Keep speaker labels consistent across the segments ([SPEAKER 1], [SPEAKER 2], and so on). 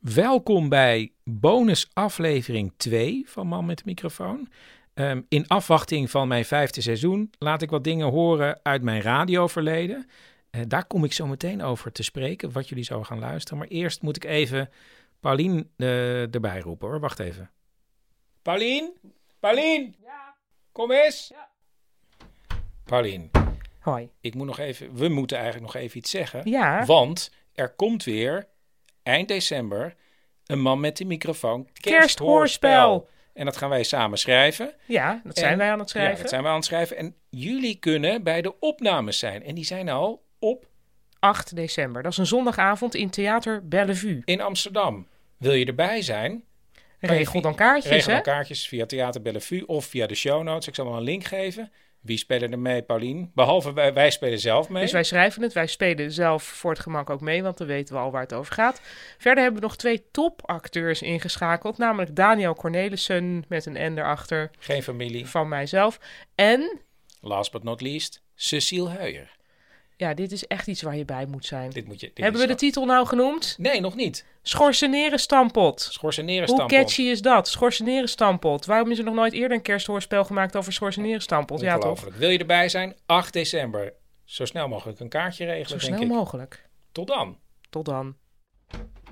[SPEAKER 1] Welkom bij bonusaflevering 2 van Man met de microfoon. Ehm, in afwachting van mijn vijfde seizoen laat ik wat dingen horen uit mijn radioverleden. Eh, daar kom ik zo meteen over te spreken, wat jullie zouden gaan luisteren. Maar eerst moet ik even Paulien eh, erbij roepen hoor. Wacht even. Paulien? Paulien? Kom eens. Paulien,
[SPEAKER 2] Hoi.
[SPEAKER 1] ik moet nog even, we moeten eigenlijk nog even iets zeggen.
[SPEAKER 2] Ja,
[SPEAKER 1] Want er komt weer eind december een man met de microfoon
[SPEAKER 2] Kersthoorspel.
[SPEAKER 1] En dat gaan wij samen schrijven.
[SPEAKER 2] ja dat
[SPEAKER 1] En-
[SPEAKER 2] zijn wij aan het schrijven.
[SPEAKER 1] Ja, dat zijn we aan het schrijven. En jullie kunnen bij de opnames zijn. En die zijn al op
[SPEAKER 2] 8 december. Dat is een zondagavond in Theater Bellevue.
[SPEAKER 1] in Amsterdam. Wil je erbij zijn? je
[SPEAKER 2] Regel dan kaartjes,
[SPEAKER 1] Regel
[SPEAKER 2] hè?
[SPEAKER 1] dan kaartjes via Theater Bellevue of via de show notes. Ik zal wel een link geven. Wie spelen er mee, Paulien? Behalve wij, wij spelen zelf mee.
[SPEAKER 2] Dus wij schrijven het, wij spelen zelf voor het gemak ook mee, want dan weten we al waar het over gaat. Verder hebben we nog twee topacteurs ingeschakeld, namelijk Daniel Cornelissen met een N erachter
[SPEAKER 1] Geen familie.
[SPEAKER 2] van mijzelf. En,
[SPEAKER 1] Last but not least, Cecile Heuier.
[SPEAKER 2] ja, dit is echt iets waar je bij moet zijn.
[SPEAKER 1] Dit moet je. dit
[SPEAKER 2] hebben
[SPEAKER 1] is
[SPEAKER 2] we de
[SPEAKER 1] zo-
[SPEAKER 2] titel nou genoemd?
[SPEAKER 1] Nee, nog niet.
[SPEAKER 2] Schorseneren stampot.
[SPEAKER 1] Schorseneren
[SPEAKER 2] Hoe
[SPEAKER 1] stampen.
[SPEAKER 2] catchy is dat? Schorseneren stampot. Waarom is er nog nooit eerder een kersthoorspel gemaakt over schorseneren stampot? Ja, toch?
[SPEAKER 1] Ongelooflijk. Wil je erbij zijn? 8 december. Zo snel mogelijk een kaartje regelen,
[SPEAKER 2] Zo
[SPEAKER 1] denk
[SPEAKER 2] snel
[SPEAKER 1] ik.
[SPEAKER 2] mogelijk.
[SPEAKER 1] Tot dan.
[SPEAKER 2] Tot dan.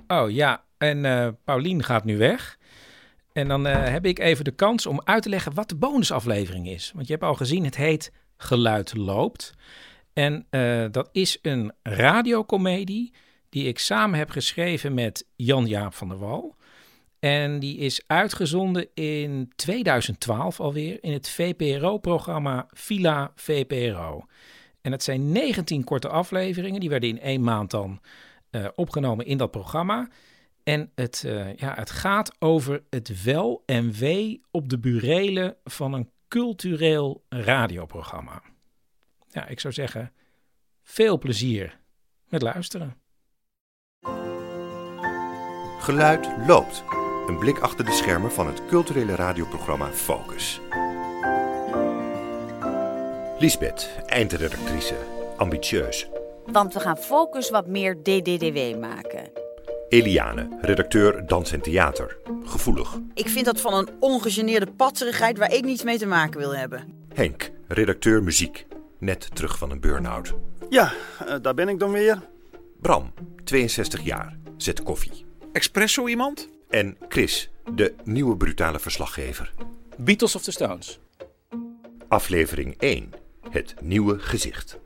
[SPEAKER 1] Oh ja, en eh Paulien gaat nu weg. En dan eh, heb ik even de kans om uit te leggen wat de bonusaflevering is. Want je hebt al gezien, het heet Geluid loopt. En eh, dat is een radiocomedie die ik samen heb geschreven met Jan-Jaap van der Wal. En die is uitgezonden in 2012 alweer in het VPRO-programma Villa VPRO. En het zijn 19 korte afleveringen. Die werden in één maand dan eh, opgenomen in dat programma. En het, eh, ja, het gaat over het wel en wee op de burelen van een cultureel radioprogramma. Ja, ik zou zeggen, veel plezier met luisteren.
[SPEAKER 3] Geluid loopt. Een blik achter de schermen van het culturele radioprogramma Focus. Lisbeth, eindredactrice. Ambitieus.
[SPEAKER 4] Want we gaan Focus wat meer DDDW maken.
[SPEAKER 3] Eliane, redacteur dans en theater. Gevoelig.
[SPEAKER 5] Ik vind dat van een ongegeneerde patserigheid waar ik niets mee te maken wil hebben.
[SPEAKER 3] Henk, redacteur muziek. Net terug van een burn-out.
[SPEAKER 6] Ja, eh, daar ben ik dan weer.
[SPEAKER 3] Bram, 62 jaar. Zet koffie.
[SPEAKER 7] Espresso iemand?
[SPEAKER 3] En Chris, de nieuwe brutale verslaggever.
[SPEAKER 7] Beatles of the Stones?
[SPEAKER 3] Aflevering 1. Het nieuwe gezicht.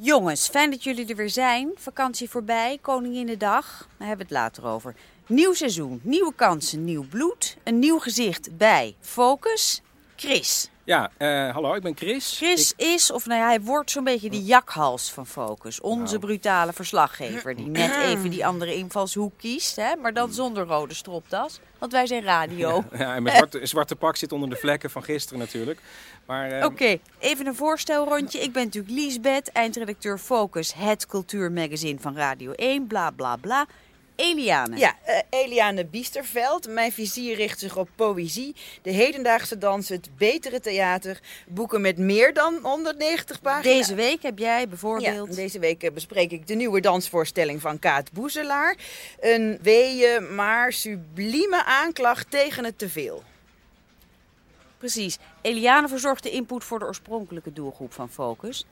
[SPEAKER 4] Jongens, fijn dat jullie er weer zijn. Vakantie voorbij, Koninginnedag. Daar hebben we het later over. Nieuw seizoen, nieuwe kansen, nieuw bloed. Een nieuw gezicht bij Focus. Chris.
[SPEAKER 7] Ja, eh, hallo, ik ben Chris.
[SPEAKER 4] Chris is, of nou ja, hij wordt zo'n beetje die jakhals van Focus. Onze
[SPEAKER 7] Nou.
[SPEAKER 4] brutale verslaggever die net even die andere invalshoek kiest. Hè? Maar dan zonder rode stropdas, want wij zijn radio.
[SPEAKER 7] Ik, Mm. ja, en mijn zwarte, zwarte pak zit onder de vlekken van gisteren natuurlijk. Maar eh,
[SPEAKER 4] Oké, even een voorstelrondje. Ik ben natuurlijk Liesbeth, eindredacteur Focus, het cultuurmagazine van Radio 1, bla bla bla. Eliane.
[SPEAKER 5] Ja, eh, Eliane Biesterveld. Mijn vizier richt zich op poëzie, de hedendaagse dans, het betere theater. Boeken met meer dan 190 pagina's.
[SPEAKER 4] Deze week heb jij bijvoorbeeld.
[SPEAKER 5] Ja, deze week eh, bespreek ik de nieuwe dansvoorstelling van Kaat Boezelaar. Een weeë maar sublieme aanklacht tegen het teveel.
[SPEAKER 4] Precies. Eliane verzorgt de input voor de oorspronkelijke doelgroep van Focus.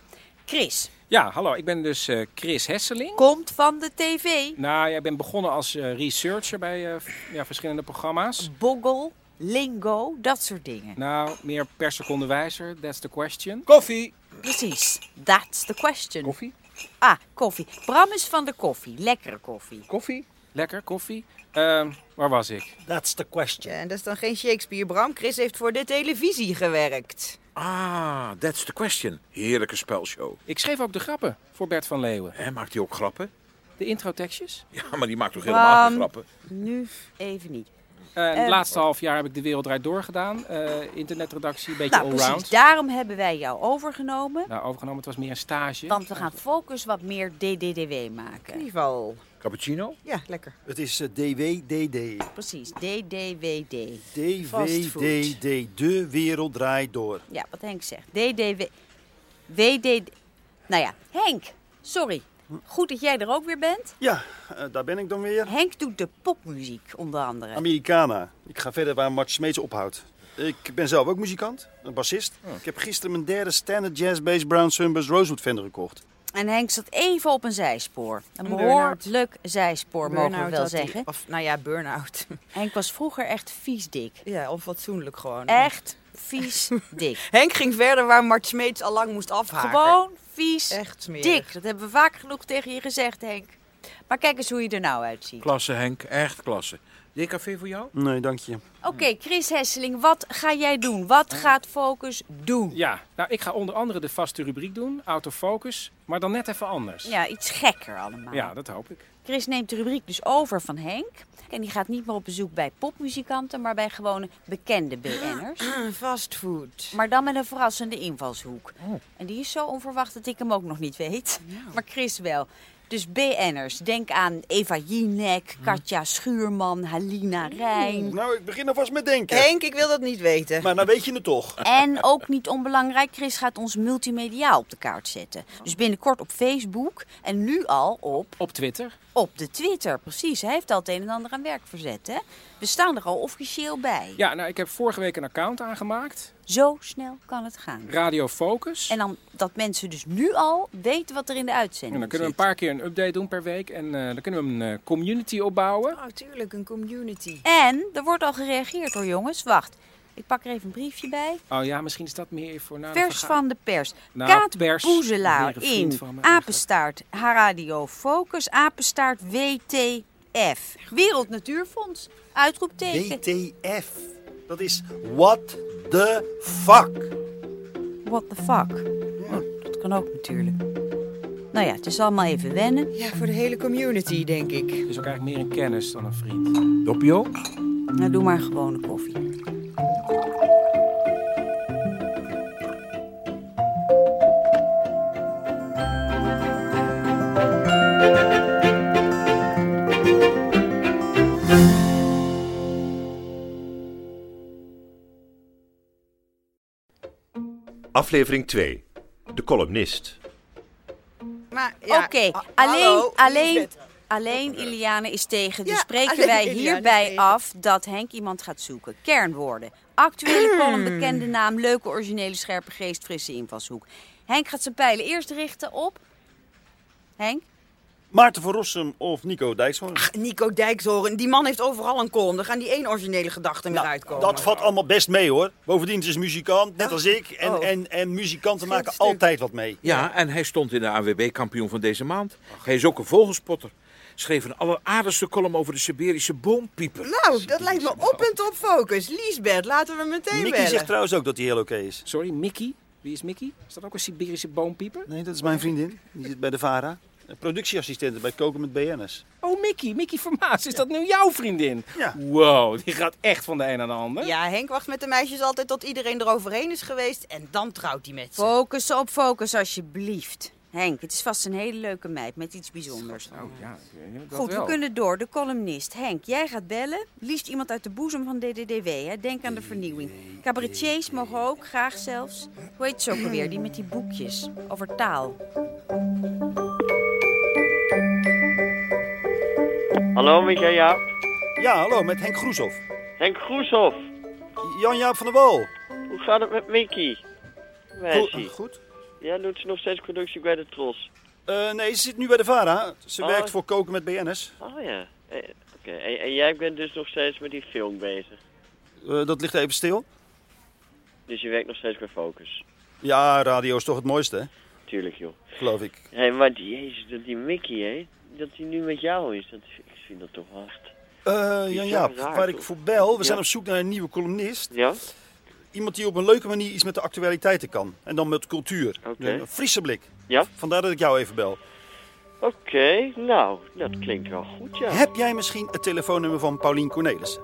[SPEAKER 4] Chris
[SPEAKER 7] ja, hallo, ik ben dus eh, Chris Hesseling.
[SPEAKER 4] komt van de tv.
[SPEAKER 7] Nou, jij bent begonnen als eh, researcher bij eh, f- ja, verschillende programma's.
[SPEAKER 4] Boggel, lingo, dat soort dingen.
[SPEAKER 7] Nou, meer per seconde wijzer, that's the question. Koffie!
[SPEAKER 4] Precies. That's the question.
[SPEAKER 7] Koffie?
[SPEAKER 4] Ah, koffie. Bram is van de koffie. Lekkere koffie.
[SPEAKER 7] Koffie? Lekker, koffie. Ehm, waar was ik?
[SPEAKER 6] That's the question.
[SPEAKER 5] Ja, en dat is dan geen Shakespeare, Bram. Chris heeft voor de televisie gewerkt.
[SPEAKER 8] Ah, that's the question. Heerlijke spelshow.
[SPEAKER 7] Ik schreef ook de grappen voor Bert van Leeuwen.
[SPEAKER 8] Hè, maakt hij ook grappen?
[SPEAKER 7] De introtekstjes.
[SPEAKER 8] Ja, maar die maakt toch helemaal
[SPEAKER 1] Ehm,
[SPEAKER 8] geen
[SPEAKER 4] Bram.
[SPEAKER 8] grappen?
[SPEAKER 4] Nu even niet.
[SPEAKER 7] Eh
[SPEAKER 4] Eh,
[SPEAKER 7] het laatste half jaar heb ik de wereld draait door gedaan. Eh, internetredactie, een beetje
[SPEAKER 4] Nou, precies.
[SPEAKER 7] allround.
[SPEAKER 4] Daarom hebben wij jou overgenomen.
[SPEAKER 7] Nou, overgenomen, het was meer een stage.
[SPEAKER 4] Want we gaan focus wat meer DDDW maken.
[SPEAKER 5] Knieval.
[SPEAKER 8] Cappuccino?
[SPEAKER 5] Ja, lekker.
[SPEAKER 6] Het is eh, DWDD.
[SPEAKER 4] Precies, DDWD. Fastfood.
[SPEAKER 6] DWDD. De wereld draait door.
[SPEAKER 4] Ja, wat Henk zegt. DDW... WD... Nou ja, Henk, sorry. Goed dat jij er ook weer bent.
[SPEAKER 6] Ja, eh, daar ben ik dan weer.
[SPEAKER 4] Henk doet de popmuziek, onder andere.
[SPEAKER 6] Americana. Ik ga verder waar Mart Smeets ophoudt. Ik ben zelf ook muzikant, een bassist. Ik heb gisteren mijn derde standard jazz bass Brown Sunburst Rosewood Fender gekocht.
[SPEAKER 4] En Henk zat even op een zijspoor. Een
[SPEAKER 5] Een
[SPEAKER 4] behoorlijk zijspoor, mogen we
[SPEAKER 5] Burn-out
[SPEAKER 4] wel
[SPEAKER 5] had hij.
[SPEAKER 4] zeggen.
[SPEAKER 5] Of, nou ja, burn-out.
[SPEAKER 4] Henk was vroeger echt vies dik.
[SPEAKER 5] ja, onfatsoenlijk gewoon.
[SPEAKER 4] Echt vies dik.
[SPEAKER 5] Henk ging verder waar Mart Smeets al lang moest afhaken.
[SPEAKER 4] Gewoon vies
[SPEAKER 5] Echt smerig.
[SPEAKER 4] dik. Dat hebben we vaak genoeg tegen je gezegd, Henk. Maar kijk eens hoe je er nou uitziet.
[SPEAKER 8] Klasse, Henk. Echt klasse. DKV voor jou?
[SPEAKER 6] Nee, dank je.
[SPEAKER 4] Oké, Chris Hesseling, wat ga jij doen? Wat gaat Focus doen?
[SPEAKER 1] Ja, nou, ik ga onder andere de vaste rubriek doen, autofocus, maar dan net even anders.
[SPEAKER 4] Ja, iets gekker allemaal.
[SPEAKER 1] Ja, dat hoop ik.
[SPEAKER 4] Chris neemt de rubriek dus over van Henk. En die gaat niet meer op bezoek bij popmuzikanten, maar bij gewone bekende BN'ers.
[SPEAKER 5] Fastfood.
[SPEAKER 4] Maar dan met een verrassende invalshoek. En die is zo onverwacht dat ik hem ook nog niet weet. Maar Chris wel. Dus BN'ers, denk aan Eva Jinek, Katja Schuurman, Halina Rijn.
[SPEAKER 6] Nou, ik begin alvast met denken.
[SPEAKER 5] Henk, ik wil dat niet weten.
[SPEAKER 6] Maar nou weet je het toch.
[SPEAKER 4] En ook niet onbelangrijk, Chris gaat ons multimediaal op de kaart zetten. Dus binnenkort op Facebook en nu al op,
[SPEAKER 1] Op Twitter.
[SPEAKER 4] op de Twitter. Precies, hij heeft al het een en ander aan werk verzet, hè? We staan er al officieel bij.
[SPEAKER 1] Ja, nou, ik heb vorige week een account aangemaakt,
[SPEAKER 4] Zo snel kan het gaan.
[SPEAKER 1] Radio Focus.
[SPEAKER 4] En dan dat mensen dus nu al weten wat er in de
[SPEAKER 1] En
[SPEAKER 4] uitzending
[SPEAKER 1] dan kunnen we
[SPEAKER 4] zit.
[SPEAKER 1] een paar keer een update doen per week en eh, dan kunnen we een eh, community opbouwen.
[SPEAKER 5] Oh, tuurlijk, een community.
[SPEAKER 4] En er wordt al gereageerd hoor, jongens. Wacht, ik pak er even een briefje bij.
[SPEAKER 1] Oh ja, misschien is dat meer voor na de
[SPEAKER 4] Vers
[SPEAKER 1] verga-
[SPEAKER 4] van de pers.
[SPEAKER 1] Nou,
[SPEAKER 4] Kaat
[SPEAKER 1] pers,
[SPEAKER 4] Boezelaar
[SPEAKER 1] weer een vriend
[SPEAKER 4] in
[SPEAKER 1] van me.
[SPEAKER 4] Apenstaart, haar radio Focus, Apenstaart WTF. Wereld Natuurfonds, uitroepteken.
[SPEAKER 6] WTF. Dat is what the fuck.
[SPEAKER 4] What the fuck? Oh, dat kan ook natuurlijk. Nou ja, het is allemaal even wennen.
[SPEAKER 5] Ja, voor de hele community, denk ik.
[SPEAKER 1] Het is ook eigenlijk meer een kennis dan een vriend.
[SPEAKER 8] Doppio?
[SPEAKER 4] Nou, doe maar een gewone koffie.
[SPEAKER 3] Aflevering 2. De columnist.
[SPEAKER 5] Maar ja,
[SPEAKER 4] Oké,
[SPEAKER 5] a-
[SPEAKER 4] alleen,
[SPEAKER 5] hallo,
[SPEAKER 4] alleen,
[SPEAKER 5] Lisbeth.
[SPEAKER 4] alleen Iliane is tegen. Dus
[SPEAKER 5] Ja,
[SPEAKER 4] spreken
[SPEAKER 5] alleen
[SPEAKER 4] wij
[SPEAKER 5] Iliane is
[SPEAKER 4] hierbij
[SPEAKER 5] tegen.
[SPEAKER 4] af dat Henk iemand gaat zoeken. Kernwoorden. Actuele column, bekende naam, leuke originele scherpe geest, frisse invalshoek. Henk gaat zijn pijlen eerst richten op... Henk?
[SPEAKER 6] Maarten van Rossum of Nico Dijkshoorn.
[SPEAKER 5] Nico Dijkshoorn, die man heeft overal een kon. Er gaan die één originele gedachte
[SPEAKER 4] Nou,
[SPEAKER 5] meer uitkomen.
[SPEAKER 6] Dat valt allemaal best mee hoor. Bovendien het is muzikant, net als ik. En,
[SPEAKER 5] Oh.
[SPEAKER 6] en, en muzikanten maken
[SPEAKER 5] stuk.
[SPEAKER 6] altijd wat mee.
[SPEAKER 8] Ja, en hij stond in de AWB-kampioen van deze maand. Hij is ook een vogelspotter. Schreef een alleraardigste column over de Siberische boompieper.
[SPEAKER 5] Nou, dat lijkt me op en top focus. Liesbeth, laten we meteen
[SPEAKER 6] Nicky
[SPEAKER 5] bellen.
[SPEAKER 6] zegt trouwens ook dat hij heel oké is.
[SPEAKER 1] Sorry, Mickey. Wie is Mickey? Is dat ook een Siberische boompieper?
[SPEAKER 6] Nee, dat is mijn vriendin. Die zit bij de VARA. Een Productieassistente bij Koken met BN'ers.
[SPEAKER 1] Oh, Mickey. Mickey Vermaas. Is dat nu jouw vriendin?
[SPEAKER 6] Ja.
[SPEAKER 1] Wow, die gaat echt van de een aan de ander.
[SPEAKER 5] Ja, Henk wacht met de meisjes altijd tot iedereen eroverheen is geweest. En dan trouwt hij met ze.
[SPEAKER 4] Focus op focus, alsjeblieft. Henk, het is vast een hele leuke meid met iets bijzonders.
[SPEAKER 1] Oh ja, ik weet niet, dat
[SPEAKER 4] Goed,
[SPEAKER 1] wel.
[SPEAKER 4] we kunnen door. De columnist. Henk, jij gaat bellen. Liefst iemand uit de boezem van DDDW. Hè? Denk aan de vernieuwing. Cabaretiers mogen ook, graag zelfs. Hoe heet ze ook alweer? Die met die boekjes over taal.
[SPEAKER 9] Hallo, met jij Jaap?
[SPEAKER 6] Ja, hallo, met Henk Groeshoff.
[SPEAKER 9] Henk Groeshoff,
[SPEAKER 6] Jan-Jaap van der Wal.
[SPEAKER 9] hoe gaat het met Mickey? Meisje,
[SPEAKER 6] Goed. eh, goed.
[SPEAKER 9] ja, doet ze nog steeds productie bij de Tros?
[SPEAKER 6] Eh, nee, ze zit nu bij de VARA. Ze
[SPEAKER 9] Oh.
[SPEAKER 6] werkt voor Koken met BN'ers.
[SPEAKER 9] Oh ja, Eh, oké. En, en jij bent dus nog steeds met die film bezig?
[SPEAKER 6] Eh, dat ligt even stil.
[SPEAKER 9] Dus je werkt nog steeds bij Focus?
[SPEAKER 6] Ja, radio is toch het mooiste, hè?
[SPEAKER 9] Tuurlijk, joh.
[SPEAKER 6] geloof ik.
[SPEAKER 9] Hé, maar die- jezus, dat die Mickey, hè? Dat die nu met jou is, dat, ik vind dat toch hard.
[SPEAKER 6] Eh Jan-Jaap,
[SPEAKER 9] Bizar raar,
[SPEAKER 6] waar ik
[SPEAKER 9] toch?
[SPEAKER 6] voor bel, we
[SPEAKER 9] Ja.
[SPEAKER 6] zijn op zoek naar een nieuwe columnist.
[SPEAKER 9] Ja?
[SPEAKER 6] Iemand die op een leuke manier iets met de actualiteiten kan. En dan met cultuur.
[SPEAKER 9] Oké.
[SPEAKER 6] Een frisse blik.
[SPEAKER 9] Ja?
[SPEAKER 6] Vandaar dat ik jou even bel.
[SPEAKER 9] Oké, nou, dat klinkt wel goed, ja.
[SPEAKER 6] Heb jij misschien het telefoonnummer van Paulien Cornelissen?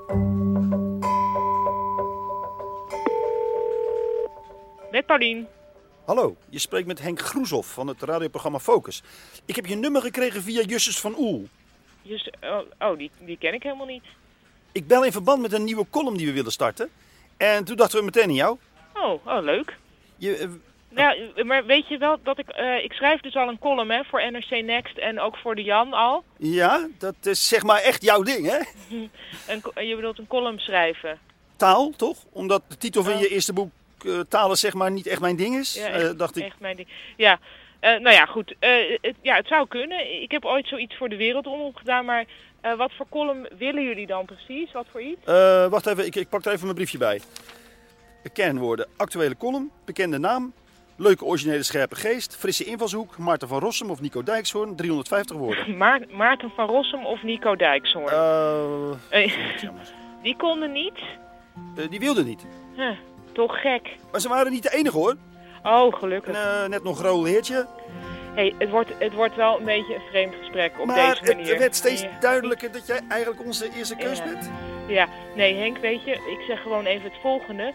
[SPEAKER 10] Met Paulien.
[SPEAKER 6] Hallo, je spreekt met Henk Groeshoff van het radioprogramma Focus. Ik heb je nummer gekregen via Justus van Oel.
[SPEAKER 10] Just, oh, oh, die, die ken ik helemaal niet.
[SPEAKER 6] Ik bel in verband met een nieuwe column die we willen starten. En toen dachten we meteen aan jou.
[SPEAKER 10] Oh, oh leuk.
[SPEAKER 6] Je, eh,
[SPEAKER 11] Nou, maar weet je wel dat ik... eh, ik schrijf dus al een column hè, voor NRC Next en ook voor de Jan al.
[SPEAKER 6] Ja, dat is zeg maar echt jouw ding, hè?
[SPEAKER 11] Een, co- je bedoelt een column schrijven.
[SPEAKER 6] Taal, toch? Omdat de titel van je eerste boek eh, talen zeg maar niet echt mijn ding is,
[SPEAKER 11] Ja,
[SPEAKER 6] eh,
[SPEAKER 11] echt,
[SPEAKER 6] dacht ik.
[SPEAKER 11] echt mijn ding. Ja, eh, nou ja, goed. Eh, het, ja, het zou kunnen. Ik heb ooit zoiets voor de wereld omhoog gedaan, maar eh, wat voor column willen jullie dan precies? Wat voor iets?
[SPEAKER 6] Eh, wacht even, ik, ik pak er even mijn briefje bij. Kernwoorden, actuele column, bekende naam, leuke originele scherpe geest, frisse invalshoek, Maarten van Rossum of Nico Dijkshoorn, 350 woorden.
[SPEAKER 11] Maar, Maarten van Rossum of Nico Dijkshoorn?
[SPEAKER 6] Eh,
[SPEAKER 11] Eh,
[SPEAKER 6] jammer.
[SPEAKER 11] die konden niet.
[SPEAKER 6] eh, die wilde niet.
[SPEAKER 11] Huh, toch gek.
[SPEAKER 6] Maar ze waren niet de enige hoor.
[SPEAKER 11] Oh, gelukkig.
[SPEAKER 6] En, eh, net nog Roel Heertje.
[SPEAKER 11] Hey, het, wordt, het wordt wel een beetje een vreemd gesprek op
[SPEAKER 6] maar
[SPEAKER 11] deze manier.
[SPEAKER 6] het werd steeds
[SPEAKER 11] Ja.
[SPEAKER 6] duidelijker dat jij eigenlijk onze eerste keus
[SPEAKER 11] Ja.
[SPEAKER 6] bent.
[SPEAKER 11] Ja, nee Henk, weet je, ik zeg gewoon even het volgende.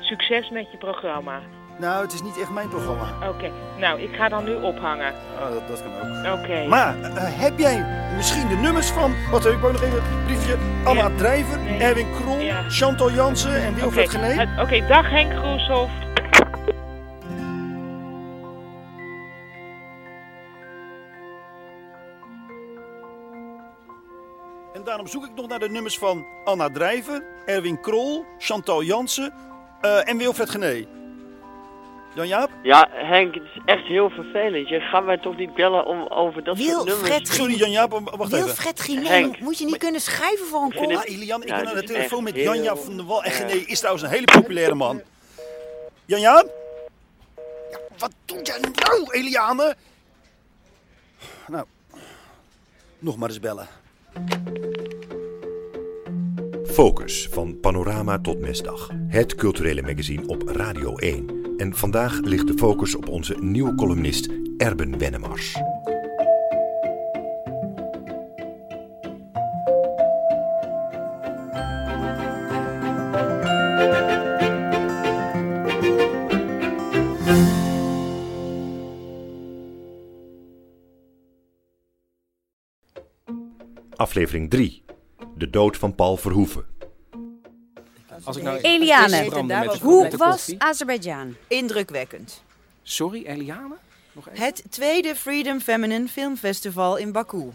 [SPEAKER 11] Succes met je programma.
[SPEAKER 6] Nou, het is niet echt mijn programma.
[SPEAKER 11] Oké, nou, ik ga dan nu ophangen.
[SPEAKER 6] Ah, dat, dat kan ook.
[SPEAKER 11] Oké.
[SPEAKER 6] Maar eh, heb jij misschien de nummers van, wat heb ik ook nog even, het briefje, Anna Drijver, Erwin Krol, Chantal Jansen en Wilfred
[SPEAKER 11] Oké,
[SPEAKER 6] Gené?
[SPEAKER 11] het- Oké, dag Henk Groeshoff.
[SPEAKER 6] En daarom zoek ik nog naar de nummers van Anna Drijven, Erwin Krol, Chantal Jansen eh, en Wilfred Gené. Jan-Jaap?
[SPEAKER 12] Ja, Henk, het is echt heel vervelend. Je gaat mij toch niet bellen om over dat soort
[SPEAKER 6] Wilfred
[SPEAKER 12] nummers...
[SPEAKER 6] Gené. Sorry, Jan-Jaap, om- wacht even.
[SPEAKER 4] Wilfred Giné,
[SPEAKER 12] Henk.
[SPEAKER 4] moet je niet kunnen schrijven voor een
[SPEAKER 12] Ik vind
[SPEAKER 4] column?
[SPEAKER 6] Ah, Ilian, ik
[SPEAKER 12] Ja,
[SPEAKER 6] ben aan
[SPEAKER 12] dit
[SPEAKER 6] de
[SPEAKER 12] is
[SPEAKER 6] telefoon
[SPEAKER 12] echt
[SPEAKER 6] met Janja
[SPEAKER 12] heel eh,
[SPEAKER 6] van der Wal. En
[SPEAKER 12] erg.
[SPEAKER 6] Gené is trouwens een hele populaire man. Janja? Ja, wat doe jij nou, Eliane? Nou, nog maar eens bellen.
[SPEAKER 3] Focus van Panorama tot Mesdag. Het culturele magazine op Radio 1. En vandaag ligt de focus op onze nieuwe columnist Erben Wennemars. Aflevering 3. De dood van Paul Verhoeven.
[SPEAKER 1] Als ik nou
[SPEAKER 4] Eliane,
[SPEAKER 1] branden met de-
[SPEAKER 4] hoe
[SPEAKER 1] met de
[SPEAKER 4] was
[SPEAKER 1] koffie.
[SPEAKER 4] Azerbeidzjan?
[SPEAKER 5] Indrukwekkend.
[SPEAKER 1] Sorry, Eliane? Nog even?
[SPEAKER 5] Het tweede Freedom Feminine Filmfestival in Baku.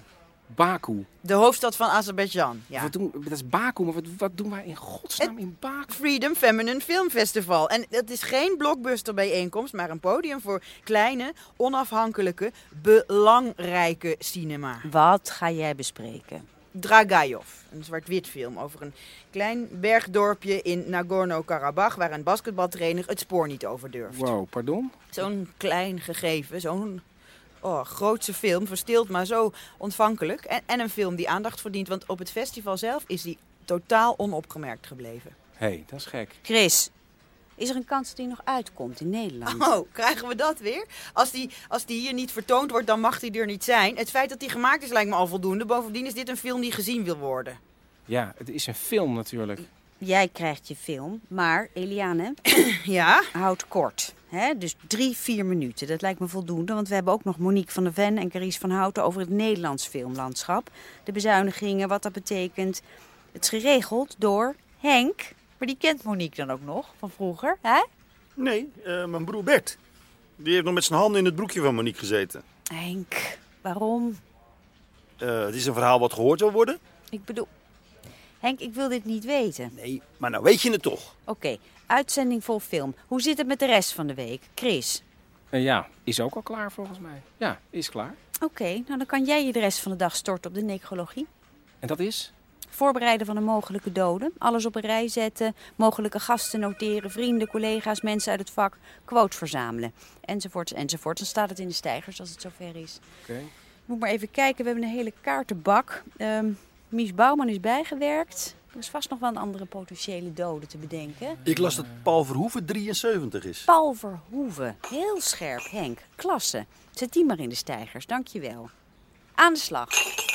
[SPEAKER 1] Baku.
[SPEAKER 5] De hoofdstad van Azerbeidzjan. Ja.
[SPEAKER 1] Wat doen, dat is Baku, maar wat, wat doen wij in godsnaam in Baku?
[SPEAKER 5] Freedom Feminine Film Festival. En dat is geen blockbuster bijeenkomst, maar een podium voor kleine, onafhankelijke, belangrijke cinema.
[SPEAKER 4] Wat ga jij bespreken?
[SPEAKER 5] Dragajov, een zwart-wit film over een klein bergdorpje in Nagorno-Karabakh waar een basketbaltrainer het spoor niet over durft.
[SPEAKER 1] Wow, pardon?
[SPEAKER 5] Zo'n klein gegeven, zo'n oh, grootse film, verstild maar zo ontvankelijk. En, en een film die aandacht verdient, want op het festival zelf is die totaal onopgemerkt gebleven.
[SPEAKER 1] Hé, hey, dat is gek.
[SPEAKER 4] Chris, is er een kans dat hij nog uitkomt in Nederland?
[SPEAKER 5] Oh, krijgen we dat weer? Als die, als die hier niet vertoond wordt, dan mag die er niet zijn. Het feit dat die gemaakt is lijkt me al voldoende. Bovendien is dit een film die gezien wil worden.
[SPEAKER 1] Ja, het is een film natuurlijk.
[SPEAKER 4] Jij krijgt je film, maar Eliane
[SPEAKER 5] Ja?
[SPEAKER 4] houdt kort. Hè? Dus drie, vier minuten. Dat lijkt me voldoende, want we hebben ook nog Monique van der Ven en Carice van Houten over het Nederlands filmlandschap. De bezuinigingen, wat dat betekent. Het is geregeld door Henk. Maar die kent Monique dan ook nog van vroeger, hè?
[SPEAKER 6] Nee, eh, mijn broer Bert. Die heeft nog met zijn handen in het broekje van Monique gezeten.
[SPEAKER 4] Henk, waarom?
[SPEAKER 6] Eh, het is een verhaal wat gehoord wil worden.
[SPEAKER 4] Ik bedoel, Henk, ik wil dit niet weten.
[SPEAKER 6] Nee, maar nou weet je het toch.
[SPEAKER 4] Oké, uitzending vol film. Hoe zit het met de rest van de week? Chris.
[SPEAKER 1] Eh, ja, is ook al klaar volgens mij. Ja, is klaar.
[SPEAKER 4] Oké, nou dan kan jij je de rest van de dag storten op de necrologie.
[SPEAKER 1] En dat is?
[SPEAKER 4] Voorbereiden van een mogelijke dode. Alles op een rij zetten. Mogelijke gasten noteren. Vrienden, collega's, mensen uit het vak. Quotes verzamelen. Enzovoorts, enzovoorts. Dan staat het in de stijgers als het zover is.
[SPEAKER 1] Oké.
[SPEAKER 4] Moet maar even kijken. We hebben een hele kaartenbak. Ehm Mies Bouwman is bijgewerkt. Er is vast nog wel een andere potentiële dode te bedenken.
[SPEAKER 6] Ik las dat Paul Verhoeven 73 is.
[SPEAKER 4] Paul Verhoeven. Heel scherp, Henk. Klasse. Zet die maar in de stijgers. Dankjewel. Aan de slag.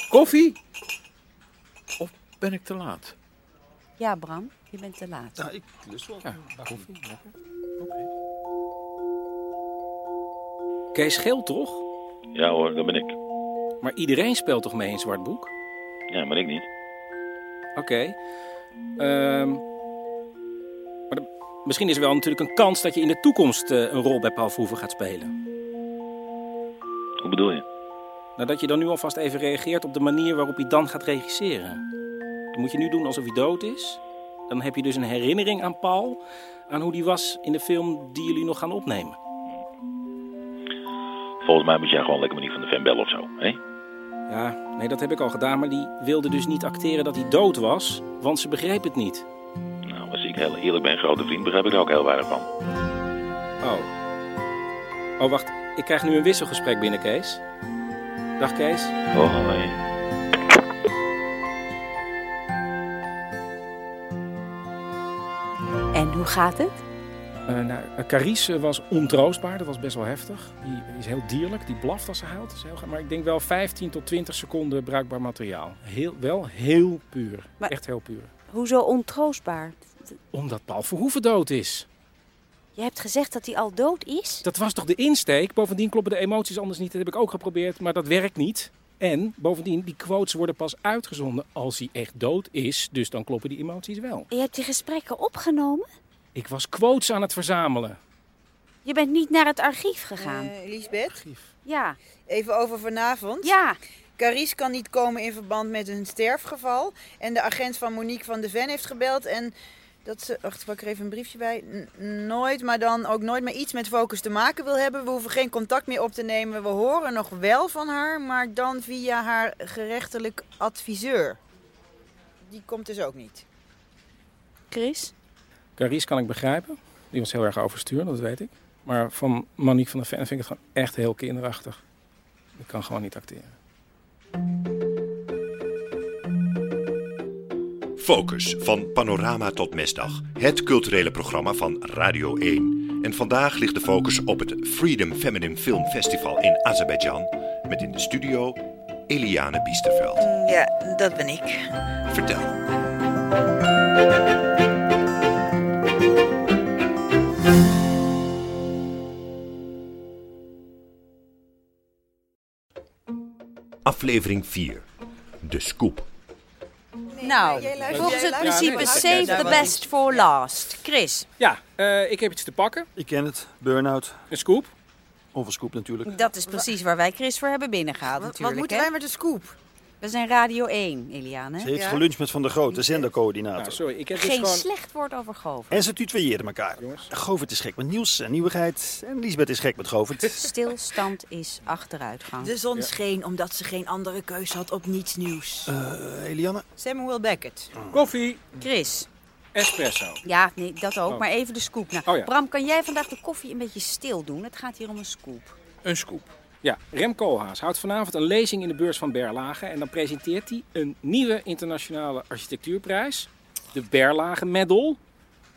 [SPEAKER 8] Koffie? Of ben ik te laat?
[SPEAKER 4] Ja, Bram, je bent te laat.
[SPEAKER 6] Ja, ik lust wel.
[SPEAKER 1] Ja, koffie. Lekker. Kees Geel toch?
[SPEAKER 13] Ja hoor, dat ben ik.
[SPEAKER 1] Maar iedereen speelt toch mee in Zwart Boek?
[SPEAKER 13] Ja, maar ik niet.
[SPEAKER 1] Oké. Ehm, maar dan Misschien is er wel natuurlijk een kans dat je in de toekomst eh, een rol bij Paul Verhoeven gaat spelen.
[SPEAKER 14] Hoe bedoel je?
[SPEAKER 1] Nadat je dan nu alvast even reageert op de manier waarop hij dan gaat regisseren. Dan moet je nu doen alsof hij dood is. Dan heb je dus een herinnering aan Paul, aan hoe die was in de film die jullie nog gaan opnemen.
[SPEAKER 14] Volgens mij moet jij gewoon lekker manier van de fan bellen of zo, hè?
[SPEAKER 1] Ja, nee, dat heb ik al gedaan, maar die wilde dus niet acteren dat hij dood was, want ze begreep het niet.
[SPEAKER 14] Nou, als ik heel eerlijk ben, grote vriend, begrijp ik er ook heel weinig van.
[SPEAKER 1] Oh. Oh, wacht. Ik krijg nu een wisselgesprek binnen, Kees. Dag, Kees.
[SPEAKER 14] Hoi.
[SPEAKER 4] En hoe gaat het?
[SPEAKER 1] Eh, nou, eh, Carice was ontroostbaar, dat was best wel heftig. Die is heel dierlijk, die blaft als ze huilt. Dat is heel gaaf. maar ik denk wel 15 tot 20 seconden bruikbaar materiaal. Heel, wel heel puur,
[SPEAKER 4] Maar-
[SPEAKER 1] echt heel puur.
[SPEAKER 4] Hoezo ontroostbaar?
[SPEAKER 1] Omdat Paul Verhoeven dood is.
[SPEAKER 4] Je hebt gezegd dat hij al dood is?
[SPEAKER 1] Dat was toch de insteek? Bovendien kloppen de emoties anders niet. Dat heb ik ook geprobeerd, maar dat werkt niet. En bovendien, die quotes worden pas uitgezonden als hij echt dood is. Dus dan kloppen die emoties wel.
[SPEAKER 4] Je hebt die gesprekken opgenomen?
[SPEAKER 1] Ik was quotes aan het verzamelen.
[SPEAKER 4] Je bent niet naar het archief gegaan.
[SPEAKER 5] Eh, Lisbeth?
[SPEAKER 4] Ja.
[SPEAKER 5] Even over vanavond.
[SPEAKER 4] Ja.
[SPEAKER 5] Carice kan niet komen in verband met een sterfgeval. En de agent van Monique van de Ven heeft gebeld. En dat ze, wacht, ik pak er even een briefje bij. N- nooit, maar dan ook nooit meer iets met focus te maken wil hebben. We hoeven geen contact meer op te nemen. We horen nog wel van haar, maar dan via haar gerechtelijk adviseur. Die komt dus ook niet.
[SPEAKER 4] Chris?
[SPEAKER 1] Carice kan ik begrijpen. Die was heel erg overstuur, dat weet ik. Maar van Monique van der Ven vind ik het gewoon echt heel kinderachtig. Ik kan gewoon niet acteren.
[SPEAKER 3] Focus van Panorama tot Mesdag, het culturele programma van Radio 1. En vandaag ligt de focus op het Freedom Feminine Film Festival in Azerbeidzjan met in de studio Eliane Biesterveld.
[SPEAKER 5] Ja, dat ben ik.
[SPEAKER 3] Vertel. Aflevering 4. De scoop.
[SPEAKER 4] nou,
[SPEAKER 5] jij luistert-
[SPEAKER 4] volgens
[SPEAKER 5] jij luistert-
[SPEAKER 4] het principe
[SPEAKER 5] Ja, nee,
[SPEAKER 4] save
[SPEAKER 5] ja,
[SPEAKER 4] the
[SPEAKER 5] ja,
[SPEAKER 4] best for last. Chris,
[SPEAKER 1] Ja, eh, ik heb iets te pakken.
[SPEAKER 6] Ik ken het. Burnout.
[SPEAKER 1] Een scoop?
[SPEAKER 6] Of een scoop natuurlijk.
[SPEAKER 4] dat is precies waar wij Chris voor hebben binnengehaald
[SPEAKER 5] Wat,
[SPEAKER 4] natuurlijk.
[SPEAKER 5] moeten
[SPEAKER 4] hè?
[SPEAKER 5] wij met de scoop?
[SPEAKER 4] We zijn Radio 1, Eliane.
[SPEAKER 6] Ze heeft geluncht met Van der Groot, de zendercoördinator.
[SPEAKER 1] Nou, sorry, ik heb dus
[SPEAKER 4] Geen
[SPEAKER 1] gewoon...
[SPEAKER 4] slecht woord over Govert.
[SPEAKER 6] En ze tutoieerden elkaar. Govert is gek met nieuws en nieuwigheid. En Lisbeth is gek met Govert.
[SPEAKER 4] Stilstand is achteruitgang.
[SPEAKER 5] De zon scheen omdat ze geen andere keus had op niets nieuws.
[SPEAKER 6] Eh, Eliane,
[SPEAKER 5] Samuel Beckett.
[SPEAKER 1] Koffie,
[SPEAKER 4] Chris,
[SPEAKER 1] espresso.
[SPEAKER 4] ja, nee, dat ook,
[SPEAKER 1] Oh.
[SPEAKER 4] maar even de scoop. Nou,
[SPEAKER 1] Oh ja.
[SPEAKER 4] Bram, kan jij vandaag de koffie een beetje stil doen? Het gaat hier om een scoop.
[SPEAKER 1] Een scoop. Ja, Rem Koolhaas houdt vanavond een lezing in de beurs van Berlage. En dan presenteert hij een nieuwe internationale architectuurprijs. De Berlage Medal.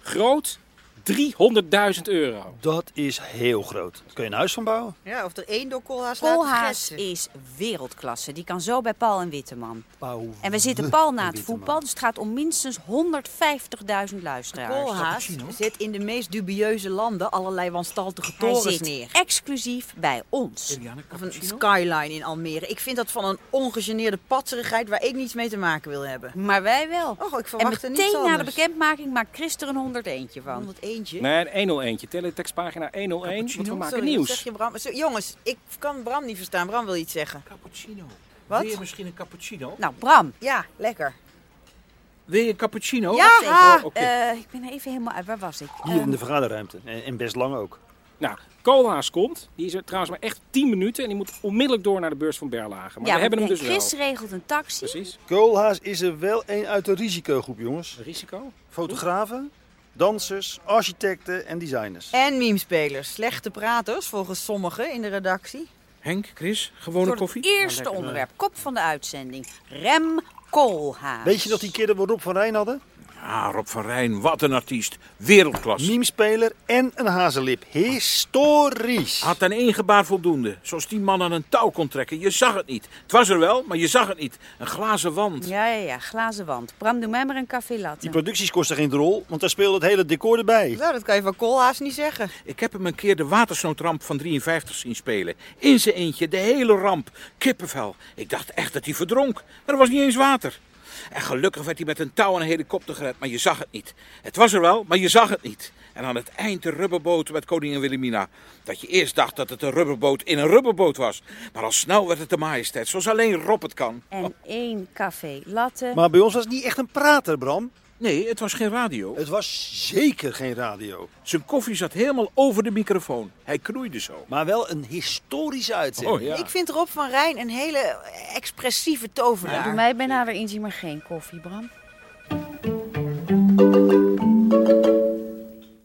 [SPEAKER 1] Groot 300.000 euro.
[SPEAKER 6] dat is heel groot. Daar kun je een huis van bouwen.
[SPEAKER 5] Ja, of er één door Koolhaas laten
[SPEAKER 4] Koolhaas
[SPEAKER 5] gretsen.
[SPEAKER 4] is wereldklasse. Die kan zo bij Paul en Witteman.
[SPEAKER 6] Pauw.
[SPEAKER 4] En we zitten pal na het voetbal, dus het gaat om minstens 150.000 luisteraars.
[SPEAKER 5] Koolhaas zet in de meest dubieuze landen allerlei wanstaltige
[SPEAKER 4] Hij
[SPEAKER 5] torens
[SPEAKER 4] zit
[SPEAKER 5] neer.
[SPEAKER 4] exclusief bij ons.
[SPEAKER 5] Of een skyline in Almere. Ik vind dat van een ongegeneerde patserigheid waar ik niets mee te maken wil hebben.
[SPEAKER 4] Maar wij wel.
[SPEAKER 5] Och, ik
[SPEAKER 4] En
[SPEAKER 5] verwacht er niets
[SPEAKER 4] meteen na de
[SPEAKER 5] anders.
[SPEAKER 4] bekendmaking maakt Chris er een 101 van.
[SPEAKER 5] 101.
[SPEAKER 1] Nee, een 101. Teletextpagina 101. Want we maken
[SPEAKER 5] Sorry, wat Zeg
[SPEAKER 1] nieuws.
[SPEAKER 5] je Bram? Zo, jongens, ik kan Bram niet verstaan. Bram wil iets zeggen.
[SPEAKER 8] Cappuccino.
[SPEAKER 5] Wat?
[SPEAKER 8] Wil je misschien een cappuccino?
[SPEAKER 4] Nou, Bram.
[SPEAKER 5] Ja, lekker.
[SPEAKER 8] Wil je een cappuccino?
[SPEAKER 5] Ja,
[SPEAKER 1] Oh, oké.
[SPEAKER 4] Eh, ik ben er even helemaal uit. Waar was ik? Eh,
[SPEAKER 6] Hier in de vergaderruimte. En en best lang ook.
[SPEAKER 1] Nou, Koolhaas komt. Die is er trouwens maar echt 10 minuten. En die moet onmiddellijk door naar de beurs van Berlage. Maar
[SPEAKER 4] ja,
[SPEAKER 1] we hebben hem
[SPEAKER 4] nee,
[SPEAKER 1] dus
[SPEAKER 4] Chris
[SPEAKER 1] wel.
[SPEAKER 4] regelt een taxi.
[SPEAKER 1] Precies.
[SPEAKER 6] Koolhaas is er wel een uit de risicogroep, jongens.
[SPEAKER 1] Risico.
[SPEAKER 6] Fotografen, dansers, architecten en designers.
[SPEAKER 5] En memespelers. Slechte praters volgens sommigen in de redactie.
[SPEAKER 8] Henk, Chris, gewone
[SPEAKER 4] Voor
[SPEAKER 8] koffie?
[SPEAKER 4] het eerste onderwerp, kop van de uitzending. Rem Koolhaas.
[SPEAKER 6] Weet je nog die keer dat we Rob van Rijn hadden?
[SPEAKER 8] Ah, Rob van Rijn, wat een artiest. Wereldklas.
[SPEAKER 6] Memespeler en een hazenlip. Historisch.
[SPEAKER 8] Had aan één gebaar voldoende. Zoals die man aan een touw kon trekken. Je zag het niet. Het was er wel, maar je zag het niet. Een glazen wand.
[SPEAKER 4] Ja, ja, ja, glazen wand. Bram, doe mij maar een café latte.
[SPEAKER 6] Die producties kosten geen rol, want daar speelde het hele decor erbij.
[SPEAKER 5] Nou, dat kan je van Koolhaas niet zeggen.
[SPEAKER 8] Ik heb hem een keer de watersnoodramp van 53 zien spelen. In zijn eentje, de hele ramp. Kippenvel. Ik dacht echt dat hij verdronk. Maar er was niet eens water. En gelukkig werd hij met een touw en een helikopter gered, maar je zag het niet. Het was er wel, maar je zag het niet. En aan het eind de rubberboot met koningin Wilhelmina. Dat je eerst dacht dat het een rubberboot in een rubberboot was. Maar al snel werd het de majesteit, zoals alleen Rob het kan.
[SPEAKER 4] En één café latte.
[SPEAKER 6] Maar bij ons was het niet echt een prater, Bram.
[SPEAKER 8] Nee, het was geen radio.
[SPEAKER 6] Het was zeker geen radio.
[SPEAKER 8] Zijn koffie zat helemaal over de microfoon. Hij knoeide zo.
[SPEAKER 6] Maar wel een historische uitzending.
[SPEAKER 8] Oh, ja.
[SPEAKER 5] Ik vind Rob van Rijn een hele expressieve
[SPEAKER 4] Nou,
[SPEAKER 5] tovenaar.
[SPEAKER 4] doe mij bijna weer inzien, maar geen koffie, Bram.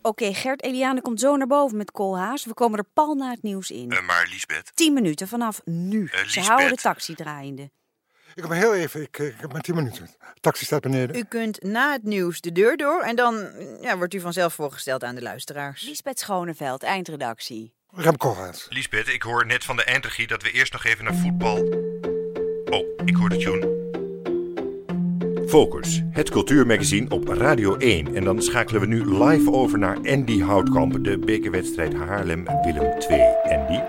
[SPEAKER 4] Oké, Gert Eliane komt zo naar boven met koolhaas. We komen er pal na het nieuws in.
[SPEAKER 15] Eh, maar Liesbeth, Eh,
[SPEAKER 4] 10 minuten vanaf nu. Ze
[SPEAKER 15] Liesbeth.
[SPEAKER 4] houden de taxi draaiende.
[SPEAKER 16] Ik heb maar heel even, ik, ik heb maar 10 minuten. Taxi staat beneden.
[SPEAKER 5] U kunt na het nieuws de deur door en dan ja, wordt u vanzelf voorgesteld aan de luisteraars.
[SPEAKER 4] Lisbeth Schoneveld, eindredactie.
[SPEAKER 16] Remco Haas.
[SPEAKER 15] Liesbeth, ik hoor net van de eindregie dat we eerst nog even naar voetbal. Oh, ik hoor de tune.
[SPEAKER 3] Focus, het cultuurmagazine op Radio 1. En dan schakelen we nu live over naar Andy Houtkamp, de bekerwedstrijd Haarlem-Willem 2. Andy?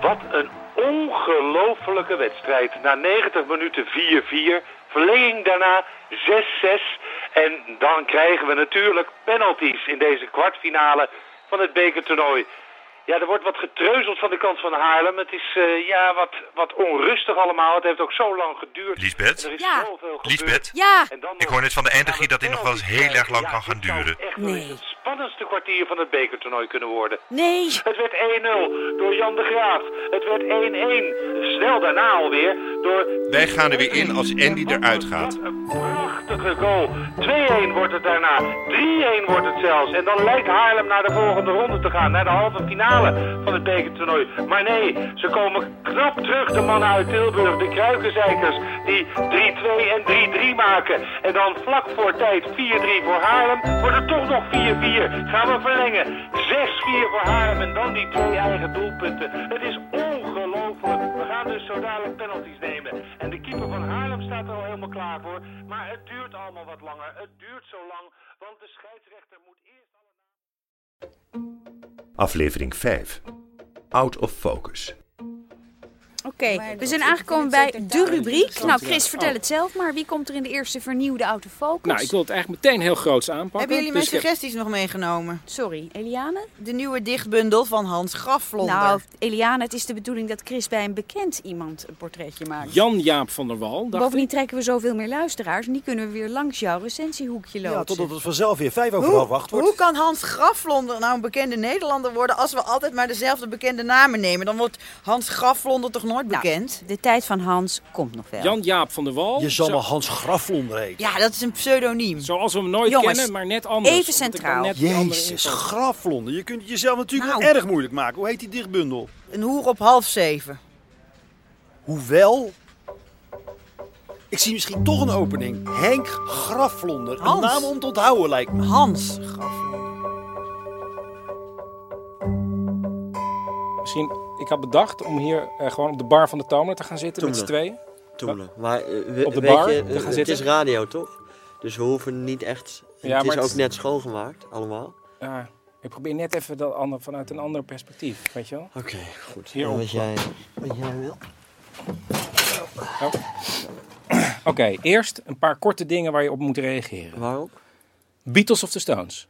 [SPEAKER 17] Wat een ongelofelijke wedstrijd. Na 90 minuten 4-4. Verlenging daarna 6-6. En dan krijgen we natuurlijk penalties in deze kwartfinale van het bekertoernooi. Ja, er wordt wat getreuzeld van de kant van Haarlem. Het is eh, ja, wat, wat onrustig allemaal. Het heeft ook zo lang geduurd.
[SPEAKER 15] Liesbeth?
[SPEAKER 17] En er is
[SPEAKER 15] Ja.
[SPEAKER 17] zoveel gebeurd.
[SPEAKER 15] Liesbeth?
[SPEAKER 4] Ja.
[SPEAKER 15] Ik hoor net van de eindregie dat dit nog wel eens heel erg lang kan gaan duren.
[SPEAKER 4] Nee.
[SPEAKER 17] Het spannendste kwartier van het bekertoernooi kunnen worden.
[SPEAKER 4] Nee.
[SPEAKER 17] Het werd 1-0 door Jan de Graaf. Het werd 1-1. Snel daarna alweer door
[SPEAKER 15] Wij gaan er weer in als Andy eruit gaat.
[SPEAKER 17] prachtige goal. 2-1 wordt het daarna. 3-1 wordt het zelfs. En dan lijkt Haarlem naar de volgende ronde te gaan. Naar de halve finale van het bekertoernooi. Maar nee, ze komen knap terug. De mannen uit Tilburg, de Kruikenzeikers. Die 3-2 en 3-3 maken. En dan vlak voor tijd 4-3 voor Haarlem. Wordt het toch nog 4-4. Gaan we verlengen. 6-4 voor Haarlem. En dan die twee eigen doelpunten. Het is ongelooflijk. We gaan dus zo dadelijk penalties nemen. En de keeper van Haarlem staat er al helemaal klaar voor. Maar het duurt allemaal wat langer. Het duurt zo lang, want de scheidsrechter moet eerst...
[SPEAKER 3] Aflevering 5. Out of Focus.
[SPEAKER 4] Oké, we zijn aangekomen bij de rubriek. Nou, Chris, vertel het zelf maar. Wie komt er in de eerste vernieuwde autofocus?
[SPEAKER 1] Nou, ik wil het eigenlijk meteen heel groots aanpakken.
[SPEAKER 5] Hebben jullie mijn
[SPEAKER 1] dus ik heb-
[SPEAKER 5] suggesties nog meegenomen?
[SPEAKER 4] Sorry, Eliane?
[SPEAKER 5] De nieuwe dichtbundel van Hans Graflonder.
[SPEAKER 4] Nou, Eliane, het is de bedoeling dat Chris bij een bekend iemand een portretje maakt.
[SPEAKER 1] Jan-Jaap van der Wal, dacht
[SPEAKER 4] Bovendien trekken we zoveel meer luisteraars en die kunnen we weer langs jouw recensiehoekje lopen.
[SPEAKER 6] Ja, totdat het vanzelf weer vijf over
[SPEAKER 5] Hoe-
[SPEAKER 6] half acht wordt.
[SPEAKER 5] Hoe kan Hans Graflonder nou een bekende Nederlander worden als we altijd maar dezelfde bekende namen nemen? Dan wordt Hans Graflonder toch nooit bekend?
[SPEAKER 4] Nou, de tijd van Hans komt nog wel.
[SPEAKER 1] Jan-Jaap van der Wal.
[SPEAKER 6] Je zal
[SPEAKER 1] Zo-
[SPEAKER 6] wel Hans Graflonder heten.
[SPEAKER 5] Ja, dat is een pseudoniem.
[SPEAKER 1] Zoals we hem nooit
[SPEAKER 4] Jongens,
[SPEAKER 1] kennen, maar net anders.
[SPEAKER 4] even
[SPEAKER 1] omdat ik daar
[SPEAKER 4] centraal.
[SPEAKER 1] net die andere
[SPEAKER 6] Jezus,
[SPEAKER 1] invloed-
[SPEAKER 6] Graflonder. Je kunt het jezelf natuurlijk
[SPEAKER 5] Nou.
[SPEAKER 6] wel erg moeilijk maken. Hoe heet die dichtbundel?
[SPEAKER 5] Een hoer op half zeven.
[SPEAKER 6] Hoewel... Ik zie misschien toch een opening. Henk Graflonder.
[SPEAKER 5] Hans.
[SPEAKER 6] Een naam om te onthouden lijkt me.
[SPEAKER 5] Hans.
[SPEAKER 1] Misschien, ik had bedacht om hier eh, gewoon op de bar van de Tomer te gaan zitten met z'n
[SPEAKER 12] Toemler.
[SPEAKER 1] tweeën.
[SPEAKER 12] Toemelen. Maar eh, we-
[SPEAKER 1] Op de
[SPEAKER 12] weet
[SPEAKER 1] bar
[SPEAKER 12] je,
[SPEAKER 1] te
[SPEAKER 12] eh,
[SPEAKER 1] gaan
[SPEAKER 12] het
[SPEAKER 1] zitten.
[SPEAKER 12] is radio toch? Dus we hoeven niet
[SPEAKER 1] Ja,
[SPEAKER 12] echt. het is
[SPEAKER 1] maar het
[SPEAKER 12] ook
[SPEAKER 1] is-
[SPEAKER 12] net schoongemaakt, allemaal.
[SPEAKER 1] Ja, ik probeer net even dat ander, vanuit een ander perspectief, weet je wel?
[SPEAKER 12] Oké, goed.
[SPEAKER 1] Hierop.
[SPEAKER 12] Wat jij, wat jij wil.
[SPEAKER 1] Oh. Oké, eerst een paar korte dingen waar je op moet reageren.
[SPEAKER 12] Waarop?
[SPEAKER 1] Beatles of the Stones?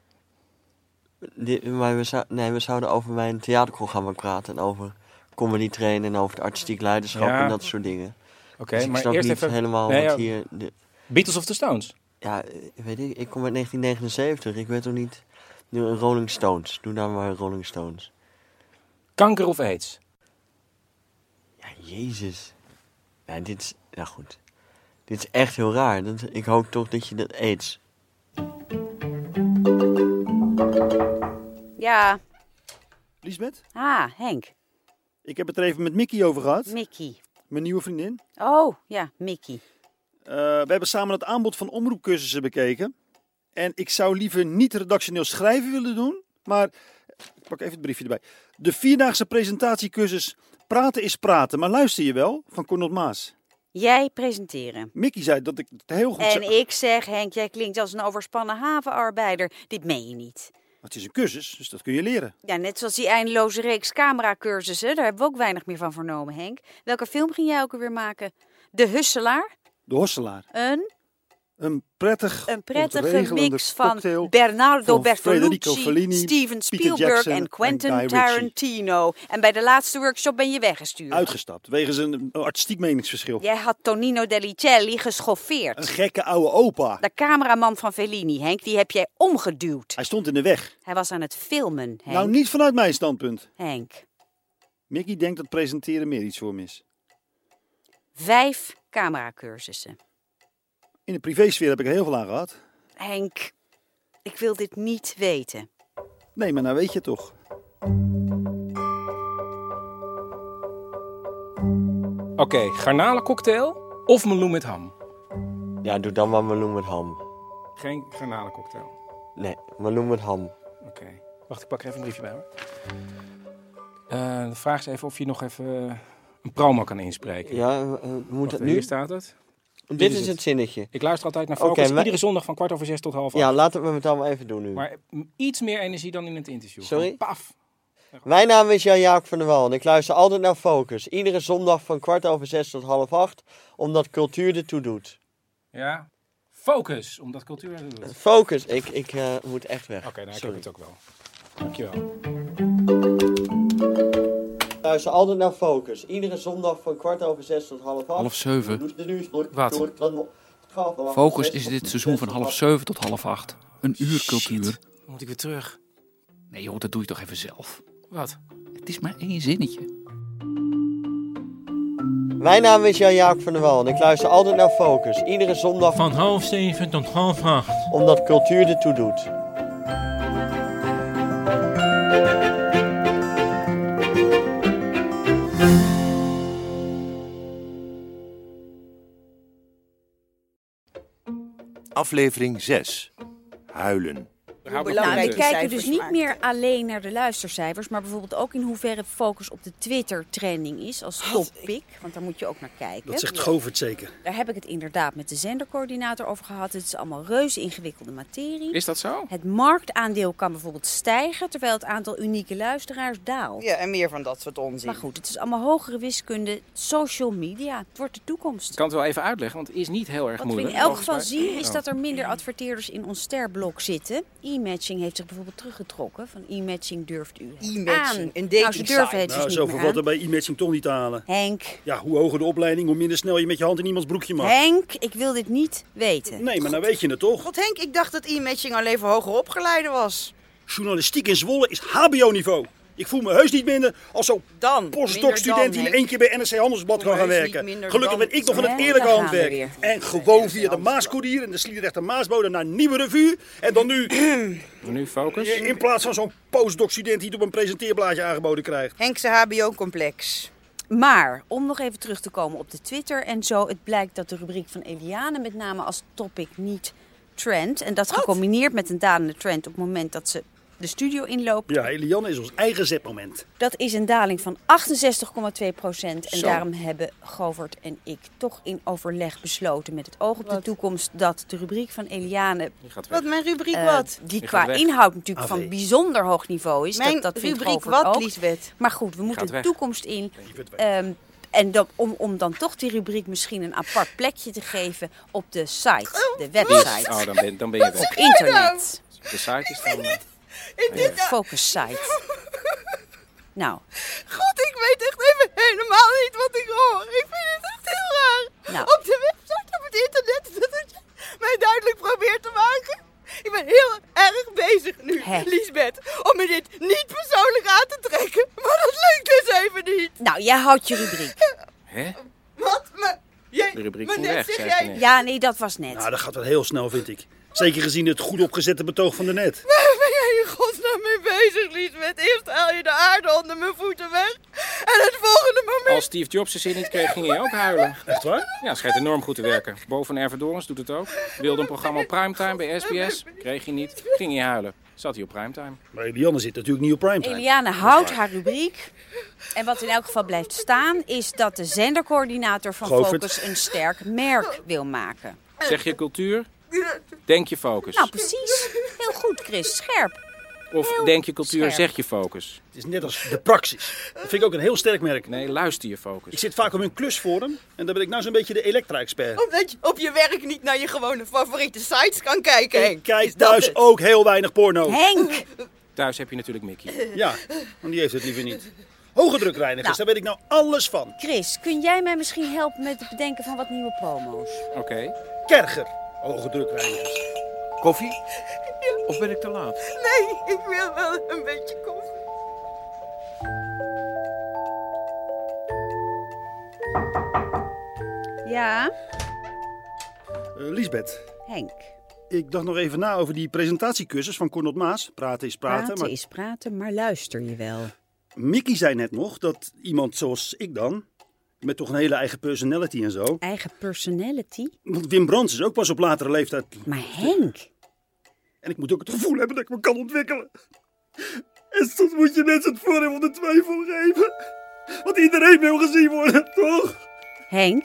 [SPEAKER 12] Die- maar we, zou- nee, we zouden over mijn theaterprogramma praten. En over comedy trainen. En over het artistiek leiderschap.
[SPEAKER 1] Ja.
[SPEAKER 12] En dat soort dingen.
[SPEAKER 1] Oké,
[SPEAKER 12] Dus ik
[SPEAKER 1] maar
[SPEAKER 12] snap
[SPEAKER 1] eerst
[SPEAKER 12] niet
[SPEAKER 1] even-
[SPEAKER 12] helemaal
[SPEAKER 1] Nee,
[SPEAKER 12] wat
[SPEAKER 1] ja.
[SPEAKER 12] hier... de-
[SPEAKER 1] Beatles of the Stones?
[SPEAKER 12] Ja, eh, weet ik. Ik kom uit 1979. Ik weet toch niet... Doe een Rolling Stones. Doe nou maar een Rolling Stones.
[SPEAKER 1] Kanker of aids?
[SPEAKER 12] Ja, jezus. Nee, dit is... Nou goed. Dit is echt heel raar. Dat, ik hoop toch dat je dat aids...
[SPEAKER 4] Ja,
[SPEAKER 6] Lisbeth,
[SPEAKER 4] ah, Henk,
[SPEAKER 6] ik heb het er even met Mickey over gehad.
[SPEAKER 4] Mickey.
[SPEAKER 6] Mijn nieuwe vriendin.
[SPEAKER 4] Oh, ja, Mickey.
[SPEAKER 6] Eh, we hebben samen het aanbod van omroepcursussen bekeken. En ik zou liever niet redactioneel schrijven willen doen, maar ik pak even het briefje erbij. De vierdaagse presentatiecursus Praten is Praten, maar luister je wel, van Cornel Maas.
[SPEAKER 4] Jij presenteren.
[SPEAKER 6] Mickey zei dat ik het heel goed
[SPEAKER 4] En
[SPEAKER 6] zou-
[SPEAKER 4] ik zeg, Henk, jij klinkt als een overspannen havenarbeider. Dit meen je niet.
[SPEAKER 6] Het is een cursus, dus dat kun je leren.
[SPEAKER 4] Ja, net zoals die eindeloze reeks cameracursussen. Daar hebben we ook weinig meer van vernomen, Henk. Welke film ging jij ook alweer maken? De Husselaar?
[SPEAKER 6] De Hosselaar.
[SPEAKER 4] Een
[SPEAKER 6] Een prettig,
[SPEAKER 4] Een prettige
[SPEAKER 6] ontregelende
[SPEAKER 4] mix van
[SPEAKER 6] cocktail
[SPEAKER 4] Bernardo
[SPEAKER 6] van Federico
[SPEAKER 4] Bertolucci,
[SPEAKER 6] Fellini,
[SPEAKER 4] Steven
[SPEAKER 6] Peter
[SPEAKER 4] Spielberg
[SPEAKER 6] Jackson
[SPEAKER 4] en Quentin
[SPEAKER 6] Guy Ritchie.
[SPEAKER 4] Tarantino. En bij de laatste workshop ben je weggestuurd.
[SPEAKER 6] Uitgestapt, wegens een artistiek meningsverschil.
[SPEAKER 4] Jij had Tonino Delicelli geschoffeerd.
[SPEAKER 6] Een gekke oude opa.
[SPEAKER 4] De cameraman van Fellini, Henk, die heb jij omgeduwd.
[SPEAKER 6] Hij stond in de weg.
[SPEAKER 4] Hij was aan het filmen, Henk.
[SPEAKER 6] Nou, niet vanuit mijn standpunt.
[SPEAKER 4] Henk.
[SPEAKER 6] Mickey denkt dat presenteren meer iets voor me is.
[SPEAKER 4] Vijf cameracursussen.
[SPEAKER 6] In de privésfeer heb ik er heel veel aan gehad.
[SPEAKER 4] Henk, ik wil dit niet weten.
[SPEAKER 6] Nee, maar nou weet je het toch.
[SPEAKER 1] Oké, garnalencocktail of meloen met ham?
[SPEAKER 12] Ja, doe dan maar meloen met ham.
[SPEAKER 1] Geen garnalencocktail.
[SPEAKER 12] Nee, meloen met ham.
[SPEAKER 1] Oké. Wacht, ik pak er even een briefje bij hoor. Eh, de vraag is even of je nog even eh, een promo kan inspreken.
[SPEAKER 12] Ja, eh, moet
[SPEAKER 1] Wacht,
[SPEAKER 12] het
[SPEAKER 1] eh,
[SPEAKER 12] nu?
[SPEAKER 1] Hier staat het.
[SPEAKER 12] Dit, is het zinnetje.
[SPEAKER 1] Ik luister altijd naar
[SPEAKER 12] Oké,
[SPEAKER 1] Focus,
[SPEAKER 12] maar-
[SPEAKER 1] iedere zondag van kwart over zes tot half acht.
[SPEAKER 12] Ja, laten we het allemaal even doen nu.
[SPEAKER 1] Maar iets meer energie dan in het interview.
[SPEAKER 12] Sorry?
[SPEAKER 1] Gewoon Paf.
[SPEAKER 12] Mijn naam is Jan-Jaap van der Wal en ik luister altijd naar Focus. Iedere zondag van kwart over zes tot half acht, omdat cultuur ertoe doet.
[SPEAKER 1] Ja. Focus, omdat cultuur dat doet. Oké,
[SPEAKER 12] Focus, ik, ik eh, moet echt weg. Oké,
[SPEAKER 1] nou, ik heb het ook wel. Dankjewel.
[SPEAKER 12] Ik luister altijd naar Focus. Iedere zondag van kwart over zes tot half acht.
[SPEAKER 18] Half zeven?
[SPEAKER 12] Doet de nieuwsblok-
[SPEAKER 18] Wat?
[SPEAKER 12] door- dan- twaalf-
[SPEAKER 18] Focus is dit seizoen van half zeven tot half acht. Een uur cultuur.
[SPEAKER 1] Moet ik weer terug?
[SPEAKER 18] Nee joh, dat doe je toch even zelf.
[SPEAKER 1] Wat?
[SPEAKER 18] Het is maar één zinnetje.
[SPEAKER 12] Mijn naam is Jan-Jaap van der Wal en ik luister altijd naar Focus. Iedere zondag
[SPEAKER 19] Van half zeven tot half acht.
[SPEAKER 12] omdat cultuur ertoe doet.
[SPEAKER 3] Aflevering 6. Huilen.
[SPEAKER 4] Nou, wij kijken dus niet meer alleen naar de luistercijfers, maar bijvoorbeeld ook in hoeverre focus op de Twitter-trending is als topic. Want daar moet je ook naar kijken.
[SPEAKER 6] Dat zegt Govert zeker.
[SPEAKER 4] Daar heb ik het inderdaad met de zendercoördinator over gehad. Het is allemaal reuze ingewikkelde materie.
[SPEAKER 1] Is dat zo?
[SPEAKER 4] Het marktaandeel kan bijvoorbeeld stijgen, terwijl het aantal unieke luisteraars daalt.
[SPEAKER 5] Ja, en meer van dat soort onzin.
[SPEAKER 4] Maar goed, het is allemaal hogere wiskunde. Social media, het wordt de toekomst.
[SPEAKER 1] Ik kan het wel even uitleggen, want het is niet heel erg
[SPEAKER 4] Wat we
[SPEAKER 1] moeilijk.
[SPEAKER 4] in elk geval
[SPEAKER 1] volgens mij.
[SPEAKER 4] zien is
[SPEAKER 1] Oh.
[SPEAKER 4] dat er minder adverteerders in ons sterblok zitten. E-matching heeft zich bijvoorbeeld teruggetrokken. Van e-matching durft u het
[SPEAKER 5] E-matching,
[SPEAKER 4] aan.
[SPEAKER 5] een
[SPEAKER 4] Nou, ze durven het dus
[SPEAKER 6] Nou,
[SPEAKER 4] niet
[SPEAKER 6] zoveel
[SPEAKER 4] meer
[SPEAKER 6] valt
[SPEAKER 4] aan.
[SPEAKER 6] er bij e-matching toch niet te halen.
[SPEAKER 4] Henk.
[SPEAKER 6] Ja, hoe hoger de opleiding, hoe minder snel je met je hand in iemands broekje mag.
[SPEAKER 4] Henk, ik wil dit niet weten.
[SPEAKER 6] Nee, maar nou weet je het toch?
[SPEAKER 5] God Henk, ik dacht dat e-matching alleen voor hoger opgeleiden was.
[SPEAKER 6] Journalistiek in Zwolle is hbo-niveau. Ik voel me heus niet minder als zo'n
[SPEAKER 5] minder
[SPEAKER 6] postdoc-student
[SPEAKER 5] dan,
[SPEAKER 6] die in
[SPEAKER 5] Henk.
[SPEAKER 6] één keer bij NRC Handelsblad kan
[SPEAKER 5] heus
[SPEAKER 6] gaan
[SPEAKER 5] niet
[SPEAKER 6] werken.
[SPEAKER 5] minder
[SPEAKER 6] Gelukkig
[SPEAKER 5] dan.
[SPEAKER 6] ben ik nog van
[SPEAKER 5] Ja,
[SPEAKER 6] het eerlijke
[SPEAKER 5] daar gaan we
[SPEAKER 6] handwerk.
[SPEAKER 5] weer.
[SPEAKER 6] En gewoon via de Maaskoerier en de Sliedrechter Maasbode naar Nieuwe Revue. En dan nu...
[SPEAKER 1] nu focus.
[SPEAKER 6] In plaats van zo'n postdoc-student die het op een presenteerblaadje aangeboden krijgt.
[SPEAKER 5] Henk zijn HBO-complex.
[SPEAKER 4] Maar om nog even terug te komen op de Twitter en zo. Het blijkt dat de rubriek van Eliane met name als topic niet trend. En dat gecombineerd met een dalende trend op het moment dat ze de studio inloopt.
[SPEAKER 6] Ja, Eliane is ons eigen zetmoment.
[SPEAKER 4] Dat is een daling van 68,2 procent. En
[SPEAKER 6] Zo.
[SPEAKER 4] daarom hebben Govert en ik toch in overleg besloten met het oog op de toekomst... dat de rubriek van Eliane...
[SPEAKER 5] Wat, mijn rubriek
[SPEAKER 4] eh,
[SPEAKER 5] wat?
[SPEAKER 4] Die
[SPEAKER 5] Die
[SPEAKER 4] qua
[SPEAKER 5] gaat weg.
[SPEAKER 4] inhoud natuurlijk
[SPEAKER 5] AV.
[SPEAKER 4] van bijzonder hoog niveau is.
[SPEAKER 5] Mijn
[SPEAKER 4] dat, dat vindt
[SPEAKER 5] rubriek
[SPEAKER 4] Govert
[SPEAKER 5] wat,
[SPEAKER 4] ook.
[SPEAKER 5] Liesbeth?
[SPEAKER 4] Maar goed, we moeten
[SPEAKER 5] gaat
[SPEAKER 4] de
[SPEAKER 5] weg.
[SPEAKER 4] toekomst in. Ehm, en dan, om, om dan toch die rubriek misschien een apart plekje te geven op de site, de website.
[SPEAKER 1] Oh, dan ben, dan ben je
[SPEAKER 4] Op
[SPEAKER 1] weg.
[SPEAKER 4] internet.
[SPEAKER 1] De site is dan...
[SPEAKER 5] Oh,
[SPEAKER 4] De focus site. Nou,
[SPEAKER 20] God, ik weet echt even helemaal niet wat ik hoor. Ik vind het echt heel raar.
[SPEAKER 4] Nou.
[SPEAKER 20] Op de website, op het internet, dat het je mij duidelijk probeert te maken. Ik ben heel erg bezig nu,
[SPEAKER 4] Hè?
[SPEAKER 20] Liesbeth, om me dit niet persoonlijk aan te trekken. Maar dat lukt dus even niet.
[SPEAKER 4] nou, jij houdt je rubriek.
[SPEAKER 1] Hè?
[SPEAKER 20] Wat? Maar, jij,
[SPEAKER 6] De rubriek
[SPEAKER 20] maar
[SPEAKER 6] ging
[SPEAKER 20] net
[SPEAKER 6] weg,
[SPEAKER 20] zeg
[SPEAKER 6] zei
[SPEAKER 20] jij...
[SPEAKER 6] ze net.
[SPEAKER 4] Ja, nee, dat was net.
[SPEAKER 6] Nou, dat gaat wel heel snel, vind ik. Zeker gezien het goed opgezette betoog van de net.
[SPEAKER 20] Waar ben jij in godsnaam mee bezig, Liesbeth? Eerst haal je de aarde onder mijn voeten weg. En het volgende moment...
[SPEAKER 1] Als Steve Jobs zijn zin niet kreeg, ging hij ook huilen.
[SPEAKER 6] Echt waar?
[SPEAKER 1] Ja, schijnt enorm goed te werken. Boven Erven Dorens doet het ook. Wilde een programma op primetime bij SBS. Kreeg hij niet. Ging hij huilen. Zat hij op primetime.
[SPEAKER 6] Maar Eliane zit natuurlijk niet op primetime.
[SPEAKER 4] Eliane houdt haar rubriek. En wat in elk geval blijft staan, is dat de zendercoördinator van
[SPEAKER 1] Govert.
[SPEAKER 4] Focus een sterk merk wil maken.
[SPEAKER 1] Zeg je cultuur, denk je focus.
[SPEAKER 4] Nou, precies. Nou, Heel goed, Chris. Scherp.
[SPEAKER 1] Of denk je cultuur,
[SPEAKER 21] scherp.
[SPEAKER 1] zeg je focus?
[SPEAKER 6] Het is net als de Praxis. Dat vind ik ook een heel sterk merk.
[SPEAKER 1] Nee, luister je focus.
[SPEAKER 6] Ik zit vaak op hun klusforum en daar ben ik nou zo'n beetje de
[SPEAKER 4] Oh,
[SPEAKER 6] elektra-expert.
[SPEAKER 5] Omdat je op je werk niet naar je gewone favoriete sites kan kijken,
[SPEAKER 6] Ik
[SPEAKER 5] Henk.
[SPEAKER 6] kijk thuis ook heel weinig porno.
[SPEAKER 5] Henk!
[SPEAKER 1] Thuis heb je natuurlijk Mickey.
[SPEAKER 6] Ja, want die heeft het liever niet. Hoge
[SPEAKER 4] Nou.
[SPEAKER 6] drukreinigers, daar weet ik nou alles van.
[SPEAKER 4] Chris, kun jij mij misschien helpen met het bedenken van wat nieuwe promo's?
[SPEAKER 1] Oké.
[SPEAKER 6] Kerger, hoge drukreinigers.
[SPEAKER 22] Koffie? Of ben ik te laat?
[SPEAKER 5] Nee, ik wil wel een beetje koffie.
[SPEAKER 4] Ja,
[SPEAKER 6] Eh, Liesbeth,
[SPEAKER 4] Henk.
[SPEAKER 6] ik dacht nog even na over die presentatiecursus van Cornel Maas. Praten is praten.
[SPEAKER 4] Praten
[SPEAKER 6] maar
[SPEAKER 4] is praten, maar luister je wel.
[SPEAKER 6] Mickey zei net nog dat iemand zoals ik dan, met toch een hele eigen personality en zo.
[SPEAKER 4] Eigen personality?
[SPEAKER 6] Want Wim Brands is ook pas op latere leeftijd.
[SPEAKER 4] Maar Henk.
[SPEAKER 6] En ik moet ook het gevoel hebben dat ik me kan ontwikkelen. En soms moet je mensen het voordeel van de twijfel geven. Want iedereen wil gezien worden, toch?
[SPEAKER 4] Henk,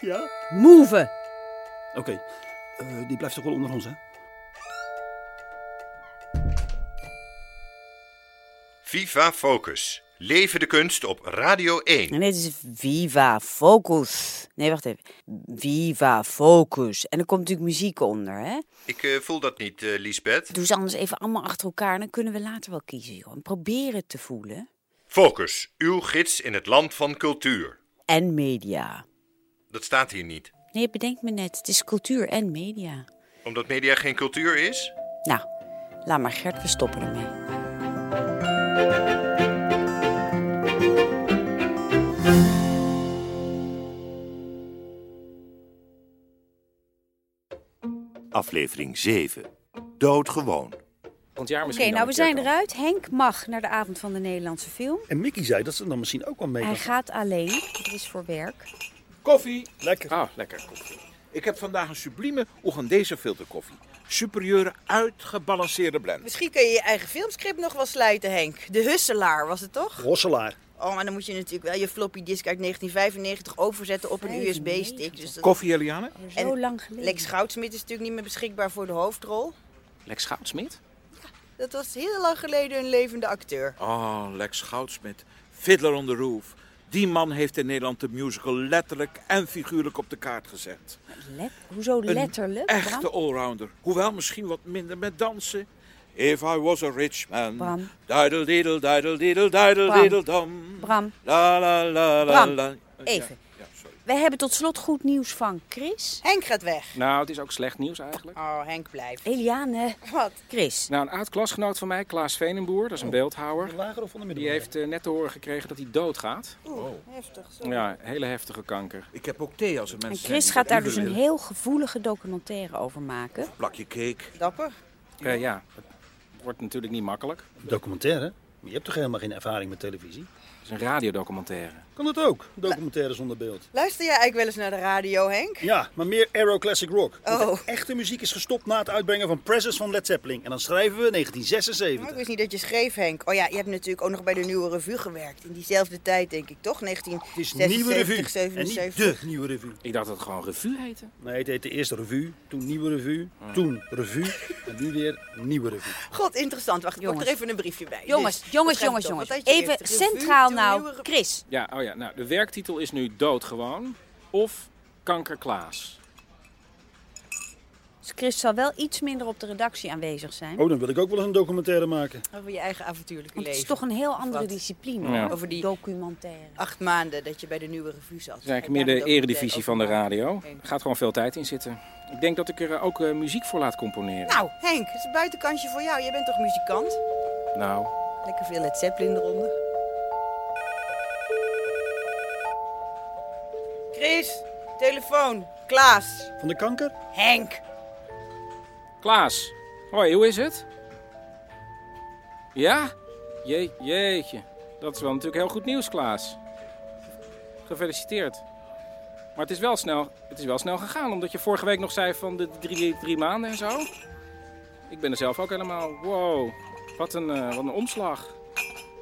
[SPEAKER 6] Ja?
[SPEAKER 4] move!
[SPEAKER 6] Oké, eh, die blijft toch wel onder ons, hè?
[SPEAKER 3] Viva Focus. Leven de kunst op Radio 1.
[SPEAKER 4] En dit is Viva Focus. Nee, wacht even. Viva Focus. En er komt natuurlijk muziek onder, hè?
[SPEAKER 3] Ik eh, voel dat niet, eh, Liesbeth.
[SPEAKER 4] Doe ze anders even allemaal achter elkaar en dan kunnen we later wel kiezen, joh. En probeer het te voelen.
[SPEAKER 3] Focus, uw gids in het land van cultuur.
[SPEAKER 4] En media.
[SPEAKER 3] Dat staat hier niet.
[SPEAKER 4] Nee, bedenk me net. Het is cultuur en media.
[SPEAKER 3] Omdat media geen cultuur is?
[SPEAKER 4] Nou, laat maar Gert, we stoppen ermee.
[SPEAKER 23] Aflevering 7. Doodgewoon.
[SPEAKER 1] Want ja,
[SPEAKER 4] Oké, nou we zijn eruit. Henk mag naar de avond van de Nederlandse film.
[SPEAKER 6] En Mickey zei dat ze dan misschien ook wel mee
[SPEAKER 4] Hij
[SPEAKER 6] kan.
[SPEAKER 4] gaat alleen. Het is voor werk.
[SPEAKER 8] Koffie.
[SPEAKER 6] Lekker.
[SPEAKER 1] Ah, lekker koffie.
[SPEAKER 8] Ik heb vandaag een sublieme Oegandese filterkoffie. Superieure, uitgebalanceerde blend.
[SPEAKER 5] Misschien kun je je eigen filmscript nog wel slijten, Henk. De Husselaar was het toch?
[SPEAKER 6] Rosselaar.
[SPEAKER 5] Oh, maar dan moet je natuurlijk wel je floppy disk uit 1995 overzetten op een USB-stick. Dus dat...
[SPEAKER 8] Koffie, Eliane?
[SPEAKER 5] En
[SPEAKER 4] lang geleden.
[SPEAKER 5] Lex Goudsmit is natuurlijk niet meer beschikbaar voor de hoofdrol.
[SPEAKER 1] Lex Goudsmit?
[SPEAKER 5] Dat was heel lang geleden een levende acteur.
[SPEAKER 8] Oh, Lex Goudsmit. Fiddler on the Roof. Die man heeft in Nederland de musical letterlijk en figuurlijk op de kaart gezet.
[SPEAKER 4] Let, hoezo
[SPEAKER 8] Een
[SPEAKER 4] letterlijk? Bram?
[SPEAKER 8] Echte allrounder. Hoewel misschien wat minder met dansen. If I was a rich man.
[SPEAKER 4] Bram.
[SPEAKER 8] Diddle diddle diddle diddle diddle diddle dam.
[SPEAKER 4] Bram,
[SPEAKER 8] La la la la
[SPEAKER 4] Bram,
[SPEAKER 8] la.
[SPEAKER 4] even. We hebben tot slot goed nieuws van Chris.
[SPEAKER 5] Henk gaat weg.
[SPEAKER 1] Nou, het is ook slecht nieuws eigenlijk.
[SPEAKER 5] Oh, Henk blijft.
[SPEAKER 4] Eliane.
[SPEAKER 5] Wat?
[SPEAKER 4] Chris.
[SPEAKER 1] Nou, een oud-klasgenoot van mij, Klaas Venenboer, dat is een beeldhouwer.
[SPEAKER 6] Lager of van de
[SPEAKER 1] Die heeft eh, net te horen gekregen dat hij doodgaat.
[SPEAKER 5] Oeh, heftig. Zo.
[SPEAKER 1] Ja, hele heftige kanker.
[SPEAKER 8] Ik heb ook thee als er mensen
[SPEAKER 4] En
[SPEAKER 8] zijn
[SPEAKER 4] Chris
[SPEAKER 8] die
[SPEAKER 4] gaat
[SPEAKER 8] dat
[SPEAKER 4] daar
[SPEAKER 8] even
[SPEAKER 4] dus een
[SPEAKER 8] willen.
[SPEAKER 4] heel gevoelige documentaire over maken.
[SPEAKER 8] Plakje cake.
[SPEAKER 5] Dapper.
[SPEAKER 1] Eh, ja, het wordt natuurlijk niet makkelijk.
[SPEAKER 6] Documentaire? Je hebt toch helemaal geen ervaring met televisie?
[SPEAKER 1] Het is een radiodocumentaire.
[SPEAKER 6] Kan dat ook? Documentaire zonder beeld.
[SPEAKER 5] Luister jij eigenlijk wel eens naar de radio, Henk?
[SPEAKER 6] Ja, maar meer Aero Classic Rock. Want
[SPEAKER 5] Oh.
[SPEAKER 6] de echte muziek is gestopt na het uitbrengen van Presence van Led Zeppelin. En dan schrijven we
[SPEAKER 5] Maar ik
[SPEAKER 6] 1976.
[SPEAKER 5] wist niet dat je schreef, Henk. Oh ja, je hebt natuurlijk ook nog bij de Nieuwe Revue gewerkt. In diezelfde tijd, denk ik, toch?
[SPEAKER 6] Het is Nieuwe
[SPEAKER 5] 1976,
[SPEAKER 6] Revue. En niet
[SPEAKER 5] 77.
[SPEAKER 6] de Nieuwe Revue.
[SPEAKER 1] Ik dacht dat het gewoon revue heette. Oh.
[SPEAKER 6] Nee, het heette eerst Revue, toen Nieuwe Revue, toen Revue en nu weer Nieuwe Revue.
[SPEAKER 5] God, interessant. Wacht, ik pak
[SPEAKER 4] Jongens.
[SPEAKER 5] er even een briefje bij.
[SPEAKER 4] Jongens,
[SPEAKER 5] Dus,
[SPEAKER 4] jongens,
[SPEAKER 5] schrijf
[SPEAKER 4] jongens,
[SPEAKER 5] het op.
[SPEAKER 4] jongens.
[SPEAKER 5] Wat had je
[SPEAKER 4] Even
[SPEAKER 5] eerst? Revue,
[SPEAKER 4] centraal
[SPEAKER 5] toen Nieuwe
[SPEAKER 4] nou.
[SPEAKER 5] Revue.
[SPEAKER 4] Chris.
[SPEAKER 1] Ja, oh ja, nou, de werktitel is nu Doodgewoon of Kanker Klaas.
[SPEAKER 4] Dus Chris zal wel iets minder op de redactie aanwezig zijn.
[SPEAKER 6] Oh, dan wil ik ook wel eens een documentaire maken.
[SPEAKER 5] Over je eigen avontuurlijke
[SPEAKER 4] Want het
[SPEAKER 5] leven.
[SPEAKER 4] is toch een heel andere
[SPEAKER 5] Wat?
[SPEAKER 4] discipline.
[SPEAKER 1] Ja.
[SPEAKER 4] hoor.
[SPEAKER 5] Over die-
[SPEAKER 4] documentaire.
[SPEAKER 5] Acht maanden dat je bij de Nieuwe Revue zat.
[SPEAKER 1] Het is eigenlijk meer de eredivisie van de radio. Er gaat gewoon veel tijd in zitten. Ik denk dat ik er eh, ook eh, muziek voor laat componeren.
[SPEAKER 5] Nou, Henk, het is een buitenkantje voor jou. Jij bent toch muzikant?
[SPEAKER 1] Nou,
[SPEAKER 5] Lekker veel Led Zeppelin eronder. Chris, telefoon. Klaas.
[SPEAKER 6] Van de kanker?
[SPEAKER 5] Henk.
[SPEAKER 1] Klaas. Hoi, hoe is het? Ja? Jee, jeetje. Dat is wel natuurlijk heel goed nieuws, Klaas. Gefeliciteerd. Maar het is wel snel, het is wel snel gegaan, omdat je vorige week nog zei van de drie, drie maanden en zo. Ik ben er zelf ook helemaal... Wow, wat een, eh, wat een omslag.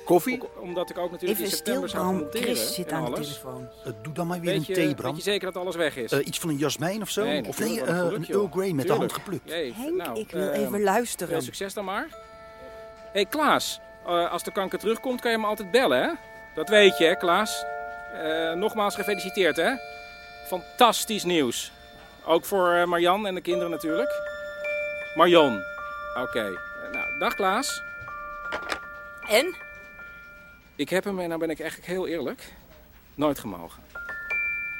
[SPEAKER 8] Koffie?
[SPEAKER 1] Ook omdat ik ook natuurlijk
[SPEAKER 4] Even
[SPEAKER 1] in september
[SPEAKER 4] stil,
[SPEAKER 1] zou
[SPEAKER 4] Bram.
[SPEAKER 1] gaan monteren
[SPEAKER 4] Chris zit
[SPEAKER 1] en
[SPEAKER 4] aan de
[SPEAKER 1] alles.
[SPEAKER 4] telefoon.
[SPEAKER 6] Eh, doe dan maar weer
[SPEAKER 1] Weet je,
[SPEAKER 6] een thee,
[SPEAKER 1] weet
[SPEAKER 6] Bram.
[SPEAKER 1] eh, je zeker dat alles weg is?
[SPEAKER 6] Eh, iets van een jasmijn of zo?
[SPEAKER 1] Nee,
[SPEAKER 6] of
[SPEAKER 1] natuurlijk, wat een
[SPEAKER 6] nee, eh,
[SPEAKER 1] geluk,
[SPEAKER 6] een
[SPEAKER 1] joh.
[SPEAKER 6] Earl Grey met de hand
[SPEAKER 1] Tuurlijk.
[SPEAKER 6] geplukt.
[SPEAKER 1] Jee,
[SPEAKER 4] Henk,
[SPEAKER 1] nou,
[SPEAKER 4] ik wil
[SPEAKER 1] ehm,
[SPEAKER 4] even luisteren.
[SPEAKER 1] Veel succes dan maar. hey Klaas, eh, als de kanker terugkomt kan je me altijd bellen, hè? Dat weet je, hè, Klaas? Eh, nogmaals gefeliciteerd, hè? Fantastisch nieuws. Ook voor eh, Marjan en de kinderen natuurlijk. Marjan. Oké. Eh, Nou, dag Klaas.
[SPEAKER 24] En?
[SPEAKER 1] Ik heb hem, en nou ben ik eigenlijk heel eerlijk, nooit gemogen.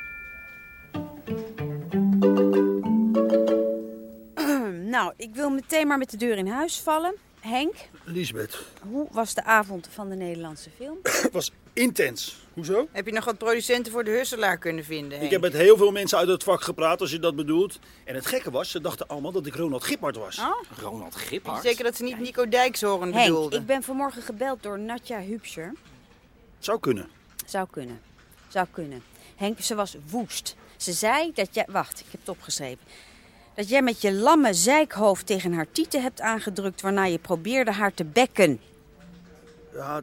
[SPEAKER 4] nou, ik wil meteen maar met de deur in huis vallen. Henk,
[SPEAKER 6] Lisbeth,
[SPEAKER 4] hoe was de avond van de Nederlandse film?
[SPEAKER 6] het was intens. Hoezo?
[SPEAKER 5] Heb je nog wat producenten voor de Husselaar kunnen vinden?
[SPEAKER 6] Ik heb met heel veel mensen uit het vak gepraat, als je dat bedoelt. En het gekke was, ze dachten allemaal dat ik Ronald Giphart was.
[SPEAKER 5] Oh?
[SPEAKER 1] Ronald
[SPEAKER 5] Henk?
[SPEAKER 1] Giphart?
[SPEAKER 5] Zeker dat ze niet Nico Dijkshoorn
[SPEAKER 4] Henk,
[SPEAKER 5] bedoelden.
[SPEAKER 4] ik ben vanmorgen gebeld door Natja Hupscher.
[SPEAKER 6] Zou kunnen.
[SPEAKER 4] Zou kunnen. Zou kunnen. Henk, ze was woest. Ze zei dat jij... Wacht, ik heb het opgeschreven. Dat jij met je lamme zeikhoofd tegen haar tieten hebt aangedrukt... waarna je probeerde haar te bekken.
[SPEAKER 6] Ja,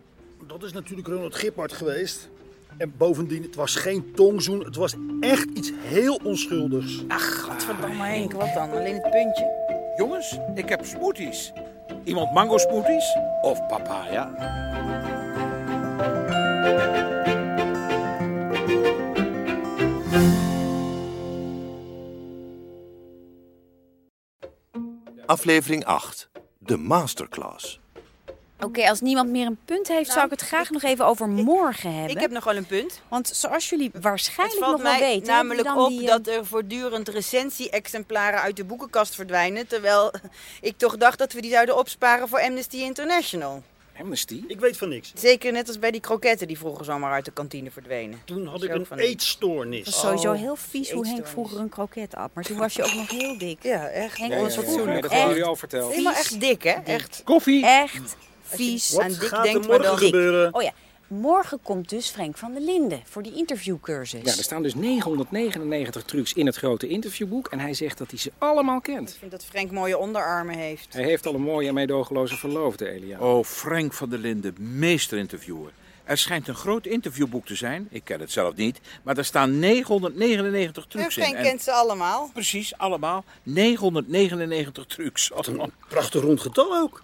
[SPEAKER 6] dat is natuurlijk Ronald Giphart geweest. En bovendien, het was geen tongzoen. Het was echt iets heel onschuldigs. Ach,
[SPEAKER 5] Godverdamme Henk, wat dan? Alleen het puntje.
[SPEAKER 8] Jongens, ik heb smoothies. Iemand mango smoothies of papaya?
[SPEAKER 3] Aflevering 8. De Masterclass.
[SPEAKER 4] Oké, als niemand meer een punt heeft, zou Nou, ik het graag nog even over morgen hebben.
[SPEAKER 5] Ik heb nog wel een punt.
[SPEAKER 4] Want zoals jullie waarschijnlijk
[SPEAKER 5] Het valt
[SPEAKER 4] nog
[SPEAKER 5] mij
[SPEAKER 4] wel weten... hebben
[SPEAKER 5] namelijk
[SPEAKER 4] dan
[SPEAKER 5] op
[SPEAKER 4] die, eh,
[SPEAKER 5] dat er voortdurend recensie-exemplaren uit de boekenkast verdwijnen. Terwijl ik toch dacht dat we die zouden opsparen voor Amnesty International.
[SPEAKER 1] Amnesty?
[SPEAKER 6] Ik weet van niks.
[SPEAKER 5] Zeker net als bij die kroketten die vroeger zomaar uit de kantine verdwenen.
[SPEAKER 6] Toen had
[SPEAKER 5] Is
[SPEAKER 6] ik
[SPEAKER 5] ook
[SPEAKER 6] een
[SPEAKER 5] van-
[SPEAKER 6] eetstoornis.
[SPEAKER 5] Oh,
[SPEAKER 4] Het was sowieso heel vies hoe Henk vroeger een kroket at. Maar toen was je ook nog heel dik.
[SPEAKER 5] Ja, echt.
[SPEAKER 4] Henk
[SPEAKER 1] Ja,
[SPEAKER 4] was
[SPEAKER 1] ja, ja,
[SPEAKER 4] vroeger
[SPEAKER 1] ja,
[SPEAKER 4] nog
[SPEAKER 1] dat hebben
[SPEAKER 4] echt
[SPEAKER 1] jullie al verteld.
[SPEAKER 4] vies
[SPEAKER 5] Helemaal echt dik, hè? Echt.
[SPEAKER 1] Koffie.
[SPEAKER 4] Echt vies.
[SPEAKER 5] Wat
[SPEAKER 4] Aan dik
[SPEAKER 5] gaat er
[SPEAKER 4] denkt,
[SPEAKER 5] morgen
[SPEAKER 4] maar dan dik.
[SPEAKER 5] gebeuren?
[SPEAKER 4] Oh ja, morgen komt dus Frank van der Linden voor die interviewcursus.
[SPEAKER 1] Ja, er staan dus 999 trucs in het grote interviewboek en hij zegt dat hij ze allemaal kent.
[SPEAKER 5] Ik vind dat Frank mooie onderarmen heeft.
[SPEAKER 1] Hij heeft al een mooie en meedogenloze verloofde, Elia.
[SPEAKER 8] Oh, Frank van der Linden, meesterinterviewer. Er schijnt een groot interviewboek te zijn. Ik ken het zelf niet. Maar er staan 999
[SPEAKER 5] En
[SPEAKER 8] trucs in.
[SPEAKER 5] Nou, Frank
[SPEAKER 8] En
[SPEAKER 5] kent ze allemaal.
[SPEAKER 8] Precies, allemaal. 999 trucs.
[SPEAKER 6] Prachtig rond getal ook.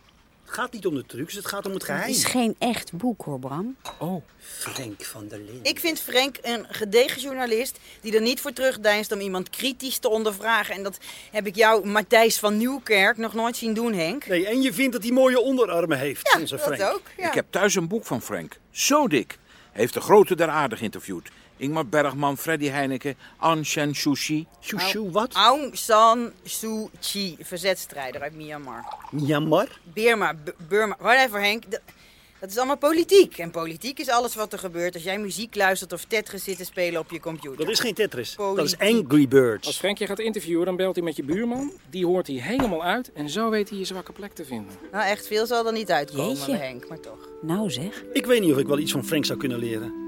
[SPEAKER 6] Het gaat niet om de trucs, het gaat om het
[SPEAKER 4] Het
[SPEAKER 6] geheim.
[SPEAKER 4] is geen echt boek hoor, Bram.
[SPEAKER 1] Oh.
[SPEAKER 6] Frank van der Linden.
[SPEAKER 5] Ik vind Frank een gedegen journalist die er niet voor terugdeinst om iemand kritisch te ondervragen. En dat heb ik jou, Matthijs van Nieuwkerk, nog nooit zien doen, Henk.
[SPEAKER 6] Nee, en je vindt dat hij mooie onderarmen heeft,
[SPEAKER 5] ja,
[SPEAKER 6] onze
[SPEAKER 5] dat
[SPEAKER 6] Frank.
[SPEAKER 5] ook. Ja.
[SPEAKER 8] Ik heb thuis een boek van Frank. Zo dik. Hij heeft de grote der aarde geïnterviewd. Ingmar Bergman, Freddy Heineken, Aung San Suu Kyi.
[SPEAKER 6] wat?
[SPEAKER 5] Nou, Aung San Suu Kyi, verzetstrijder uit Myanmar.
[SPEAKER 6] Myanmar?
[SPEAKER 5] Birma, B- Burma, whatever Henk. Dat, dat is allemaal politiek. En politiek is alles wat er gebeurt als jij muziek luistert of Tetris zit te spelen op je computer.
[SPEAKER 6] Dat is geen Tetris. Dat is
[SPEAKER 5] Politiek.
[SPEAKER 6] Angry Birds.
[SPEAKER 1] Als Frank je gaat interviewen, dan belt hij met je buurman. Die hoort hij helemaal uit en zo weet hij je zwakke plek te vinden.
[SPEAKER 5] Nou, echt veel zal er niet uitkomen,
[SPEAKER 4] Jeetje.
[SPEAKER 5] Henk, maar toch.
[SPEAKER 4] Nou zeg.
[SPEAKER 6] Ik weet niet of ik wel iets van Frank zou kunnen leren.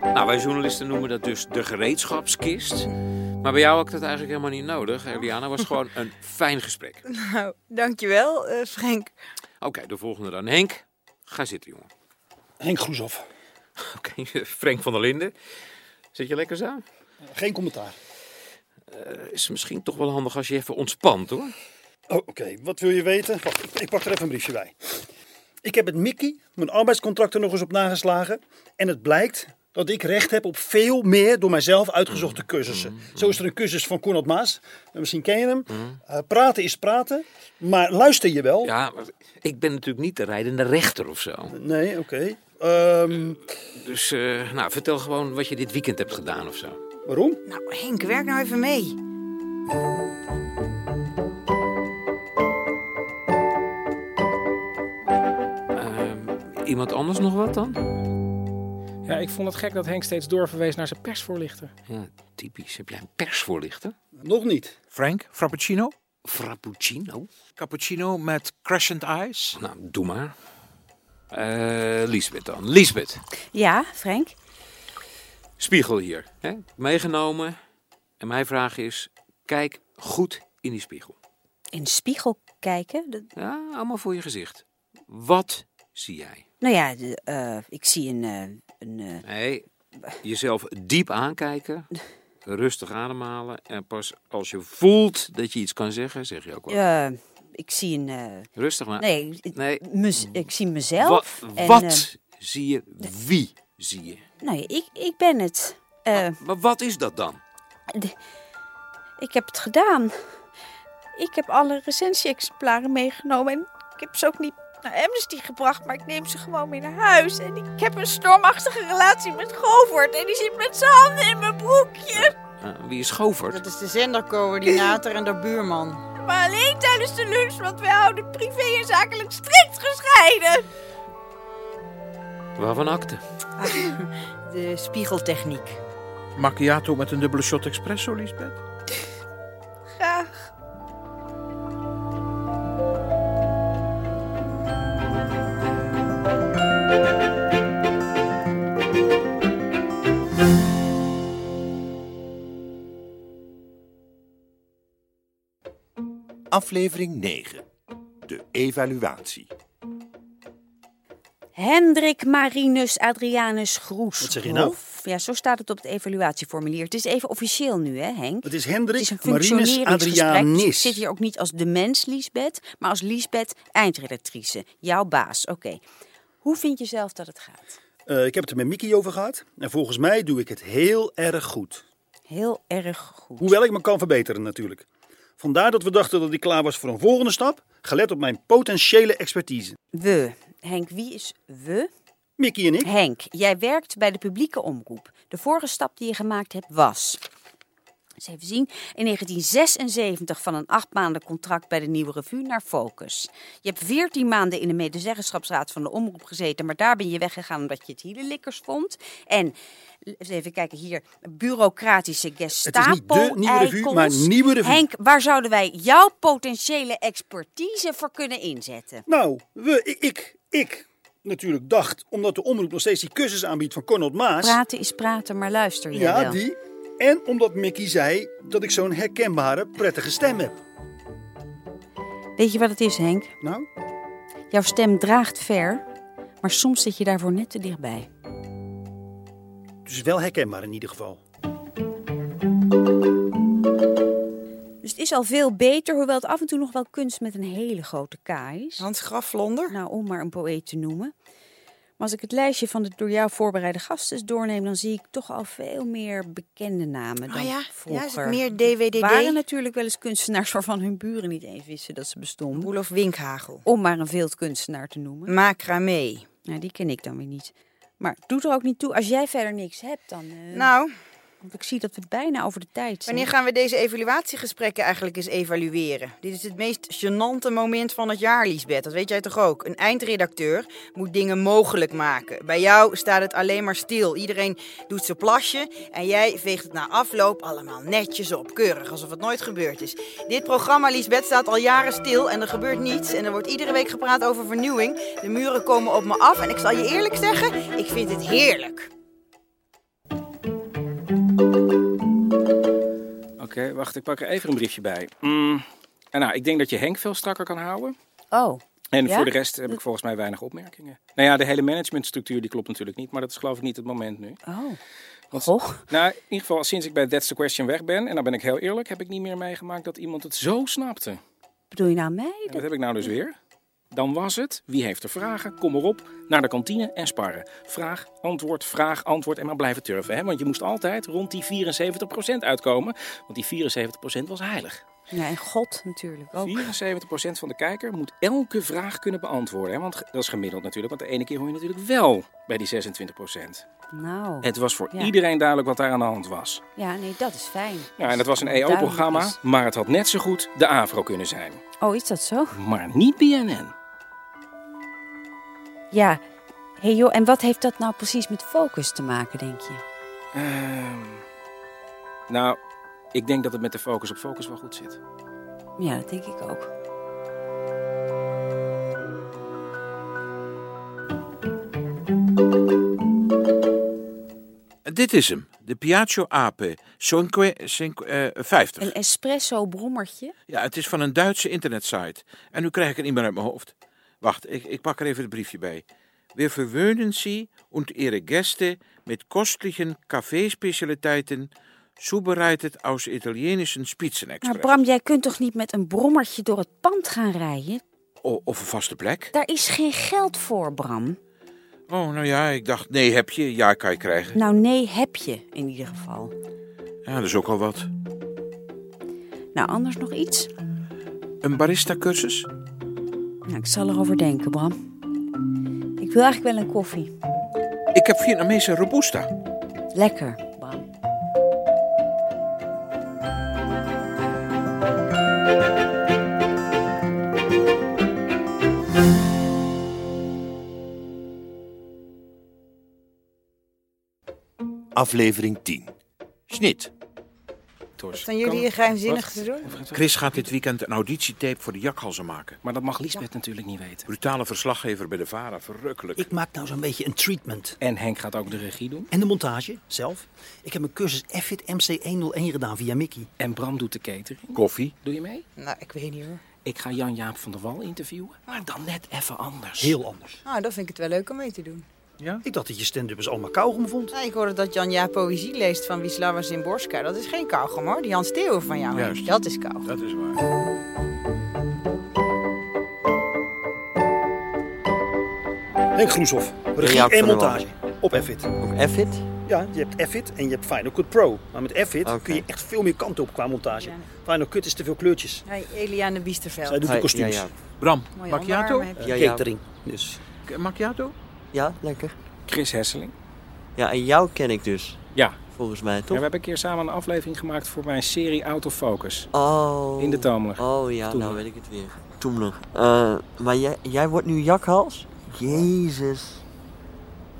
[SPEAKER 25] Nou, wij journalisten noemen dat dus de gereedschapskist. Maar bij jou had ik dat eigenlijk helemaal niet nodig. Eliana was gewoon een fijn gesprek.
[SPEAKER 5] Nou, dankjewel, eh Frank.
[SPEAKER 25] Oké, de volgende dan. Henk, ga zitten, jongen.
[SPEAKER 6] Henk Groeshoff.
[SPEAKER 25] Oké, Frank van der Linden. Zit je lekker zo?
[SPEAKER 6] Geen commentaar.
[SPEAKER 25] Eh, is misschien toch wel handig als je even ontspant, hoor.
[SPEAKER 6] Oh, Oké, wat wil je weten? Wacht, ik- ik pak er even een briefje bij. Ik heb met Mickey mijn arbeidscontract er nog eens op nageslagen. En het blijkt dat ik recht heb op veel meer door mijzelf uitgezochte cursussen. Zo is er een cursus van Cornel Maas. Eh, Misschien ken je hem.
[SPEAKER 1] Mm.
[SPEAKER 6] Eh, praten is praten. Maar luister je wel?
[SPEAKER 25] Ja, maar ik ben natuurlijk niet de rijdende rechter of zo.
[SPEAKER 6] Nee, oké. Ehm,
[SPEAKER 25] Dus, eh, nou, vertel gewoon wat je dit weekend hebt gedaan of zo.
[SPEAKER 6] waarom?
[SPEAKER 5] Nou, Henk, werk nou even mee.
[SPEAKER 25] Ehm, Iemand anders nog wat dan?
[SPEAKER 1] Ja, ik vond het gek dat Henk steeds doorverwees naar zijn persvoorlichter.
[SPEAKER 25] Ja, typisch. Heb jij een persvoorlichter?
[SPEAKER 6] Nog niet.
[SPEAKER 8] Frank, Frappuccino?
[SPEAKER 25] Frappuccino?
[SPEAKER 8] Cappuccino met crescent ice?
[SPEAKER 25] Nou, doe maar. Eh Lisbeth dan. Lisbeth,
[SPEAKER 4] Ja, Frank?
[SPEAKER 25] spiegel hier. Hè? Meegenomen. En mijn vraag is, kijk goed in die spiegel.
[SPEAKER 4] In de spiegel kijken? Dat-
[SPEAKER 25] Ja, allemaal voor je gezicht. Wat zie jij?
[SPEAKER 4] Nou ja, de, eh, ik zie een... eh, een eh,
[SPEAKER 25] Nee, jezelf diep aankijken. rustig ademhalen. En pas als je voelt dat je iets kan zeggen, zeg je ook wat.
[SPEAKER 4] Eh, ik zie een... eh,
[SPEAKER 25] Rustig maar.
[SPEAKER 4] Nee, ik-
[SPEAKER 25] Nee.
[SPEAKER 4] mez- ik zie
[SPEAKER 25] Wa-
[SPEAKER 4] mezelf. en,
[SPEAKER 25] wat
[SPEAKER 4] eh,
[SPEAKER 25] zie je? Wie zie je?
[SPEAKER 4] nou ja, ik, ik ben het. Eh,
[SPEAKER 25] Maar wat is dat dan?
[SPEAKER 4] de- ik heb het gedaan. Ik heb alle recensie-exemplaren meegenomen. En ik heb ze ook niet naar Amnesty gebracht, maar ik neem ze gewoon mee naar huis. En ik heb een stormachtige relatie met Govert. En die zit met zijn handen in mijn broekje.
[SPEAKER 25] Eh, wie is Govert?
[SPEAKER 5] Dat is de zendercoördinator en de buurman.
[SPEAKER 20] Maar alleen tijdens de lunch, want wij houden privé en zakelijk strikt gescheiden.
[SPEAKER 25] Waarvan akte?
[SPEAKER 5] De spiegeltechniek.
[SPEAKER 8] Macchiato met een dubbele shot espresso, Lisbeth?
[SPEAKER 20] Graag.
[SPEAKER 3] Aflevering 9. De evaluatie.
[SPEAKER 4] Hendrik Marinus Adrianus Groes.
[SPEAKER 3] Wat zeg je nou?
[SPEAKER 4] Groef. Ja, zo staat het op het evaluatieformulier. Het is even officieel nu, hè Henk?
[SPEAKER 6] Het is Hendrik
[SPEAKER 4] Het is een
[SPEAKER 6] Marinus
[SPEAKER 4] functioneringsgesprek.
[SPEAKER 6] Adrianus.
[SPEAKER 4] Ik zit hier ook niet als de mens, Liesbeth, maar als Liesbeth, eindredactrice. Jouw baas, oké. Hoe vind je zelf dat het gaat?
[SPEAKER 6] Eh, ik heb het er met Mickey over gehad. En volgens mij doe ik het heel erg goed.
[SPEAKER 4] Heel erg goed.
[SPEAKER 6] Hoewel ik me kan verbeteren natuurlijk. Vandaar dat we dachten dat ik klaar was voor een volgende stap. Gelet op mijn potentiële expertise.
[SPEAKER 4] We. Henk, wie is we?
[SPEAKER 6] Mickey en ik.
[SPEAKER 4] Henk, jij werkt bij de publieke omroep. De vorige stap die je gemaakt hebt was... Eens even zien. In 1976 van een acht maanden contract bij de Nieuwe Revue naar Focus. Je hebt 14 maanden in de medezeggenschapsraad van de omroep gezeten, maar daar ben je weggegaan omdat je het hielenlikkers vond. En eens even kijken hier, bureaucratische gestapo
[SPEAKER 6] de Nieuwe Revue, maar
[SPEAKER 4] eikels.
[SPEAKER 6] Nieuwe Revue.
[SPEAKER 4] Henk, waar zouden wij jouw potentiële expertise voor kunnen inzetten?
[SPEAKER 6] Nou, we, ik, ik, ik natuurlijk dacht, omdat de omroep nog steeds die cursus aanbiedt van Cornel Maas.
[SPEAKER 4] Praten is praten, maar luister je
[SPEAKER 6] ja,
[SPEAKER 4] wel.
[SPEAKER 6] die. En omdat Mickey zei dat ik zo'n herkenbare, prettige stem heb.
[SPEAKER 4] Weet je wat het is, Henk?
[SPEAKER 6] Nou?
[SPEAKER 4] Jouw stem draagt ver, maar soms zit je daarvoor net te dichtbij.
[SPEAKER 6] Dus wel herkenbaar in ieder geval.
[SPEAKER 4] Dus het is al veel beter, hoewel het af en toe nog wel kunst met een hele grote K is. Hans Graflonder? Nou, om maar een poëet te noemen. Maar als ik het lijstje van de door jou voorbereide gasten doorneem, dan zie ik toch al veel meer bekende namen dan
[SPEAKER 5] Ah ja? Ja, is het
[SPEAKER 4] vroeger.
[SPEAKER 5] meer DWDD?
[SPEAKER 4] Waren natuurlijk wel eens kunstenaars waarvan hun buren niet eens wisten dat ze bestonden.
[SPEAKER 5] Roelof Winkhagel.
[SPEAKER 4] Om maar een wereldkunstenaar te noemen.
[SPEAKER 5] Macramé.
[SPEAKER 4] Nou, die ken ik dan weer niet. Maar het doet er ook niet toe. Als jij verder niks hebt, dan... eh,
[SPEAKER 5] Nou,
[SPEAKER 4] Want ik zie dat we bijna over de tijd zijn.
[SPEAKER 5] wanneer gaan we deze evaluatiegesprekken eigenlijk eens evalueren? Dit is het meest gênante moment van het jaar, Liesbeth. Dat weet jij toch ook? Een eindredacteur moet dingen mogelijk maken. Bij jou staat het alleen maar stil. Iedereen doet zijn plasje en jij veegt het na afloop allemaal netjes op. Keurig, alsof het nooit gebeurd is. Dit programma, Liesbeth, staat al jaren stil en er gebeurt niets. En er wordt iedere week gepraat over vernieuwing. De muren komen op me af en ik zal je eerlijk zeggen, ik vind het heerlijk.
[SPEAKER 1] Oké, wacht, ik pak er even een briefje bij. Mm, en nou, ik denk dat je Henk veel strakker kan houden.
[SPEAKER 4] Oh.
[SPEAKER 1] En
[SPEAKER 4] ja?
[SPEAKER 1] voor de rest heb ik volgens mij weinig opmerkingen. Nou ja, de hele managementstructuur die klopt natuurlijk niet, maar dat is geloof ik niet het moment nu.
[SPEAKER 4] Oh.
[SPEAKER 1] Want- Nou, in ieder geval sinds ik bij That's the Question weg ben, en dan ben ik heel eerlijk, heb ik niet meer meegemaakt dat iemand het zo snapte.
[SPEAKER 4] Bedoel je nou mij?
[SPEAKER 1] En dat heb ik nou dus weer. Dan was het, wie heeft er vragen? Kom erop, naar de kantine en sparren. Vraag, antwoord, vraag, antwoord en maar blijven turven. Hè? Want je moest altijd rond die 74% uitkomen, want die 74% was heilig.
[SPEAKER 4] Ja, en God natuurlijk ook.
[SPEAKER 1] 74% van de kijker moet elke vraag kunnen beantwoorden. Hè? Want ge- dat is gemiddeld natuurlijk, want de ene keer hoor je natuurlijk wel bij die 26%.
[SPEAKER 4] Nou.
[SPEAKER 1] Het was voor
[SPEAKER 4] ja.
[SPEAKER 1] iedereen duidelijk wat daar aan de hand was.
[SPEAKER 4] Ja, nee, dat is fijn.
[SPEAKER 1] Ja, en dat was een E
[SPEAKER 4] Duidelijk
[SPEAKER 1] EO-programma,
[SPEAKER 4] is.
[SPEAKER 1] maar het had net zo goed de AVRO kunnen zijn.
[SPEAKER 4] Oh, is dat zo?
[SPEAKER 1] Maar niet
[SPEAKER 4] Ehm.
[SPEAKER 1] BNN.
[SPEAKER 4] Ja. hey joh, en wat heeft dat nou precies met focus te maken, denk je?
[SPEAKER 1] Ehm, nou, ik denk dat het met de focus op focus wel goed zit.
[SPEAKER 4] Ja, dat denk ik ook.
[SPEAKER 8] Dit is hem. De Piaggio Ape. Cinque, cinque, eh, 50.
[SPEAKER 4] Een espresso-brommertje?
[SPEAKER 8] Ja, het is van een Duitse internetsite. En nu krijg ik het niet meer uit mijn hoofd. Wacht, ik, ik pak er even het briefje bij. We verwöhnen Sie und Ihre Gäste mit kostlichen Kaffeespecialitäten Zubereitet aus italienischen Spitzenexpress.
[SPEAKER 4] Maar Bram, jij kunt toch niet met een brommertje door het pand gaan rijden?
[SPEAKER 8] O- Oh, of een vaste plek?
[SPEAKER 4] Daar is geen geld voor, Bram.
[SPEAKER 8] Oh, nou ja, ik dacht, nee heb je, ja kan je krijgen.
[SPEAKER 4] Nou, nee, heb je in ieder geval.
[SPEAKER 8] Ja, dat is ook al wat.
[SPEAKER 4] Nou, anders nog iets?
[SPEAKER 8] Een barista-cursus?
[SPEAKER 4] Nou, ik zal erover denken, Bram. Ik wil eigenlijk wel een koffie.
[SPEAKER 8] Ik heb Vietnamese Robusta.
[SPEAKER 4] Lekker.
[SPEAKER 3] Aflevering 10. Snit.
[SPEAKER 5] Zijn jullie hier geheimzinnig te doen?
[SPEAKER 8] Chris gaat dit weekend een auditietape voor de jakhalzen maken.
[SPEAKER 1] Maar dat mag Lisbeth natuurlijk niet weten.
[SPEAKER 8] Brutale verslaggever bij de VARA, verrukkelijk.
[SPEAKER 26] Ik maak nou zo'n beetje een treatment.
[SPEAKER 1] En Henk gaat ook de regie doen.
[SPEAKER 26] En de montage, zelf. Ik heb een cursus FFIT MC101 gedaan via Mickey.
[SPEAKER 1] En Bram doet de catering.
[SPEAKER 8] Koffie.
[SPEAKER 1] Doe je mee?
[SPEAKER 5] Nou, ik weet niet hoor.
[SPEAKER 1] Ik ga Jan-Jaap van der Wal interviewen. Maar dan net even anders.
[SPEAKER 26] Heel anders.
[SPEAKER 5] Nou, dan vind ik het wel leuk om mee te doen.
[SPEAKER 26] Ja? Ik dacht dat je stand-uppers allemaal kauwgom vond.
[SPEAKER 5] Ja, ik hoorde dat Jan Jaap poëzie leest van Wisława Zimborska. Dat is geen kauwgom hoor. Die Hans Steeuwen van jou.
[SPEAKER 8] Juist.
[SPEAKER 5] Dat is kauwgom.
[SPEAKER 8] Dat is waar.
[SPEAKER 6] Henk Groeshoff, regie
[SPEAKER 26] Jaap
[SPEAKER 6] en
[SPEAKER 26] van der
[SPEAKER 6] montage op Effit.
[SPEAKER 26] Ook Effit?
[SPEAKER 6] Ja, je hebt Effit en je hebt Final Cut Pro. Maar met Effit
[SPEAKER 26] Oké.
[SPEAKER 6] kun je echt veel meer kant op qua montage. Final Cut is te veel kleurtjes.
[SPEAKER 5] Hey, Eliane Biesterveld.
[SPEAKER 6] Zij doet de
[SPEAKER 26] Hi,
[SPEAKER 6] kostuums.
[SPEAKER 26] ja, ja.
[SPEAKER 8] Bram,
[SPEAKER 5] Mooie
[SPEAKER 8] macchiato?
[SPEAKER 5] onderarmen heb je.
[SPEAKER 26] Ja,
[SPEAKER 6] ja,
[SPEAKER 26] ja.
[SPEAKER 6] Catering. Dus.
[SPEAKER 8] K- Macchiato?
[SPEAKER 26] Ja, lekker.
[SPEAKER 1] Chris Hesseling.
[SPEAKER 26] Ja, en jou ken ik dus.
[SPEAKER 1] Ja.
[SPEAKER 26] Volgens mij,
[SPEAKER 1] Ja,
[SPEAKER 26] toch?
[SPEAKER 1] we hebben een keer samen een aflevering gemaakt voor mijn serie Autofocus.
[SPEAKER 26] Oh.
[SPEAKER 1] In de Tamelig.
[SPEAKER 26] Oh ja,
[SPEAKER 1] Toen
[SPEAKER 26] nou
[SPEAKER 1] nog.
[SPEAKER 26] weet ik het weer. Toen nog. Eh, maar jij, jij wordt nu jakhals? Jezus.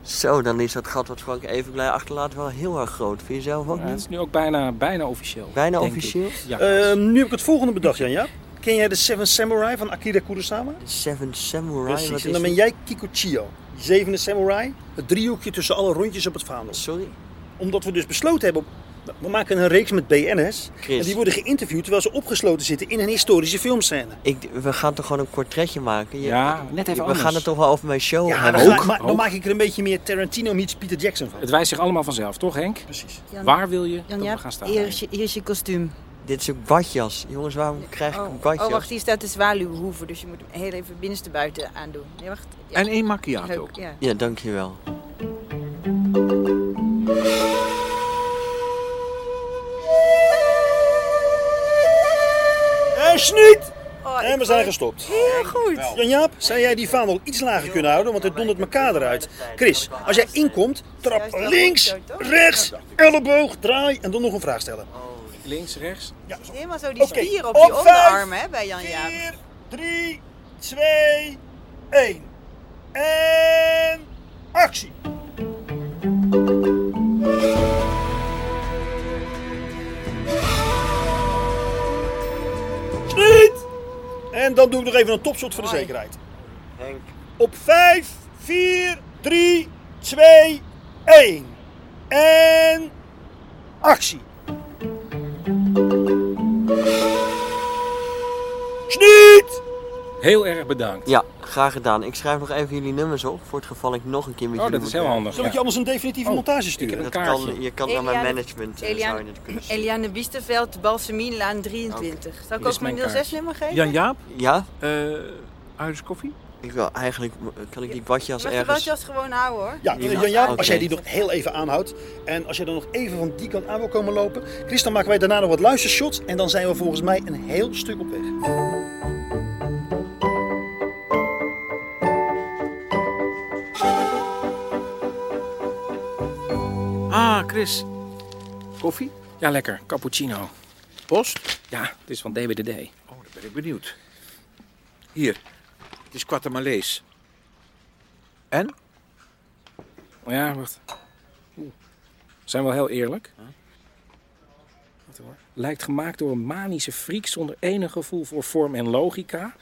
[SPEAKER 26] Zo, dan is dat gat wat Frank Evenblij achterlaat wel heel erg groot. Vind je zelf ook
[SPEAKER 1] Ja, het
[SPEAKER 26] niet?
[SPEAKER 1] is nu ook bijna, bijna officieel.
[SPEAKER 26] Bijna
[SPEAKER 1] denk
[SPEAKER 26] nou officieel?
[SPEAKER 1] ik. Ja.
[SPEAKER 6] Ehm, nu heb ik het volgende bedacht, Jan. Ja? Ken jij de Seven Samurai van Akira Kurosawa?
[SPEAKER 26] Seven Samurai. wat
[SPEAKER 6] Precies.
[SPEAKER 26] is
[SPEAKER 6] En dan ben
[SPEAKER 26] dit?
[SPEAKER 6] jij Kikuchiyo, die zevende samurai. Het driehoekje tussen alle rondjes op het vaandel.
[SPEAKER 26] Sorry?
[SPEAKER 6] Omdat we dus besloten hebben... om- We maken een reeks met BN'ers.
[SPEAKER 26] Chris.
[SPEAKER 6] En die worden geïnterviewd terwijl ze opgesloten zitten in een historische filmscène.
[SPEAKER 26] Ik, we gaan toch gewoon een portretje maken? Je-
[SPEAKER 1] Ja, net even
[SPEAKER 26] we
[SPEAKER 1] anders.
[SPEAKER 26] gaan het toch wel over mijn show
[SPEAKER 6] Ja,
[SPEAKER 26] hebben?
[SPEAKER 6] dan, ga- maar, dan
[SPEAKER 1] Oh, Ook.
[SPEAKER 6] maak ik er een beetje meer Tarantino meets Peter Jackson van.
[SPEAKER 1] Het wijst zich allemaal vanzelf, toch Henk?
[SPEAKER 6] Precies.
[SPEAKER 5] Jan-
[SPEAKER 1] Waar wil je dat
[SPEAKER 5] Jan
[SPEAKER 1] we
[SPEAKER 5] Jaap,
[SPEAKER 1] gaan staan?
[SPEAKER 5] hier is je, hier is je kostuum.
[SPEAKER 26] Dit is ook badjas. Jongens, waarom krijg ik
[SPEAKER 5] Oh,
[SPEAKER 26] een badjas?
[SPEAKER 5] oh, wacht, hier staat de zwaluwhoeven. Dus je moet hem heel even binnenstebuiten aandoen. Ja, wacht. Ja.
[SPEAKER 8] En één macchiato.
[SPEAKER 5] Leuk, ja.
[SPEAKER 26] Ja, dankjewel.
[SPEAKER 6] En sniet!
[SPEAKER 5] Oh,
[SPEAKER 6] En Eh, we zijn gestopt.
[SPEAKER 5] heel goed.
[SPEAKER 6] Jan-Jaap, zou jij die vaandel iets lager kunnen houden? Want het dondert elkaar eruit. Chris, als jij inkomt, trap links, rechts, elleboog, draai en dan nog een vraag stellen.
[SPEAKER 1] Links, rechts.
[SPEAKER 5] Helemaal zo die
[SPEAKER 6] Oké,
[SPEAKER 5] spier op,
[SPEAKER 6] op
[SPEAKER 5] die onderarm,
[SPEAKER 6] vijf,
[SPEAKER 5] hè, bij Jan Jaap.
[SPEAKER 6] 4, 3, 2, 1. En actie! Schiet! En dan doe ik nog even een topshot voor de zekerheid.
[SPEAKER 26] Henk.
[SPEAKER 6] Op 5, 4, 3, 2, 1. En actie! Schiet!
[SPEAKER 1] Heel erg bedankt.
[SPEAKER 26] Ja, graag gedaan. Ik schrijf nog even jullie nummers op voor het geval ik nog een keer met
[SPEAKER 1] Oh,
[SPEAKER 26] jullie
[SPEAKER 1] dat is
[SPEAKER 26] moet
[SPEAKER 1] heel
[SPEAKER 12] eh,
[SPEAKER 26] werken.
[SPEAKER 1] handig.
[SPEAKER 6] Zal ik je
[SPEAKER 1] ja.
[SPEAKER 6] anders een definitieve
[SPEAKER 1] Oh,
[SPEAKER 6] montage sturen?
[SPEAKER 1] heb
[SPEAKER 26] Dat
[SPEAKER 1] Een
[SPEAKER 26] kan,
[SPEAKER 1] kaartje.
[SPEAKER 26] je kan naar mijn
[SPEAKER 5] Eliane-
[SPEAKER 26] management eh, zou je
[SPEAKER 5] Eliane,
[SPEAKER 26] het kunnen sturen.
[SPEAKER 5] Eliane Biesterveld, Balseminlaan 23. Zal ik
[SPEAKER 1] Dit is
[SPEAKER 5] ook mijn
[SPEAKER 1] mijn
[SPEAKER 5] 06 nummer geven?
[SPEAKER 8] Jan-Jaap,
[SPEAKER 26] Ja,
[SPEAKER 8] eh Irish koffie?
[SPEAKER 26] ik wil eigenlijk kan ik die badjas
[SPEAKER 5] Mag de
[SPEAKER 26] ergens.
[SPEAKER 5] badjas gewoon houden hoor.
[SPEAKER 6] Ja,
[SPEAKER 26] Ja,
[SPEAKER 6] Jan-Jaap, als jij
[SPEAKER 26] oké.
[SPEAKER 6] die nog heel even aanhoudt en als jij dan nog even van die kant aan wil komen lopen, Chris, dan maken wij daarna nog wat luistershots en dan zijn we volgens mij een heel stuk op weg.
[SPEAKER 8] Ah, Chris. Koffie?
[SPEAKER 1] Ja, lekker. Cappuccino.
[SPEAKER 8] Post?
[SPEAKER 1] Ja, Ah, het is van DWDD.
[SPEAKER 8] Oh, dan ben ik benieuwd. Hier, het is Quatamalees. En?
[SPEAKER 1] Oh Ja, wacht. Oeh. We zijn wel heel eerlijk. Wacht hoor. Lijkt gemaakt door een manische freak zonder enig gevoel voor vorm en logica.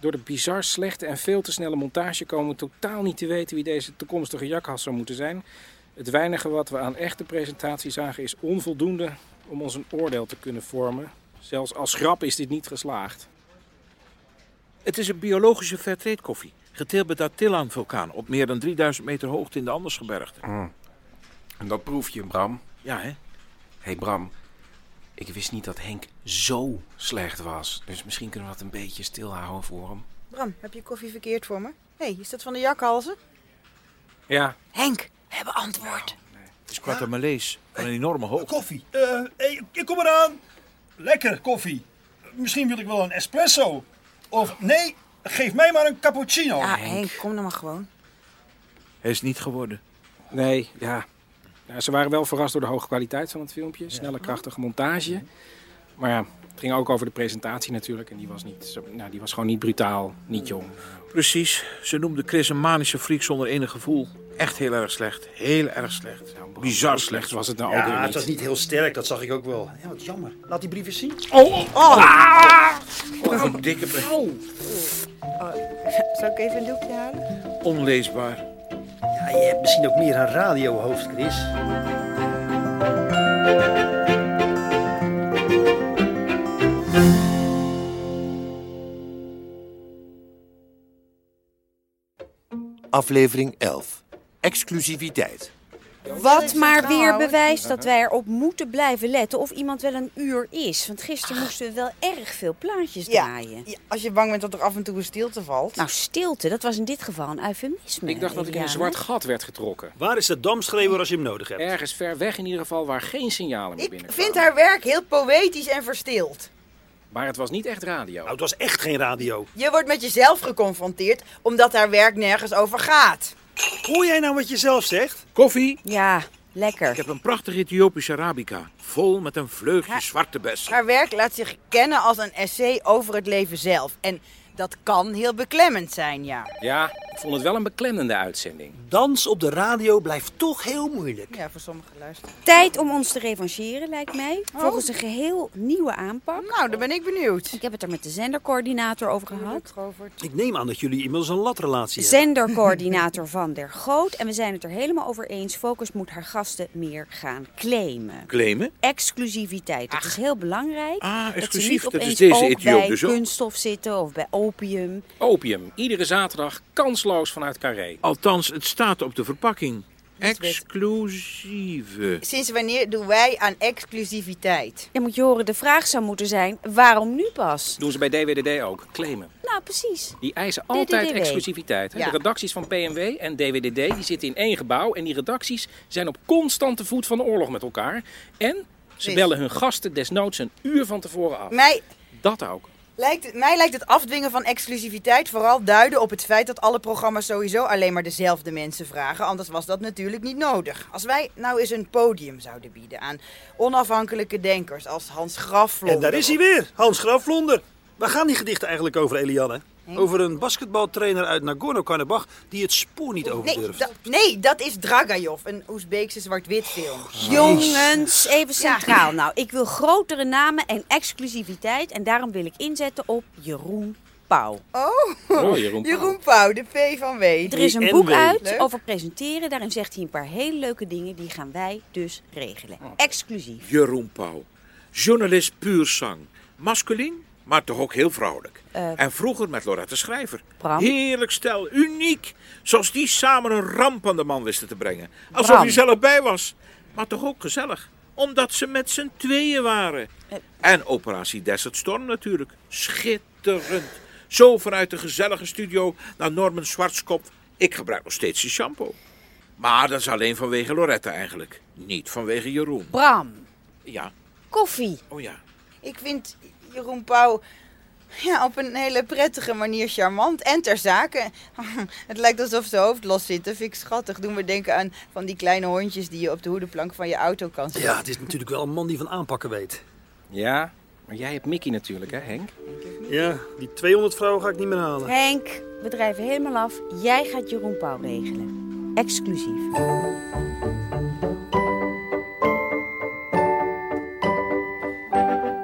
[SPEAKER 1] Door de bizar slechte en veel te snelle montage komen we totaal niet te weten wie deze toekomstige jakhals zou moeten zijn. Het weinige wat we aan echte presentatie zagen is onvoldoende om ons een oordeel te kunnen vormen. Zelfs als grap is dit niet geslaagd.
[SPEAKER 8] Het is een biologische fairtrade koffie. Geteeld bij de Attilaan-vulkaan op meer dan 3000 meter hoogte in de Andersgebergte.
[SPEAKER 1] En dat proef je, Bram.
[SPEAKER 8] Ja, hè?
[SPEAKER 25] hey Bram, ik wist niet dat Henk zo slecht was. Dus misschien kunnen we dat een beetje stilhouden voor hem.
[SPEAKER 5] Bram, heb je koffie verkeerd voor me? Hé, hey, is dat van de jakhalzen?
[SPEAKER 25] Ja.
[SPEAKER 4] Henk, we hebben antwoord.
[SPEAKER 8] Het is kwart Malees. Van een enorme hoogte.
[SPEAKER 6] Koffie. Eh, hey, ik kom eraan. Lekker koffie. Misschien wil ik wel een espresso. Of nee, geef mij maar een cappuccino.
[SPEAKER 5] Ja, Henk, kom dan maar gewoon.
[SPEAKER 8] Hij is niet geworden.
[SPEAKER 1] Nee, ja. Ja, Ze waren wel verrast door de hoge kwaliteit van het filmpje. Snelle, krachtige montage. Maar ja, het ging ook over de presentatie natuurlijk. En die was, niet zo, nou, die was gewoon niet brutaal, niet jong.
[SPEAKER 8] Precies. Ze noemde Chris een manische freak zonder enig gevoel. Echt heel erg slecht. Heel erg slecht. Bizar slecht
[SPEAKER 1] was het nou ook weer
[SPEAKER 8] ja,
[SPEAKER 1] niet.
[SPEAKER 8] het was
[SPEAKER 6] niet heel sterk, dat zag ik ook wel. Ja, wat jammer. Laat die brief eens zien.
[SPEAKER 1] Oh, oh,
[SPEAKER 8] Wat een dikke
[SPEAKER 4] Oh.
[SPEAKER 8] brief.
[SPEAKER 5] Oh. Zal ik even een doekje halen?
[SPEAKER 8] Onleesbaar.
[SPEAKER 6] Ja, je hebt misschien ook meer een radiohoofd, Chris.
[SPEAKER 3] Aflevering 11. Exclusiviteit.
[SPEAKER 4] Wat maar weer bewijst dat wij erop moeten blijven letten of iemand wel een uur is. Want
[SPEAKER 1] Ah.
[SPEAKER 4] gisteren moesten we wel erg veel plaatjes draaien.
[SPEAKER 5] Ja, als je bang bent dat er af en toe een stilte valt.
[SPEAKER 4] Nou, stilte, dat was in dit geval een eufemisme.
[SPEAKER 1] Ik dacht dat ik in een
[SPEAKER 4] Eliane.
[SPEAKER 1] zwart gat werd getrokken.
[SPEAKER 6] Waar is de damschreeuwer als je hem nodig hebt?
[SPEAKER 1] Ergens ver weg in ieder geval waar geen signalen meer
[SPEAKER 5] Ik
[SPEAKER 1] binnen.
[SPEAKER 5] vind haar werk heel poëtisch en verstild.
[SPEAKER 1] Maar het was niet echt radio.
[SPEAKER 6] Nou, het was echt geen radio.
[SPEAKER 5] Je wordt met jezelf geconfronteerd omdat haar werk nergens over gaat.
[SPEAKER 6] Hoor jij nou wat je zelf zegt?
[SPEAKER 8] Koffie.
[SPEAKER 4] Ja, lekker.
[SPEAKER 8] Ik heb een prachtig Ethiopische Arabica. Vol met een vleugje
[SPEAKER 5] Ja.
[SPEAKER 8] zwarte bessen.
[SPEAKER 5] Haar werk laat zich kennen als een essay over het leven zelf. En dat kan heel beklemmend zijn, ja.
[SPEAKER 1] Ja, ik vond het wel een beklemmende uitzending.
[SPEAKER 6] Dans op de radio blijft toch heel moeilijk.
[SPEAKER 5] Ja, voor sommige luisteren.
[SPEAKER 4] Tijd om ons te revancheren, lijkt mij. Volgens een geheel nieuwe aanpak.
[SPEAKER 5] Nou, daar ben ik benieuwd.
[SPEAKER 4] Ik heb het er met de zendercoördinator over gehad.
[SPEAKER 6] Ik neem aan dat jullie inmiddels een latrelatie hebben.
[SPEAKER 4] Zendercoördinator Van der Goot. En we zijn het er helemaal over eens. Focus moet haar gasten meer gaan claimen.
[SPEAKER 8] Claimen?
[SPEAKER 4] Exclusiviteit. Dat is heel belangrijk.
[SPEAKER 8] Ah,
[SPEAKER 4] Dat ze
[SPEAKER 8] exclusief.
[SPEAKER 4] niet
[SPEAKER 8] Dat is
[SPEAKER 4] opeens
[SPEAKER 8] deze
[SPEAKER 4] ook
[SPEAKER 8] Ethioop
[SPEAKER 4] bij
[SPEAKER 8] dus ook.
[SPEAKER 4] kunststof zitten of bij opium.
[SPEAKER 1] Opium, iedere zaterdag kansloos vanuit Carré.
[SPEAKER 8] Althans, het staat op de verpakking. Exclusieve.
[SPEAKER 5] Sinds wanneer doen wij aan exclusiviteit?
[SPEAKER 4] Dan moet je horen, de vraag zou moeten zijn, waarom nu pas?
[SPEAKER 1] Doen ze bij DWDD ook, claimen.
[SPEAKER 4] Nou, precies.
[SPEAKER 1] Die eisen altijd
[SPEAKER 4] DWDD.
[SPEAKER 1] exclusiviteit. hè.
[SPEAKER 4] Ja.
[SPEAKER 1] De redacties van PMW en DWDD die zitten in één gebouw. En die redacties zijn op constante voet van de oorlog met elkaar. En ze
[SPEAKER 5] Precies.
[SPEAKER 1] bellen hun gasten desnoods een uur van tevoren af.
[SPEAKER 5] Mij
[SPEAKER 1] Dat ook.
[SPEAKER 5] lijkt, het- mij lijkt het afdwingen van exclusiviteit vooral duiden op het feit dat alle programma's sowieso alleen maar dezelfde mensen vragen. Anders was dat natuurlijk niet nodig. Als wij nou eens een podium zouden bieden aan onafhankelijke denkers als Hans Graflond.
[SPEAKER 6] En daar is hij weer, Hans Graflonder. Waar gaan die gedichten eigenlijk over, Eliane?
[SPEAKER 5] Henk?
[SPEAKER 6] Over een basketbaltrainer uit Nagorno-Karabakh die het spoor niet over
[SPEAKER 5] Nee,
[SPEAKER 6] durft.
[SPEAKER 5] da- nee, dat is Dragajov, een Oezbeekse zwart-wit film.
[SPEAKER 4] Jongens, even centraal. Nou, ik wil grotere namen en exclusiviteit. En daarom wil ik inzetten op Jeroen Pauw.
[SPEAKER 5] Oh,
[SPEAKER 1] Oh, Jeroen.
[SPEAKER 5] Jeroen Pauw, de P van W.
[SPEAKER 4] Er is een
[SPEAKER 6] en
[SPEAKER 4] boek
[SPEAKER 6] weet.
[SPEAKER 4] uit
[SPEAKER 5] Leuk.
[SPEAKER 4] over presenteren. Daarin zegt hij een paar hele leuke dingen. Die gaan wij dus regelen.
[SPEAKER 1] Oh.
[SPEAKER 4] Exclusief.
[SPEAKER 8] Jeroen Pauw. Journalist puur zang. Masculin, maar toch ook heel vrouwelijk. En vroeger met Lorette Schrijver.
[SPEAKER 4] Eh. Bram?
[SPEAKER 8] Heerlijk stel, uniek. Zoals die samen een ramp aan de man wisten te brengen. Alsof
[SPEAKER 4] Bram.
[SPEAKER 8] hij zelf bij was. Maar toch ook gezellig. Omdat ze met z'n tweeën waren.
[SPEAKER 4] Eh.
[SPEAKER 8] En Operatie Desert Storm natuurlijk. Schitterend. Zo vanuit de gezellige studio naar Norman Schwarzkopf. Ik gebruik nog steeds die shampoo. Maar dat is alleen vanwege Lorette eigenlijk. Niet vanwege Jeroen.
[SPEAKER 4] Bram,
[SPEAKER 8] Ja,
[SPEAKER 4] koffie.
[SPEAKER 8] oh ja.
[SPEAKER 5] Ik vind Jeroen Pauw ja, op een hele prettige manier charmant en ter zake. Het lijkt alsof zijn hoofd los zit. Dat vind ik schattig. Doen we denken aan van die kleine hondjes die je op de hoedenplank van je auto kan zetten.
[SPEAKER 6] Ja, het is natuurlijk wel een man die van aanpakken weet.
[SPEAKER 1] Ja, maar jij hebt Mickey natuurlijk, hè Henk?
[SPEAKER 6] Ja, die 200 vrouwen ga ik niet meer halen.
[SPEAKER 4] Henk, we drijven helemaal af. Jij gaat Jeroen Pauw regelen. Exclusief.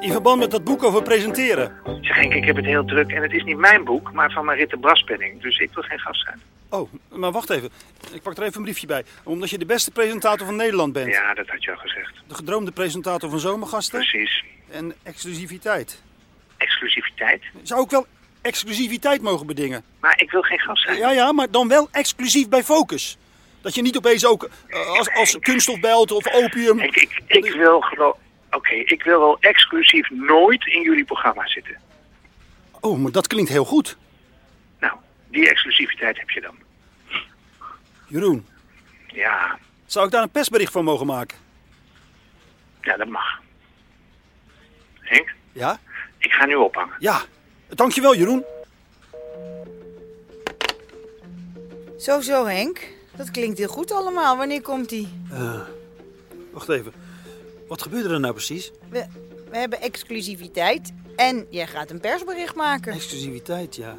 [SPEAKER 6] In verband met dat boek over presenteren.
[SPEAKER 2] Zeg Henk, ik heb het heel druk en het is niet mijn boek, maar van Maritte Braspenning. Dus ik wil geen gast zijn.
[SPEAKER 6] Oh, maar wacht even. Ik pak er even een briefje bij. Omdat je de beste presentator van Nederland bent.
[SPEAKER 2] Ja, dat had je al gezegd.
[SPEAKER 6] De gedroomde presentator van zomergasten.
[SPEAKER 2] Precies.
[SPEAKER 6] En exclusiviteit.
[SPEAKER 2] Exclusiviteit.
[SPEAKER 6] Zou ik wel exclusiviteit mogen bedingen?
[SPEAKER 2] Maar ik wil geen gast zijn.
[SPEAKER 6] Ja, ja, maar dan wel exclusief bij Focus. Dat je niet opeens ook eh, als, als kunststofbelt of opium...
[SPEAKER 2] Ik, ik, ik wil gewoon... Oké, ik wil wel exclusief nooit in jullie programma zitten.
[SPEAKER 6] Oh, maar dat klinkt heel goed.
[SPEAKER 2] Nou, die exclusiviteit heb je dan.
[SPEAKER 6] Jeroen,
[SPEAKER 2] Ja,
[SPEAKER 6] zou ik daar een persbericht van mogen maken?
[SPEAKER 2] ja dat mag. Henk,
[SPEAKER 6] Ja?
[SPEAKER 2] ik ga nu ophangen.
[SPEAKER 6] Ja. Dankjewel, Jeroen.
[SPEAKER 5] Zo, zo Henk. Dat klinkt heel goed allemaal. Wanneer komt die?
[SPEAKER 6] Eh, wacht even. Wat gebeurde er nou precies?
[SPEAKER 5] We, we hebben exclusiviteit en jij gaat een persbericht maken.
[SPEAKER 6] Exclusiviteit, ja.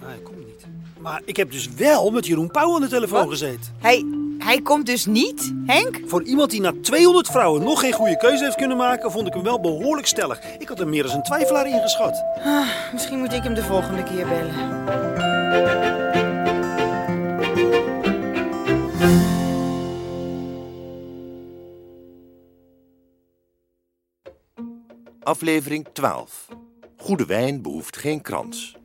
[SPEAKER 6] Maar hij komt niet. Maar ik heb dus wel met Jeroen Pauw aan de telefoon
[SPEAKER 5] Wat?
[SPEAKER 6] gezeten.
[SPEAKER 5] Hij, hij komt dus niet, Henk?
[SPEAKER 6] Voor iemand die na 200 vrouwen nog geen goede keuze heeft kunnen maken, vond ik hem wel behoorlijk stellig. Ik had hem meer als een twijfelaar ingeschat.
[SPEAKER 5] Ah, misschien moet ik hem de volgende keer bellen.
[SPEAKER 3] Aflevering 12. Goede wijn behoeft geen krans.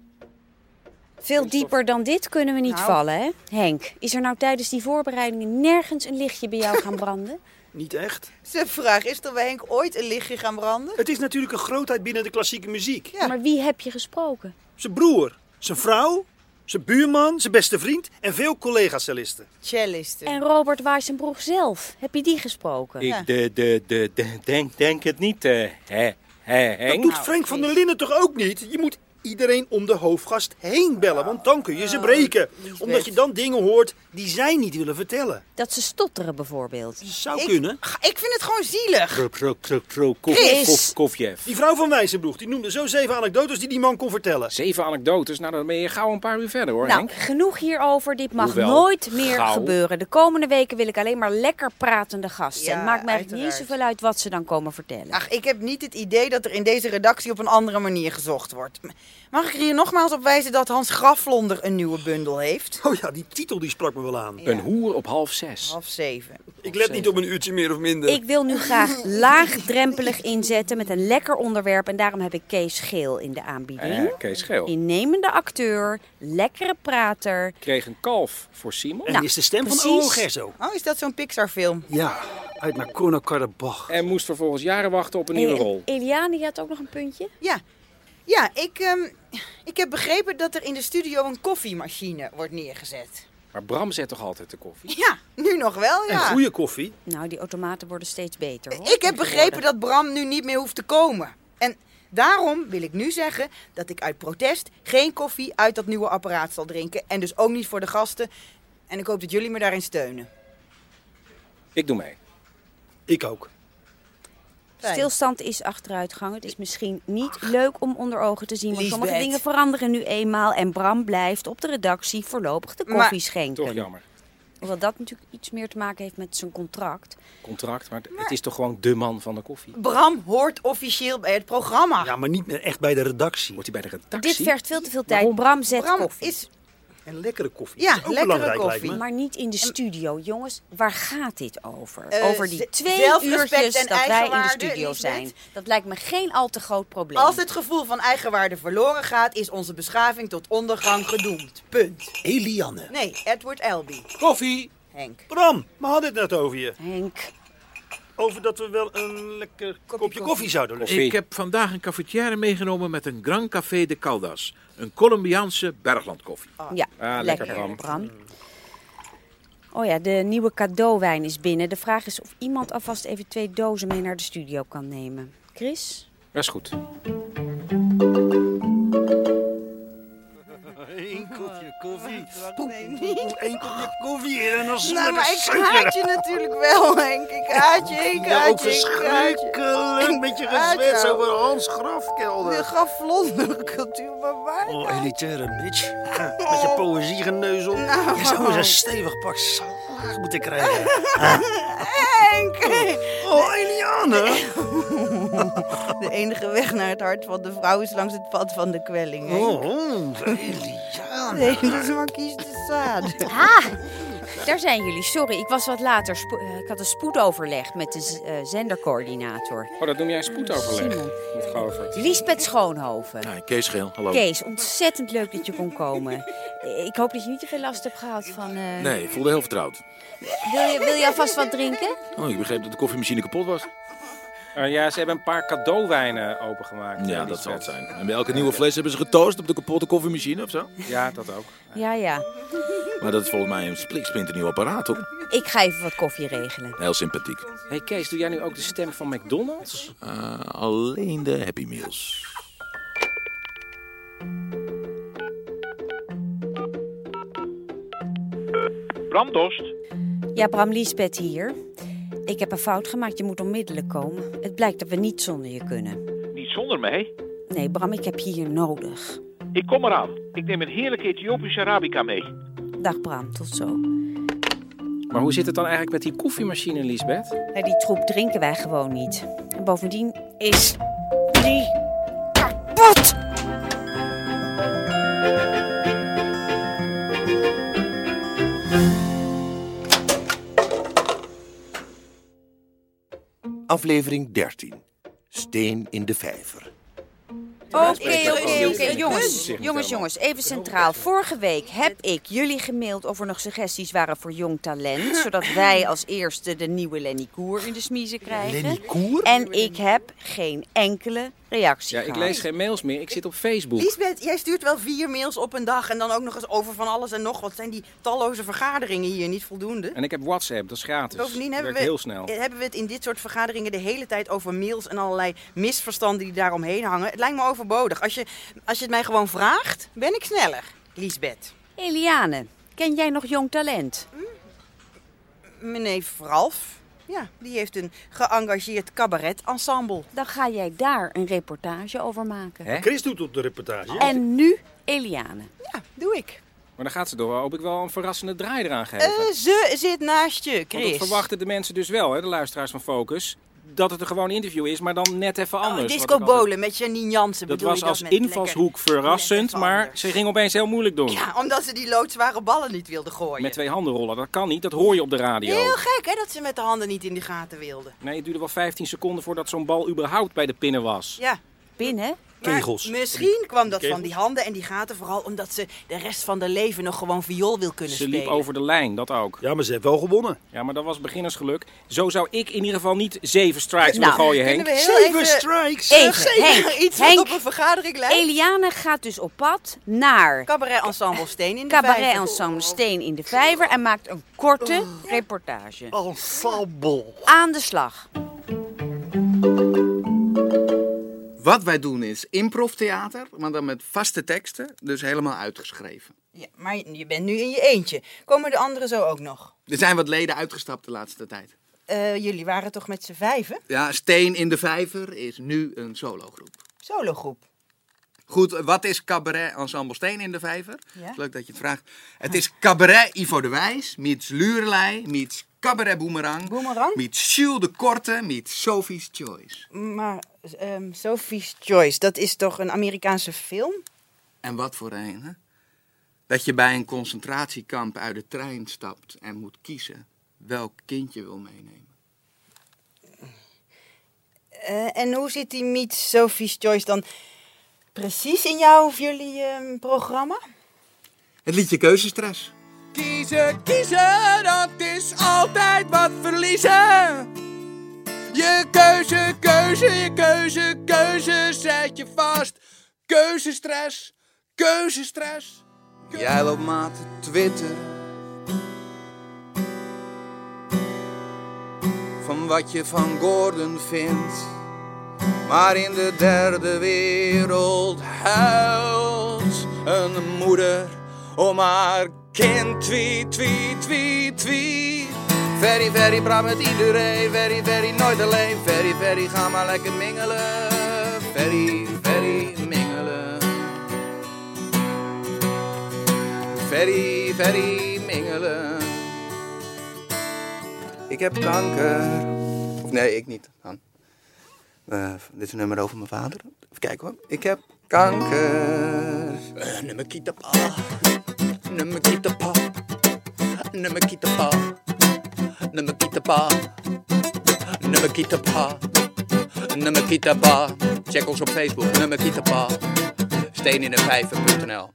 [SPEAKER 4] Veel dieper dan dit kunnen we niet
[SPEAKER 5] Nou.
[SPEAKER 4] vallen, hè? Henk, is er nou tijdens die voorbereidingen nergens een lichtje bij jou gaan branden?
[SPEAKER 6] Niet echt?
[SPEAKER 5] Zijn vraag is dat we Henk ooit een lichtje gaan branden?
[SPEAKER 6] Het is natuurlijk een grootheid binnen de klassieke muziek.
[SPEAKER 4] Maar wie heb je gesproken?
[SPEAKER 6] Zijn broer, zijn vrouw, zijn buurman, zijn beste vriend en veel collega-cellisten.
[SPEAKER 5] Cellisten.
[SPEAKER 4] En Robert Weisenbroek zelf, heb je die gesproken?
[SPEAKER 19] Ik de, de, de, de- denk, denk het niet, eh, hè, hè,
[SPEAKER 6] Dat
[SPEAKER 19] Henk.
[SPEAKER 5] Nou,
[SPEAKER 6] doet
[SPEAKER 4] Nou.
[SPEAKER 6] Frank van der Linden toch ook niet? Je moet iedereen om de hoofdgast heen bellen, want dan kun
[SPEAKER 5] Oh,
[SPEAKER 6] je ze breken. Omdat je dan dingen hoort die zij niet willen vertellen.
[SPEAKER 4] Dat ze stotteren bijvoorbeeld.
[SPEAKER 6] Zou kunnen.
[SPEAKER 5] Ga- Ik vind het gewoon zielig.
[SPEAKER 19] Pro- pro- pro- pro- kof-
[SPEAKER 5] Chris!
[SPEAKER 19] kof- Kofjev.
[SPEAKER 6] Die vrouw van Wijzenbroek, die noemde zo zeven anekdotes die die man kon vertellen.
[SPEAKER 1] Zeven anekdotes, nou dan ben je gauw een paar uur verder hoor,
[SPEAKER 4] Nou,
[SPEAKER 1] Henk.
[SPEAKER 4] genoeg hierover. Dit mag
[SPEAKER 1] Hoewel,
[SPEAKER 4] nooit meer
[SPEAKER 1] gauw.
[SPEAKER 4] gebeuren. De komende weken wil ik alleen maar lekker pratende gasten.
[SPEAKER 5] Ja,
[SPEAKER 4] het maakt me eigenlijk niet
[SPEAKER 5] uiteraard.
[SPEAKER 4] zoveel uit wat ze dan komen vertellen.
[SPEAKER 5] Ach, ik heb niet het idee dat er in deze redactie op een andere manier gezocht wordt. M- Mag ik er hier nogmaals op wijzen dat Hans Graflonder een nieuwe bundel heeft?
[SPEAKER 6] Oh ja, die titel die sprak me wel aan.
[SPEAKER 1] Een hoer op half zes.
[SPEAKER 5] Half zeven.
[SPEAKER 6] Ik let niet op een uurtje meer of minder.
[SPEAKER 4] Ik wil nu graag laagdrempelig inzetten met een lekker onderwerp. En daarom heb ik Kees Geel in de aanbieding.
[SPEAKER 1] Eh, Kees Geel.
[SPEAKER 4] Innemende acteur, lekkere prater.
[SPEAKER 1] Kreeg een kalf voor Simon.
[SPEAKER 4] En Nou,
[SPEAKER 6] is de stem van
[SPEAKER 4] precies.
[SPEAKER 6] Owo Gerso.
[SPEAKER 5] Oh, is dat zo'n Pixar-film?
[SPEAKER 6] Ja, uit Nagorno-Karabakh.
[SPEAKER 1] En moest vervolgens jaren wachten op een nieuwe
[SPEAKER 4] Hey, en
[SPEAKER 1] rol.
[SPEAKER 4] Eh, Eliane, die had ook nog een puntje.
[SPEAKER 5] Ja. Ja, ik, ehm, ik heb begrepen dat er in de studio een koffiemachine wordt neergezet.
[SPEAKER 1] Maar Bram zet toch altijd de koffie?
[SPEAKER 5] Ja, nu nog wel,
[SPEAKER 6] En
[SPEAKER 5] ja.
[SPEAKER 6] goede koffie.
[SPEAKER 4] Nou, die automaten worden steeds beter. Hoor.
[SPEAKER 5] Ik heb begrepen dat Bram nu niet meer hoeft te komen. En daarom wil ik nu zeggen dat ik uit protest geen koffie uit dat nieuwe apparaat zal drinken. En dus ook niet voor de gasten. En ik hoop dat jullie me daarin steunen.
[SPEAKER 1] Ik doe mee.
[SPEAKER 6] Ik ook.
[SPEAKER 5] Fijn.
[SPEAKER 4] Stilstand is achteruitgang. Het is misschien niet leuk om onder ogen te zien. Maar sommige
[SPEAKER 5] Liesbeth.
[SPEAKER 4] dingen veranderen nu eenmaal. En Bram blijft op de redactie voorlopig de koffie
[SPEAKER 5] Maar-
[SPEAKER 4] schenken.
[SPEAKER 1] Toch jammer.
[SPEAKER 4] Hoewel dat natuurlijk iets meer te maken heeft met zijn contract.
[SPEAKER 1] Contract, maar het is toch gewoon de man van de koffie.
[SPEAKER 5] Bram hoort officieel bij het programma.
[SPEAKER 6] Ja, maar niet meer echt bij de redactie.
[SPEAKER 1] Wordt hij bij de
[SPEAKER 4] Dit
[SPEAKER 1] redactie?
[SPEAKER 4] vergt veel te veel tijd. Bram zet
[SPEAKER 5] Bram
[SPEAKER 4] koffie.
[SPEAKER 5] is...
[SPEAKER 6] En lekkere koffie.
[SPEAKER 5] Ja,
[SPEAKER 6] Dat is ook
[SPEAKER 5] lekkere
[SPEAKER 6] belangrijk, lijkt
[SPEAKER 5] koffie.
[SPEAKER 6] me.
[SPEAKER 4] Maar niet in de studio, jongens. Waar gaat dit over?
[SPEAKER 5] Eh,
[SPEAKER 4] over die
[SPEAKER 5] ze-
[SPEAKER 4] twee
[SPEAKER 5] zelfrespect
[SPEAKER 4] uurtjes
[SPEAKER 5] en
[SPEAKER 4] dat wij in de
[SPEAKER 5] eigenwaarde,
[SPEAKER 4] studio
[SPEAKER 5] Liesbeth.
[SPEAKER 4] zijn. Dat lijkt me geen al te groot probleem.
[SPEAKER 5] Als het gevoel van eigenwaarde verloren gaat, is onze beschaving tot ondergang gedoemd. Punt.
[SPEAKER 6] Eliane.
[SPEAKER 5] Nee, Edward Elby.
[SPEAKER 1] Koffie!
[SPEAKER 5] Henk.
[SPEAKER 6] Bram, we hadden het net over je.
[SPEAKER 4] Henk,
[SPEAKER 6] Over dat we wel een lekker kopje, koffie. zouden
[SPEAKER 1] Koffie.
[SPEAKER 6] Ik-
[SPEAKER 8] Ik heb vandaag een cafetière meegenomen met een Gran Café de Caldas. Een Colombiaanse berglandkoffie.
[SPEAKER 4] ja,
[SPEAKER 1] Ah,
[SPEAKER 4] lekker,
[SPEAKER 1] lekker, Bram.
[SPEAKER 4] Bram. Oh ja, de nieuwe cadeauwijn is binnen. De vraag is of iemand alvast even twee dozen mee naar de studio kan nemen. Chris?
[SPEAKER 1] Dat is goed.
[SPEAKER 6] Eén
[SPEAKER 5] Oh,
[SPEAKER 6] kopje koffie. Eén kopje koffie en dan
[SPEAKER 5] Nou, maar ik haat je natuurlijk wel, Henk. Ik haat je, ik
[SPEAKER 6] Ja, ook
[SPEAKER 5] haat je, ik haat je.
[SPEAKER 6] verschrikkelijk met je
[SPEAKER 5] Ik haat
[SPEAKER 6] gezwets
[SPEAKER 5] jou.
[SPEAKER 6] over Hans
[SPEAKER 5] De
[SPEAKER 6] Grafkelder.
[SPEAKER 5] gaflonde cultuur, maar waar?
[SPEAKER 6] Oh, elitaire bitch. Ja, Met je poëziegeneuzel.
[SPEAKER 5] Nou.
[SPEAKER 6] Je zou eens een stevig pak slaag moeten krijgen.
[SPEAKER 5] Henk!
[SPEAKER 6] Oh, Eliane.
[SPEAKER 5] De enige weg naar het hart van de vrouw is langs het pad van de kwelling, Henk.
[SPEAKER 6] Oh, Eliane.
[SPEAKER 5] Nee, dat is Marquise de Sade.
[SPEAKER 4] Ah, Daar zijn jullie. Sorry, ik was wat later. spo- eh, ik had een spoedoverleg met de z- eh, zendercoördinator.
[SPEAKER 1] Oh, dat noem jij spoedoverleg. Met Govert.
[SPEAKER 4] Lisbeth Schoonhoven.
[SPEAKER 8] Kees Geel, hallo.
[SPEAKER 4] Kees, ontzettend leuk dat je kon komen. Eh, Ik hoop dat je niet te veel last hebt gehad van... eh,
[SPEAKER 8] Nee, ik voelde heel vertrouwd.
[SPEAKER 4] Wil je, wil je alvast wat drinken?
[SPEAKER 8] Oh, ik begreep dat de koffiemachine kapot was.
[SPEAKER 1] Eh, ja, ze hebben een paar cadeauwijnen opengemaakt.
[SPEAKER 8] Ja,
[SPEAKER 1] eh,
[SPEAKER 8] dat zal het
[SPEAKER 1] Lisbeth.
[SPEAKER 8] zijn. En bij elke nieuwe fles hebben ze getoast op de kapotte koffiemachine of zo.
[SPEAKER 1] Ja, dat ook.
[SPEAKER 4] Ja, ja.
[SPEAKER 8] Maar dat is volgens mij een splinternieuw apparaat, hoor.
[SPEAKER 4] Ik ga even wat koffie regelen.
[SPEAKER 8] Heel sympathiek.
[SPEAKER 1] hey Kees, doe jij nu ook de stem van McDonald's?
[SPEAKER 8] Eh, alleen de Happy Meals.
[SPEAKER 16] Bram Dost.
[SPEAKER 4] Ja, Bram Liesbeth hier. Ik heb een fout gemaakt. Je moet onmiddellijk komen. Het blijkt dat we niet zonder je kunnen.
[SPEAKER 16] Niet zonder mij.
[SPEAKER 4] Nee, Bram, ik heb je hier nodig.
[SPEAKER 16] Ik kom eraan. Ik neem een heerlijke Ethiopische Arabica mee.
[SPEAKER 4] Dag Bram, tot zo.
[SPEAKER 1] Maar hoe zit het dan eigenlijk met die koffiemachine, Lisbeth?
[SPEAKER 4] Nou, die troep drinken wij gewoon niet. En bovendien is die kapot!
[SPEAKER 3] Aflevering 13. Steen in de vijver.
[SPEAKER 4] Oké,
[SPEAKER 3] Oké,
[SPEAKER 4] oké,
[SPEAKER 3] oké,
[SPEAKER 4] oké. Jongens, jongens, jongens, even centraal. Vorige week heb ik jullie gemaild of er nog suggesties waren voor jong talent. Zodat wij als eerste de nieuwe Lenny Koer in de smiezen krijgen.
[SPEAKER 1] Lenny
[SPEAKER 4] Koer? En ik heb geen enkele reactie
[SPEAKER 1] Ja, ik lees geen mails meer. Ik zit op Facebook.
[SPEAKER 5] Liesbeth, jij stuurt wel vier mails op een dag en dan ook nog eens over van alles en nog wat. Zijn die talloze vergaderingen hier niet voldoende?
[SPEAKER 1] En ik heb WhatsApp, dat is gratis.
[SPEAKER 5] Bovendien hebben we, eh,
[SPEAKER 1] Werkt heel snel.
[SPEAKER 5] hebben we het in dit soort vergaderingen de hele tijd over mails en allerlei misverstanden die daaromheen hangen. Het lijkt me overbodig. Als je, als je het mij gewoon vraagt, ben ik sneller, Liesbeth.
[SPEAKER 4] Eliane, ken jij nog jong talent?
[SPEAKER 5] Hm, Meneer Ralf, ja, die heeft een geëngageerd cabaret-ensemble.
[SPEAKER 4] Dan ga jij daar een reportage over maken.
[SPEAKER 27] Chris doet op de reportage.
[SPEAKER 4] En nu Eliane.
[SPEAKER 5] Doe ik.
[SPEAKER 1] Maar dan gaat ze door. Hoop ik wel een verrassende draai eraan geven.
[SPEAKER 5] Eh, ze zit naast je,
[SPEAKER 1] Want
[SPEAKER 5] Chris.
[SPEAKER 1] dat verwachten de mensen dus wel, hè, de luisteraars van Focus. Dat het een gewoon interview is, maar dan net even anders. Wat ik
[SPEAKER 5] Disco
[SPEAKER 1] altijd-
[SPEAKER 5] Bolen met Janine Jansen.
[SPEAKER 1] Dat
[SPEAKER 5] bedoel
[SPEAKER 1] was
[SPEAKER 5] je
[SPEAKER 1] als
[SPEAKER 5] met
[SPEAKER 1] invalshoek verrassend, maar ze ging opeens heel moeilijk doen.
[SPEAKER 5] lekker- Ja, omdat ze die loodzware ballen niet wilde gooien.
[SPEAKER 1] Met twee handen rollen, dat kan niet, dat hoor je op de radio.
[SPEAKER 5] Heel gek, hè, dat ze met de handen niet in de gaten wilde.
[SPEAKER 1] Nee, het duurde wel 15 seconden voordat zo'n bal überhaupt bij de pinnen was.
[SPEAKER 5] Ja.
[SPEAKER 4] Binnen?
[SPEAKER 5] Maar
[SPEAKER 1] Kegels.
[SPEAKER 5] Misschien kwam dat
[SPEAKER 1] Kegels.
[SPEAKER 5] van die handen en die gaten vooral omdat ze de rest van haar leven nog gewoon viool wil kunnen
[SPEAKER 1] Ze
[SPEAKER 5] spelen.
[SPEAKER 1] liep over de lijn, dat ook. Ja, maar ze heeft wel gewonnen. Ja, maar dat was beginnersgeluk. Zo zou ik in ieder geval niet zeven
[SPEAKER 4] Nou,
[SPEAKER 1] strikes willen gooien, Henk.
[SPEAKER 5] Zeven
[SPEAKER 27] strikes.
[SPEAKER 4] Even,
[SPEAKER 5] Henk,
[SPEAKER 4] Henk,
[SPEAKER 5] iets
[SPEAKER 4] Henk.
[SPEAKER 5] wat op een vergadering lijkt.
[SPEAKER 4] Eliane gaat dus op pad naar
[SPEAKER 5] Cabaret Ensemble Steen in de
[SPEAKER 4] Cabaret
[SPEAKER 5] Vijver.
[SPEAKER 4] Ensemble Steen in de Vijver en maakt een korte reportage.
[SPEAKER 10] Ensemble.
[SPEAKER 4] Aan de slag.
[SPEAKER 10] Wat wij doen is improvtheater, maar dan met vaste teksten, dus helemaal uitgeschreven.
[SPEAKER 5] Ja, maar je bent nu in je eentje. Komen de anderen zo ook nog?
[SPEAKER 10] Er zijn wat leden uitgestapt de laatste tijd.
[SPEAKER 5] Eh, jullie waren toch met z'n vijven?
[SPEAKER 10] Ja, Steen in de Vijver is nu een sologroep.
[SPEAKER 5] Sologroep.
[SPEAKER 10] Goed, wat is cabaret ensemble Steen in de Vijver?
[SPEAKER 5] Ja.
[SPEAKER 10] Leuk dat je het vraagt. Het is cabaret Ivo de Wijs, meets Lurelei, meets cabaret Boomerang,
[SPEAKER 5] Boomerang?
[SPEAKER 10] meets Jules de Korte, meets Sophie's Choice.
[SPEAKER 5] Maar ehm, Sophie's Choice, dat is toch een Amerikaanse film?
[SPEAKER 10] En wat voor een, hè? Dat je bij een concentratiekamp uit de trein stapt en moet kiezen welk kind je wil meenemen.
[SPEAKER 5] Eh, en hoe zit die Meet Sophie's Choice dan precies in jou of jullie ehm, programma?
[SPEAKER 10] Het liedje Keuzestress.
[SPEAKER 5] Kiezen, kiezen, dat is altijd wat
[SPEAKER 10] verliezen. Je keuze, keuze, je keuze, keuze zet je vast. Keuzestress, keuzestress. Jij loopt maar te twitteren. Van wat je van Gordon vindt. Maar in de derde wereld huilt een moeder om haar Oh, kind. Twee, twee, twee, twee. Very, very bra met iedereen. Very, very nooit alleen. Very, very ga maar lekker mingelen. Very, very mingelen. Very, very mingelen. Ik heb kanker. Of nee, ik niet. Han. Eh, dit is een nummer over mijn vader. Even kijken hoor. Ik heb kanker. Eh, nummer kietapa. Nummer kietapa. Nummer kietapa. Nummer kietapa. Nummer kietapa. Nummer kietapa. Check ons op Facebook. Nummer kietapa. Steen in de vijver.nl.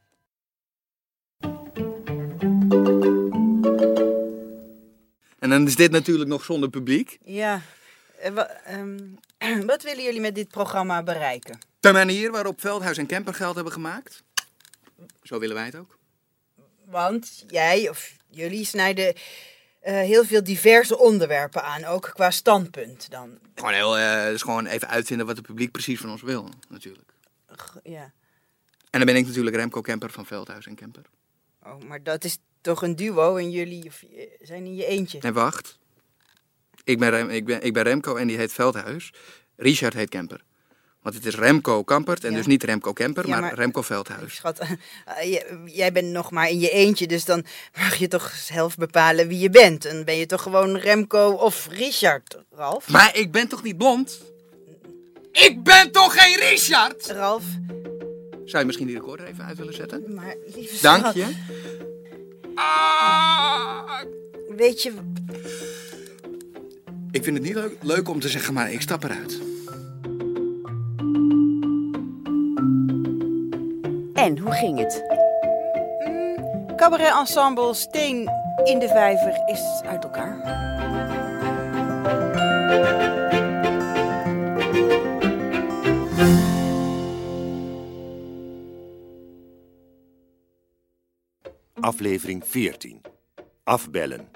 [SPEAKER 10] En dan is dit natuurlijk nog zonder publiek.
[SPEAKER 5] Ja. Eh, wa- ehm, wat willen jullie met dit programma bereiken?
[SPEAKER 10] De manier waarop Veldhuis en Kemper geld hebben gemaakt. Zo willen wij het ook.
[SPEAKER 5] Want jij of jullie snijden eh, heel veel diverse onderwerpen aan, ook qua standpunt dan.
[SPEAKER 10] Gewoon heel, eh, dus gewoon even uitvinden wat het publiek precies van ons wil, natuurlijk.
[SPEAKER 5] G- Ja.
[SPEAKER 10] En dan ben ik natuurlijk Remco Kemper van Veldhuis en Kemper.
[SPEAKER 5] Oh, maar dat is toch een duo en jullie of, eh, zijn in je eentje.
[SPEAKER 10] En wacht. Ik ben, Rem- ik, ben, ik ben Remco en die heet Veldhuis. Richard heet Kemper. Want het is Remco Kampert en
[SPEAKER 5] Ja.
[SPEAKER 10] dus niet Remco Kemper,
[SPEAKER 5] Ja,
[SPEAKER 10] maar,
[SPEAKER 5] maar-
[SPEAKER 10] Remco Veldhuis.
[SPEAKER 5] Schat, eh, j- jij bent nog maar in je eentje, dus dan mag je toch zelf bepalen wie je bent. En ben je toch gewoon Remco of Richard, Ralf?
[SPEAKER 10] Maar ik ben toch niet blond? Ik ben toch geen Richard?
[SPEAKER 5] Ralf,
[SPEAKER 10] Zou je misschien die recorder even uit willen zetten?
[SPEAKER 5] maar lieve
[SPEAKER 10] Dank
[SPEAKER 5] schat,
[SPEAKER 10] je.
[SPEAKER 5] Weet je,
[SPEAKER 10] Ik vind het niet leuk, leuk om te zeggen, maar ik stap eruit.
[SPEAKER 4] En hoe ging het?
[SPEAKER 20] Cabaret Ensemble Steen in de Vijver is uit elkaar.
[SPEAKER 3] Aflevering 14. Afbellen.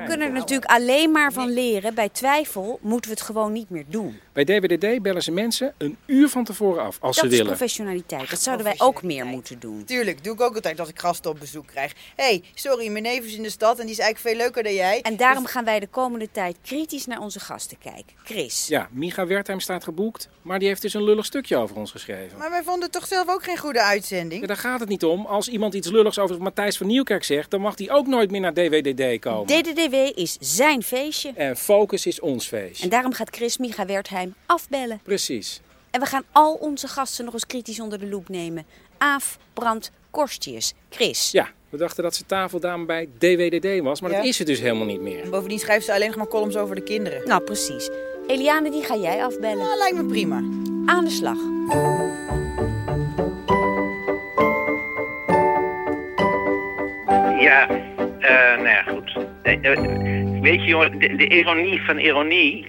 [SPEAKER 4] We kunnen er natuurlijk alleen maar van leren. Bij twijfel moeten we het gewoon niet meer doen.
[SPEAKER 1] Bij DWDD bellen ze mensen een uur van tevoren af als
[SPEAKER 4] dat
[SPEAKER 1] ze
[SPEAKER 4] is
[SPEAKER 1] willen.
[SPEAKER 4] professionaliteit. Dat zouden wij ook meer moeten doen.
[SPEAKER 5] Tuurlijk, doe ik ook altijd als ik gasten op bezoek krijg. Hé, hey, sorry, mijn neef is in de stad en die is eigenlijk veel leuker dan jij. Dus-
[SPEAKER 4] En daarom gaan wij de komende tijd kritisch naar onze gasten kijken. Chris.
[SPEAKER 1] Ja, Micha Wertheim staat geboekt, maar die heeft dus een lullig stukje over ons geschreven.
[SPEAKER 5] Maar wij vonden het toch zelf ook geen goede uitzending?
[SPEAKER 1] Ja, daar gaat het niet om. Als iemand iets lulligs over Matthijs van Nieuwkerk zegt, dan mag die ook nooit meer naar DWDD komen.
[SPEAKER 4] DDDW is zijn feestje.
[SPEAKER 1] En focus is ons feest.
[SPEAKER 4] En daarom gaat Chris Micha Wertheim afbellen.
[SPEAKER 1] Precies.
[SPEAKER 4] En we gaan al onze gasten nog eens kritisch onder de loep nemen. Aaf, Brand, Korstius, Chris.
[SPEAKER 1] Ja, we dachten dat ze tafeldame bij DWDD was, maar
[SPEAKER 5] Ja.
[SPEAKER 1] dat is ze dus helemaal niet meer.
[SPEAKER 5] En bovendien schrijft ze alleen nog maar columns over de kinderen.
[SPEAKER 4] Nou, precies. Eliane, die ga jij afbellen.
[SPEAKER 5] Nou, lijkt me prima.
[SPEAKER 4] Aan de slag.
[SPEAKER 28] Ja, eh, nou ja, goed. Eh, eh, weet je jongen, de, de ironie van ironie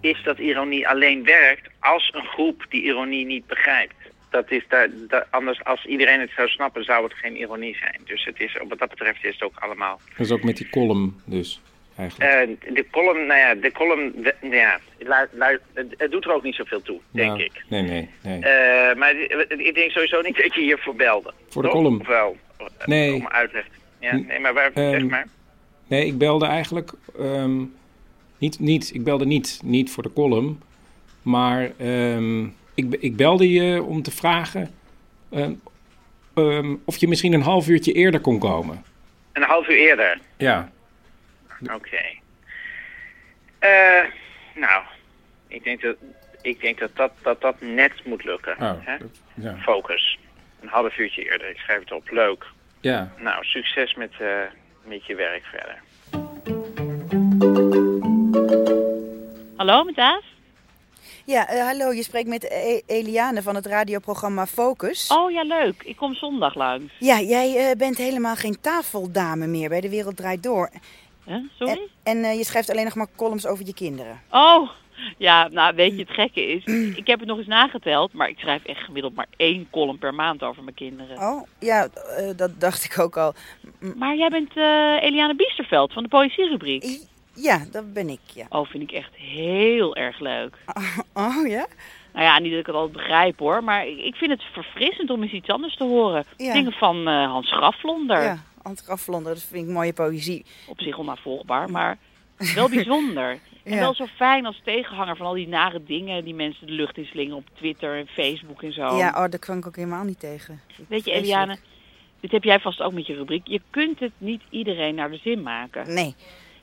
[SPEAKER 28] is dat ironie alleen werkt als een groep die ironie niet begrijpt. Dat is daar, daar- anders als iedereen het zou snappen, zou het geen ironie zijn. Dus het is, wat dat betreft is het ook allemaal
[SPEAKER 1] Dat is ook met die column dus, eigenlijk.
[SPEAKER 28] eh, de column, nou ja, de column, de- nou ja, lu- lu- het, het doet er ook niet zoveel toe, denk
[SPEAKER 1] Nou,
[SPEAKER 28] ik.
[SPEAKER 1] Nee, nee, nee.
[SPEAKER 28] Eh, maar di- ik denk sowieso niet dat je hiervoor belde.
[SPEAKER 1] Voor de
[SPEAKER 28] Toch?
[SPEAKER 1] column.
[SPEAKER 28] Of wel? Eh,
[SPEAKER 1] Nee.
[SPEAKER 28] Om uitleg. Ja,
[SPEAKER 1] N-
[SPEAKER 28] nee, maar waar, zeg
[SPEAKER 1] ehm,
[SPEAKER 28] maar.
[SPEAKER 1] Nee, ik belde eigenlijk ehm, niet, niet. Ik belde niet, niet voor de column. Maar ehm, ik, be- ik belde je om te vragen ehm, ehm, of je misschien een half uurtje eerder kon komen.
[SPEAKER 28] Een half uur eerder.
[SPEAKER 1] Ja.
[SPEAKER 28] Oké. Eh, nou, ik denk dat ik denk dat, dat, dat dat net moet lukken.
[SPEAKER 1] Oh,
[SPEAKER 28] hè?
[SPEAKER 1] ja.
[SPEAKER 28] Focus. Een half uurtje eerder. Ik schrijf het op. Leuk.
[SPEAKER 1] Ja.
[SPEAKER 28] Nou, succes met, eh, met je werk verder.
[SPEAKER 29] Hallo, met Aaf?
[SPEAKER 5] Ja, eh, hallo, je spreekt met E- Eliane van het radioprogramma Focus.
[SPEAKER 29] Oh ja, leuk. Ik kom zondag langs.
[SPEAKER 5] Ja, jij eh, bent helemaal geen tafeldame meer bij De Wereld Draait Door.
[SPEAKER 29] sorry?
[SPEAKER 5] En, en, eh, je schrijft alleen nog maar columns over je kinderen.
[SPEAKER 29] Oh, ja, nou weet je, het gekke is, ik heb het nog eens nageteld, maar ik schrijf echt gemiddeld maar één column per maand over mijn kinderen.
[SPEAKER 5] Oh, ja, eh, dat dacht ik ook al.
[SPEAKER 29] Maar jij bent eh, Eliane Biesterveld van de poëzierubriek.
[SPEAKER 5] Ja, dat ben ik, ja.
[SPEAKER 29] Oh, vind ik echt heel erg leuk.
[SPEAKER 5] Oh, ja?
[SPEAKER 29] Nou ja, niet dat ik het altijd begrijp hoor, maar ik ik vind het verfrissend om eens iets anders te horen.
[SPEAKER 5] Ja.
[SPEAKER 29] Dingen van eh, Hans Graflonder.
[SPEAKER 5] Ja, Antraflonder, dat vind ik mooie poëzie.
[SPEAKER 29] Op zich onnavolgbaar, maar wel bijzonder. En
[SPEAKER 5] Ja.
[SPEAKER 29] wel zo fijn als tegenhanger van al die nare dingen die mensen de lucht inslingen op Twitter en Facebook en zo.
[SPEAKER 5] Ja, oh, daar kwam ik ook helemaal niet tegen.
[SPEAKER 29] Weet je,
[SPEAKER 5] Vreselijk.
[SPEAKER 29] Eliane, dit heb jij vast ook met je rubriek. Je kunt het niet iedereen naar de zin maken.
[SPEAKER 5] Nee.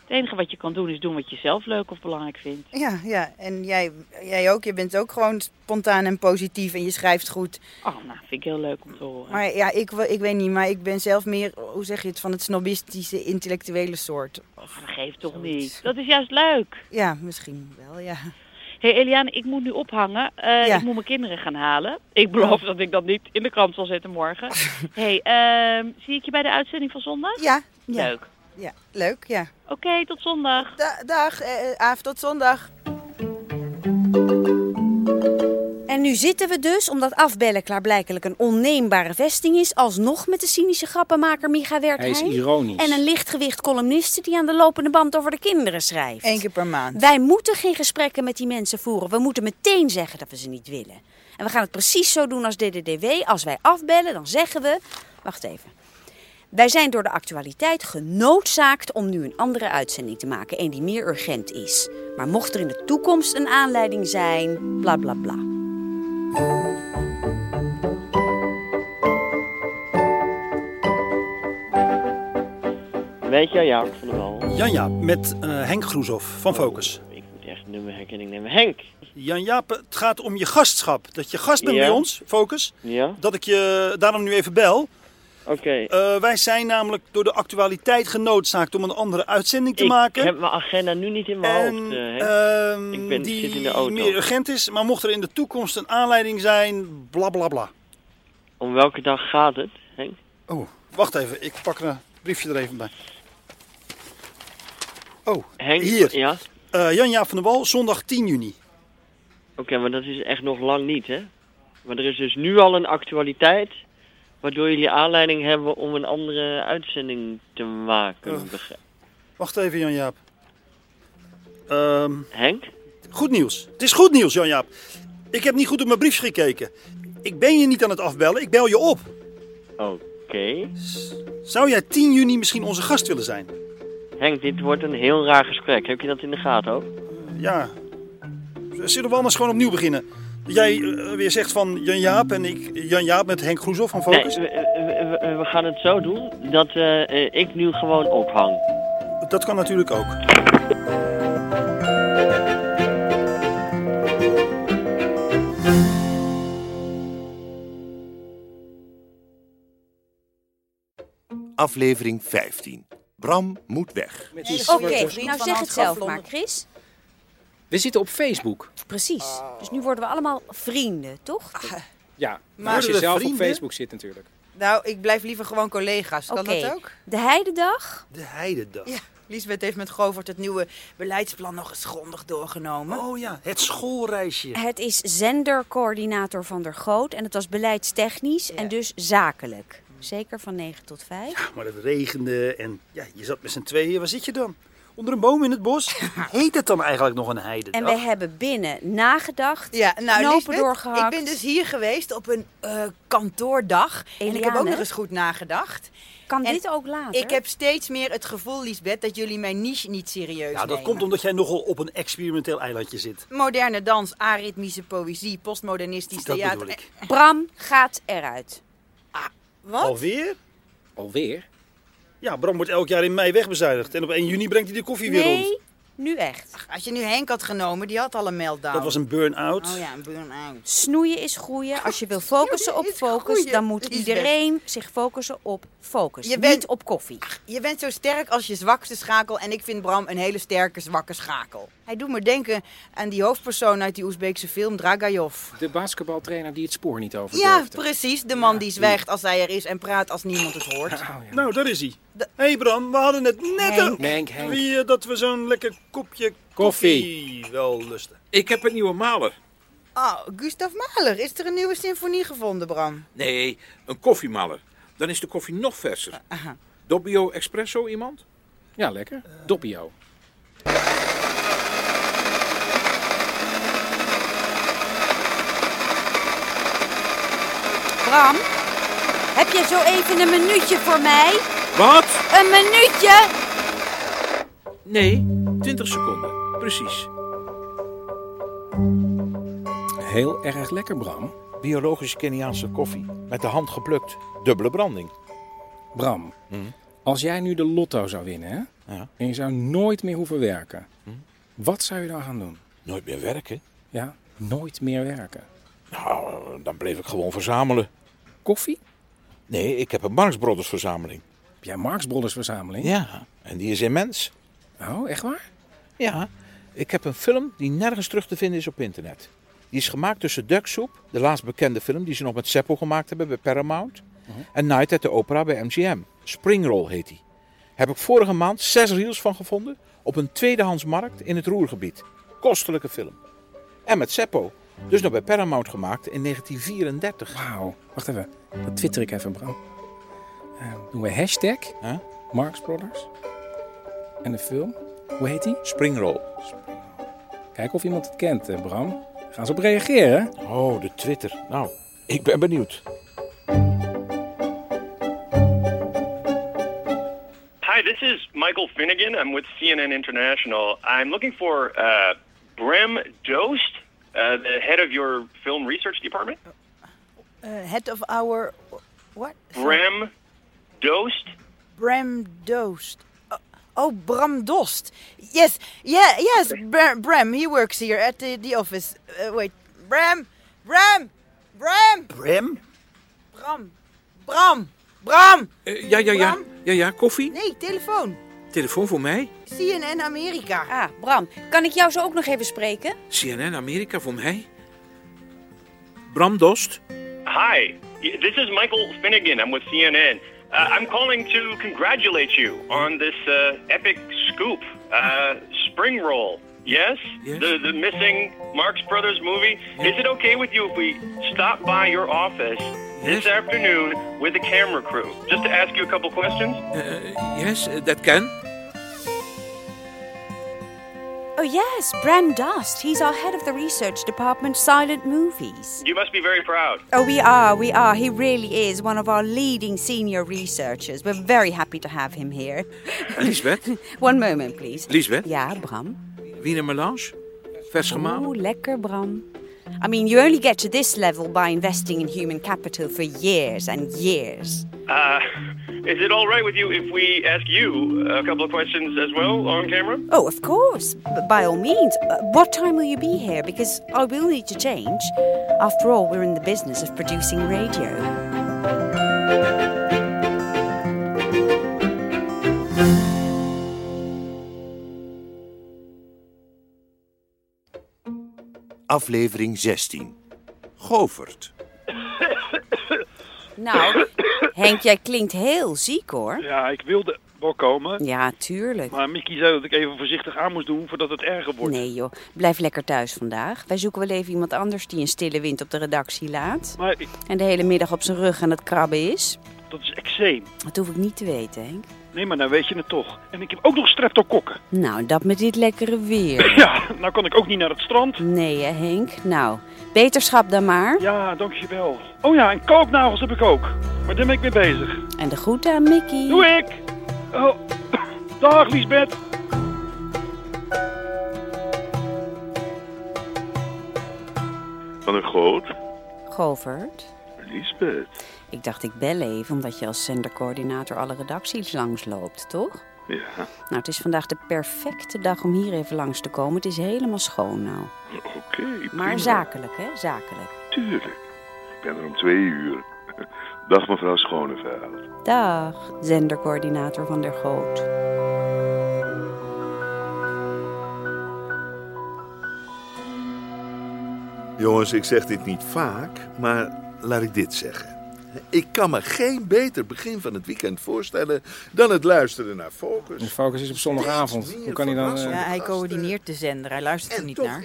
[SPEAKER 29] Het enige wat je kan doen is doen wat je zelf leuk of belangrijk vindt.
[SPEAKER 5] Ja, ja. en jij, jij ook. Je bent ook gewoon spontaan en positief en je schrijft goed.
[SPEAKER 29] Oh, nou, vind ik heel leuk om te horen.
[SPEAKER 5] Maar ja, ik, we- ik weet niet, maar ik ben zelf meer, hoe zeg je het, van het snobistische intellectuele soort. Of
[SPEAKER 29] dat geeft Oh, toch niet. Dat is juist leuk.
[SPEAKER 5] Ja, misschien wel, ja.
[SPEAKER 29] Hé hey Eliane, ik moet nu ophangen. Eh, Ik moet mijn kinderen gaan halen. Ik
[SPEAKER 5] Oh.
[SPEAKER 29] beloof dat ik dat niet in de krant zal zetten morgen. hey, ehm, zie ik je bij de uitzending van zondag?
[SPEAKER 5] Ja. ja.
[SPEAKER 29] Leuk.
[SPEAKER 5] Ja, leuk, ja.
[SPEAKER 29] Oké, tot zondag.
[SPEAKER 5] dag, eh, eh, Aaf, tot zondag.
[SPEAKER 4] En nu zitten we dus, omdat afbellen klaarblijkelijk een onneembare vesting is, alsnog met de cynische grappenmaker Micha Wertheim.
[SPEAKER 1] Hij is ironisch.
[SPEAKER 4] En een lichtgewicht columniste die aan de lopende band over de kinderen schrijft.
[SPEAKER 5] Eén keer per maand.
[SPEAKER 4] Wij moeten geen gesprekken met die mensen voeren. We moeten meteen zeggen dat we ze niet willen. En we gaan het precies zo doen als DDDW. Als wij afbellen, dan zeggen we... Wacht even. Wij zijn door de actualiteit genoodzaakt om nu een andere uitzending te maken. Een die meer urgent is. Maar mocht er in de toekomst een aanleiding zijn, bla bla bla.
[SPEAKER 12] Weet je, Jaap van der Wal?
[SPEAKER 6] Janja, met eh, Henk Groeshoff van Focus.
[SPEAKER 12] Oh, Ik moet echt nummerherkenning nemen. Henk!
[SPEAKER 6] Jan-Jaap, het gaat om je gastschap. Dat je gast bent
[SPEAKER 12] Ja.
[SPEAKER 6] bij ons, Focus.
[SPEAKER 12] Ja?
[SPEAKER 6] Dat ik je daarom nu even bel.
[SPEAKER 12] Oké.
[SPEAKER 6] Eh, wij zijn namelijk door de actualiteit genoodzaakt om een andere uitzending te
[SPEAKER 12] ik
[SPEAKER 6] maken.
[SPEAKER 12] heb mijn agenda nu niet in mijn
[SPEAKER 6] En,
[SPEAKER 12] hoofd, eh, Henk.
[SPEAKER 6] ehm,
[SPEAKER 12] ik ben,
[SPEAKER 6] die
[SPEAKER 12] zit in de auto.
[SPEAKER 6] meer urgent is, maar mocht er in de toekomst een aanleiding zijn, bla bla bla.
[SPEAKER 12] Om welke dag gaat het, Henk?
[SPEAKER 6] Oh, wacht even, ik pak een briefje er even bij. Oh,
[SPEAKER 12] Henk,
[SPEAKER 6] hier.
[SPEAKER 12] Ja?
[SPEAKER 6] Eh, Jan-Jaap van der Wal, zondag 10 juni.
[SPEAKER 12] Oké, maar dat is echt nog lang niet, hè? Maar er is dus nu al een actualiteit... waardoor jullie aanleiding hebben om een andere uitzending te maken.
[SPEAKER 6] Eh.
[SPEAKER 12] begrijp-
[SPEAKER 6] Wacht even, Jan-Jaap. Ehm,
[SPEAKER 12] Henk?
[SPEAKER 6] Goed nieuws. Het is goed nieuws, Jan-Jaap. Ik heb niet goed op mijn briefjes gekeken. Ik ben je niet aan het afbellen, ik bel je op.
[SPEAKER 12] Oké.
[SPEAKER 6] Zou jij 10 juni misschien onze gast willen zijn?
[SPEAKER 12] Henk, dit wordt een heel raar gesprek. Heb je dat in de gaten ook?
[SPEAKER 6] Ja. Zullen we anders gewoon opnieuw beginnen? Dat jij eh, weer zegt van Jan-Jaap en ik Jan-Jaap met Henk Groeshoff van Focus.
[SPEAKER 12] Nee, we, we- we gaan het zo doen dat eh, eh, ik nu gewoon ophang.
[SPEAKER 6] Dat kan natuurlijk ook.
[SPEAKER 3] Aflevering 15. Bram moet weg.
[SPEAKER 4] Oké, nou zeg het zelf maar, Chris.
[SPEAKER 1] We zitten op Facebook.
[SPEAKER 4] Precies. Dus nu worden we allemaal vrienden, toch?
[SPEAKER 1] Ja,
[SPEAKER 4] Maar-
[SPEAKER 1] als je
[SPEAKER 4] Worden we
[SPEAKER 1] zelf
[SPEAKER 4] vrienden?
[SPEAKER 1] op Facebook zit natuurlijk.
[SPEAKER 5] Nou, ik blijf liever gewoon collega's. Kan dat ook?
[SPEAKER 4] De Heidedag.
[SPEAKER 6] De Heidedag.
[SPEAKER 5] Ja, Lisbeth heeft met Govert het nieuwe beleidsplan nog eens grondig doorgenomen.
[SPEAKER 6] Oh ja, het schoolreisje.
[SPEAKER 4] Het is zendercoördinator van der Goot en het was beleidstechnisch en dus zakelijk. Zeker van 9 tot 5.
[SPEAKER 6] Maar het regende en ja, je zat met z'n tweeën. Waar zit je dan? Onder een boom in het bos? Heet het dan eigenlijk nog een heidendag?
[SPEAKER 4] En we hebben binnen nagedacht,
[SPEAKER 5] Ja, nou,
[SPEAKER 4] knopen
[SPEAKER 5] Lisbeth,
[SPEAKER 4] doorgehakt.
[SPEAKER 5] ik ben dus hier geweest op een eh, kantoordag. En ik heb
[SPEAKER 4] Eliane?
[SPEAKER 5] ook nog eens goed nagedacht.
[SPEAKER 4] Kan
[SPEAKER 5] En
[SPEAKER 4] dit ook later?
[SPEAKER 5] Ik heb steeds meer het gevoel, Lisbeth, dat jullie mijn niche niet serieus
[SPEAKER 6] Ja, dat
[SPEAKER 5] nemen.
[SPEAKER 6] komt omdat jij nogal op een experimenteel eilandje zit.
[SPEAKER 5] Moderne dans, aritmische poëzie, postmodernistisch
[SPEAKER 6] Dat
[SPEAKER 5] theater. Ah,
[SPEAKER 6] bedoel ik.
[SPEAKER 4] Bram gaat eruit.
[SPEAKER 5] Wat?
[SPEAKER 6] Alweer?
[SPEAKER 1] Alweer?
[SPEAKER 6] Ja, Bram wordt elk jaar in mei wegbezuinigd. En op 1 juni brengt hij de koffie weer rond.
[SPEAKER 4] nu echt.
[SPEAKER 5] als je nu Henk had genomen, die had al een meltdown.
[SPEAKER 6] Dat was een burn-out.
[SPEAKER 5] Oh ja, een burn-out.
[SPEAKER 4] Snoeien is groeien. Als je wil focussen op focus, dan moet
[SPEAKER 5] Lisbeth.
[SPEAKER 4] iedereen zich focussen op focus.
[SPEAKER 5] Je bent-
[SPEAKER 4] Niet op koffie.
[SPEAKER 5] Je bent zo sterk als je zwakste schakel. En ik vind Bram een hele sterke zwakke schakel. Hij doet me denken aan die hoofdpersoon uit die Oezbeekse film, Dragajov.
[SPEAKER 1] De basketbaltrainer die het spoor niet over
[SPEAKER 5] Ja,
[SPEAKER 1] durfde.
[SPEAKER 5] precies. De man die zwijgt als hij er is en praat als niemand het hoort.
[SPEAKER 6] Nou, daar is hij. Hé hey Bram, we hadden het net
[SPEAKER 5] Henk.
[SPEAKER 6] over
[SPEAKER 1] Henk, Henk.
[SPEAKER 6] wie, eh, dat we zo'n lekker kopje koffie,
[SPEAKER 1] Koffie.
[SPEAKER 6] wel lusten.
[SPEAKER 8] Ik heb een nieuwe maler.
[SPEAKER 5] Oh, Gustav Mahler. Is er een nieuwe symfonie gevonden, Bram?
[SPEAKER 8] Nee, een koffiemaler. Dan is de koffie nog verser. Doppio Espresso iemand? Eh.
[SPEAKER 1] Ja, lekker. Doppio.
[SPEAKER 4] Bram, heb je zo even een minuutje voor mij?
[SPEAKER 8] Wat?
[SPEAKER 4] Een minuutje!
[SPEAKER 8] Nee, 20 seconden. Precies.
[SPEAKER 1] Heel erg lekker, Bram.
[SPEAKER 8] Biologische Keniaanse koffie. Met de hand geplukt. Dubbele branding.
[SPEAKER 1] Bram, Als jij nu de lotto zou winnen, hè? En je zou nooit meer hoeven werken. Wat zou je dan gaan doen?
[SPEAKER 8] Nooit meer werken.
[SPEAKER 1] Ja, nooit meer werken.
[SPEAKER 8] Nou, dan bleef ik gewoon verzamelen.
[SPEAKER 1] Koffie?
[SPEAKER 8] Nee, ik heb een Marx Brothers verzameling.
[SPEAKER 1] Heb jij Marx Brothers verzameling?
[SPEAKER 8] Ja, en die is immens.
[SPEAKER 1] Oh, echt waar?
[SPEAKER 8] Ja, ik heb een film die nergens terug te vinden is op internet. Die is gemaakt tussen Ducksoep, de laatst bekende film die ze nog met Seppo gemaakt hebben bij Paramount, en Night at the Opera bij MGM. Springroll heet die. Heb ik vorige maand zes reels van gevonden op een tweedehandsmarkt in het Roergebied. Kostelijke film. En met Seppo. Dus nog bij Paramount gemaakt in 1934.
[SPEAKER 1] Wauw, wacht even. Dat twitter ik even, Bram. Eh, doen we hashtag Marx Brothers. En de film, hoe heet die?
[SPEAKER 8] Springroll.
[SPEAKER 1] Kijk of iemand het kent, eh, Bram. Gaan ze op reageren?
[SPEAKER 8] Oh, de Twitter. Nou, ik ben benieuwd.
[SPEAKER 9] Hi, this is Michael Finnegan. I'm with CNN International. I'm looking for uh, Brem Dost, uh, the head of your film research department.
[SPEAKER 5] Uh, head of our... What?
[SPEAKER 9] Brem Dost.
[SPEAKER 5] Bram Dost. Oh, oh, Bram Dost. Yes, yeah, yes, Bra- Bram. He works here at the, the office. Uh, wait, Bram, Bram, Bram,
[SPEAKER 6] Bram?
[SPEAKER 5] Bram, Bram, Bram.
[SPEAKER 25] Eh, ja, ja, ja. Ja, ja, koffie.
[SPEAKER 5] Nee, telefoon.
[SPEAKER 25] Telefoon voor mij.
[SPEAKER 5] CNN Amerika.
[SPEAKER 4] Ah, Bram, kan ik jou zo ook nog even spreken?
[SPEAKER 25] CNN Amerika voor mij. Bram Dost.
[SPEAKER 9] Hi, y- this is Michael Finnegan. I'm with CNN. Uh, I'm calling to congratulate you on this uh, epic scoop, uh, Spring Roll. Yes? The, the missing Marx Brothers movie. Is it okay with you if we stop by your office this afternoon with the camera crew just to ask you a couple questions?
[SPEAKER 25] Yes, eh, dat kan.
[SPEAKER 4] Oh yes, Bram Dust. He's our head of the research department, silent movies.
[SPEAKER 9] You must be very proud.
[SPEAKER 4] Oh, we are, we are. He really is one of our leading senior researchers. We're very happy to have him here.
[SPEAKER 25] Lisbeth.
[SPEAKER 4] One moment, please.
[SPEAKER 25] Lisbeth.
[SPEAKER 4] Ja, Bram.
[SPEAKER 25] Wiener melange. Vers gemalen.
[SPEAKER 4] Oh, lekker, Bram. I mean, you only get to this level by investing in human capital for years and years.
[SPEAKER 9] Uh, is it all right with you if we ask you a couple of questions as well on camera?
[SPEAKER 4] Oh, of course. B- by all means. Uh, What time will you be here? Because I will need to change. After all, we're in the business of producing radio.
[SPEAKER 3] Aflevering 16. Govert.
[SPEAKER 4] Nou, Henk, jij klinkt heel ziek hoor.
[SPEAKER 14] Ja, ik wilde wel komen.
[SPEAKER 4] Ja, tuurlijk.
[SPEAKER 14] Maar Mickey zei dat ik even voorzichtig aan moest doen voordat het erger wordt.
[SPEAKER 4] Nee joh, blijf lekker thuis vandaag. Wij zoeken wel even iemand anders die een stille wind op de redactie laat.
[SPEAKER 14] Maar ik-
[SPEAKER 4] En de hele middag op zijn rug aan het krabben is.
[SPEAKER 14] dat is eczeem.
[SPEAKER 4] Dat hoef ik niet te weten, Henk.
[SPEAKER 14] Nee, maar dan weet je het toch. En ik heb ook nog streptokokken.
[SPEAKER 4] Nou, dat met dit lekkere weer.
[SPEAKER 14] Ja, nou kan ik ook niet naar het strand.
[SPEAKER 4] Nee hè, Henk. Nou, beterschap dan maar.
[SPEAKER 14] Ja, dankjewel. Oh ja, en koopnagels heb ik ook. Maar daar ben ik mee bezig.
[SPEAKER 4] En de groeten aan Mickey.
[SPEAKER 14] Doe ik! Oh, dag Liesbeth.
[SPEAKER 30] Van een groot,
[SPEAKER 4] Govert,
[SPEAKER 30] Lisbeth.
[SPEAKER 4] ik dacht ik bel even omdat je als zendercoördinator alle redacties langsloopt, toch?
[SPEAKER 30] Ja,
[SPEAKER 4] Nou, het is vandaag de perfecte dag om hier even langs te komen. Het is helemaal schoon nou.
[SPEAKER 30] oké. prima.
[SPEAKER 4] Maar zakelijk, hè? Zakelijk.
[SPEAKER 30] Tuurlijk. Ik ben er om twee uur. Dag mevrouw Schoneveld.
[SPEAKER 4] Dag, zendercoördinator van der Goot.
[SPEAKER 30] Jongens, ik zeg dit niet vaak, maar laat ik dit zeggen. Ik kan me geen beter begin van het weekend voorstellen dan het luisteren naar Focus.
[SPEAKER 1] Focus is op zondagavond. Hoe kan hij dan... eh,
[SPEAKER 5] Ja, hij coördineert de zender. Hij luistert er niet naar.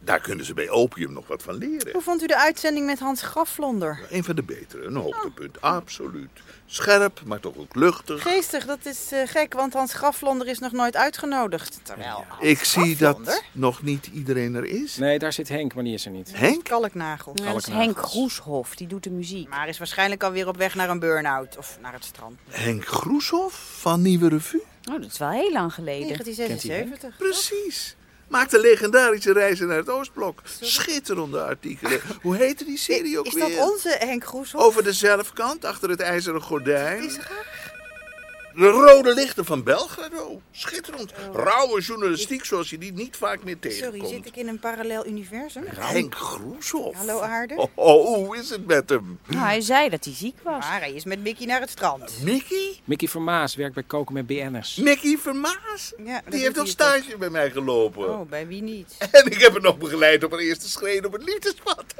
[SPEAKER 30] Daar kunnen ze bij Opium nog wat van leren.
[SPEAKER 5] Hoe vond u de uitzending met Hans Graflonder?
[SPEAKER 30] Een van de betere, een hoogtepunt, absoluut. Scherp, maar toch ook luchtig.
[SPEAKER 5] Geestig, dat is eh, gek, want Hans Graflonder is nog nooit uitgenodigd. Terwijl
[SPEAKER 30] Ik zie dat nog niet iedereen er is.
[SPEAKER 1] Nee, daar zit Henk, maar die is er niet.
[SPEAKER 30] Henk?
[SPEAKER 5] Kalknagels.
[SPEAKER 1] Ja, dat is Henk Kalknagels.
[SPEAKER 5] Groeshof, die doet de muziek. Maar is waarschijnlijk alweer op weg naar een burn-out of naar het strand.
[SPEAKER 30] Henk Groeshoff van Nieuwe Revue.
[SPEAKER 4] Oh, dat is wel heel lang geleden.
[SPEAKER 5] 1976.
[SPEAKER 30] Precies. Maakte legendarische reizen naar het Oostblok. Schitterende artikelen. Hoe heette die serie ook
[SPEAKER 5] Is
[SPEAKER 30] weer?
[SPEAKER 5] dat onze Henk Groeshof?
[SPEAKER 30] Over de zelfkant, achter het ijzeren gordijn. De rode lichten van Belgrado. Schitterend. Rauwe journalistiek zoals je die niet vaak meer tegenkomt.
[SPEAKER 5] Oh. Sorry, zit ik in een parallel universum?
[SPEAKER 30] Henk Groeshoff.
[SPEAKER 5] Hallo aarde.
[SPEAKER 30] Oh, oh, hoe is het met hem?
[SPEAKER 4] Nou, hij zei dat hij ziek was.
[SPEAKER 5] Maar hij is met Mickey naar het strand.
[SPEAKER 30] Mickey?
[SPEAKER 1] Mickey Vermaas werkt bij Koken met BN'ers.
[SPEAKER 30] Mickey Vermaas?
[SPEAKER 5] Ja,
[SPEAKER 30] Die heeft op stage bij mij gelopen.
[SPEAKER 5] Oh, bij wie niet?
[SPEAKER 30] En ik heb hem nog begeleid op een eerste schreden op het liefdespad.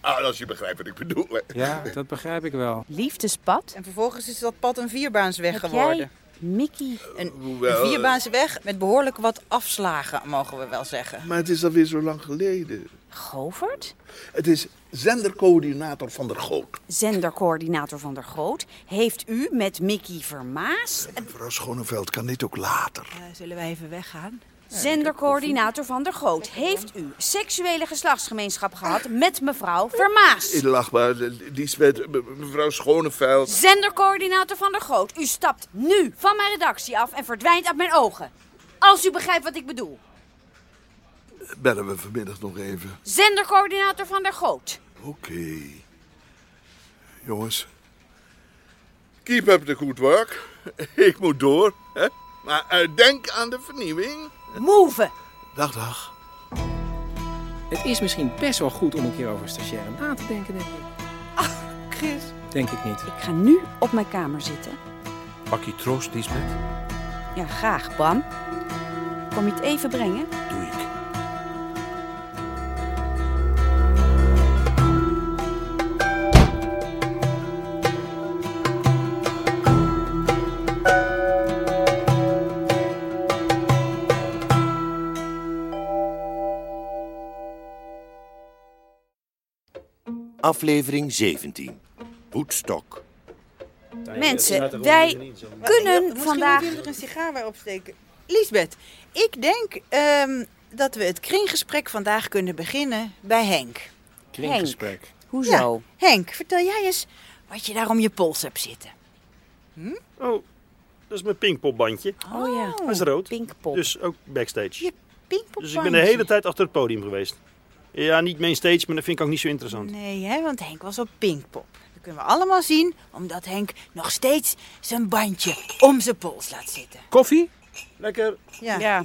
[SPEAKER 30] Ah, als je begrijpt wat ik bedoel. hè.
[SPEAKER 1] Ja, dat begrijp ik wel.
[SPEAKER 4] Liefdespad?
[SPEAKER 5] En vervolgens is dat pad een vierbaansweg
[SPEAKER 4] Heb
[SPEAKER 5] geworden.
[SPEAKER 4] jij, Mickey?
[SPEAKER 5] Een,
[SPEAKER 30] hoewel,
[SPEAKER 15] eh,
[SPEAKER 5] een vierbaansweg met behoorlijk wat afslagen, mogen we wel zeggen.
[SPEAKER 30] Maar het is alweer zo lang geleden.
[SPEAKER 4] Govert?
[SPEAKER 30] Het is zendercoördinator van der Goot.
[SPEAKER 4] Zendercoördinator van der Groot. Heeft u met Mickey Vermaas...
[SPEAKER 30] Mevrouw Schoneveld kan dit ook later.
[SPEAKER 4] zullen wij even weggaan? Zendercoördinator van der Groot. Heeft u seksuele geslachtsgemeenschap gehad met mevrouw Vermaas?
[SPEAKER 30] Lachbaar, Lisbeth, me- mevrouw Schoneveld.
[SPEAKER 4] Zendercoördinator van der Groot. U stapt nu van mijn redactie af en verdwijnt uit mijn ogen. Als u begrijpt wat ik bedoel.
[SPEAKER 30] Bellen we vanmiddag nog even.
[SPEAKER 4] Zendercoördinator van der Groot.
[SPEAKER 30] Oké. Jongens. Keep up the good work. Ik moet door. Hè? Maar eh, denk aan de vernieuwing.
[SPEAKER 4] Move!
[SPEAKER 30] Dag, dag.
[SPEAKER 1] Het is misschien best wel goed om een keer over een stagiaire na te denken, denk ik.
[SPEAKER 4] Chris.
[SPEAKER 1] Denk ik niet.
[SPEAKER 4] Ik ga nu op mijn kamer zitten.
[SPEAKER 8] Pak je troost, Lisbeth.
[SPEAKER 4] Ja, graag, Bram. Kom je het even brengen?
[SPEAKER 3] Aflevering 17. Woodstock.
[SPEAKER 4] Mensen, wij kunnen
[SPEAKER 5] Misschien
[SPEAKER 4] vandaag...
[SPEAKER 5] moet je hem er een sigaar bij opsteken. Lisbeth, ik denk ehm, dat we het kringgesprek vandaag kunnen beginnen bij Henk.
[SPEAKER 1] Kringgesprek.
[SPEAKER 4] Hoezo?
[SPEAKER 5] Ja, Henk, vertel jij eens wat je daar om je pols hebt zitten.
[SPEAKER 15] Oh, dat is mijn pingpopbandje.
[SPEAKER 4] Hm? Oh ja.
[SPEAKER 15] Dat is rood.
[SPEAKER 4] Pinkpop.
[SPEAKER 15] Dus ook backstage.
[SPEAKER 5] Pinkpopbandje.
[SPEAKER 15] Dus ik ben de hele tijd achter het podium geweest. Ja, niet mainstage, maar dat vind ik ook niet zo interessant.
[SPEAKER 5] Nee, hè, want Henk was op Pinkpop. Dat kunnen we allemaal zien, omdat Henk nog steeds zijn bandje om zijn pols laat zitten.
[SPEAKER 1] Koffie?
[SPEAKER 15] Lekker.
[SPEAKER 5] Ja,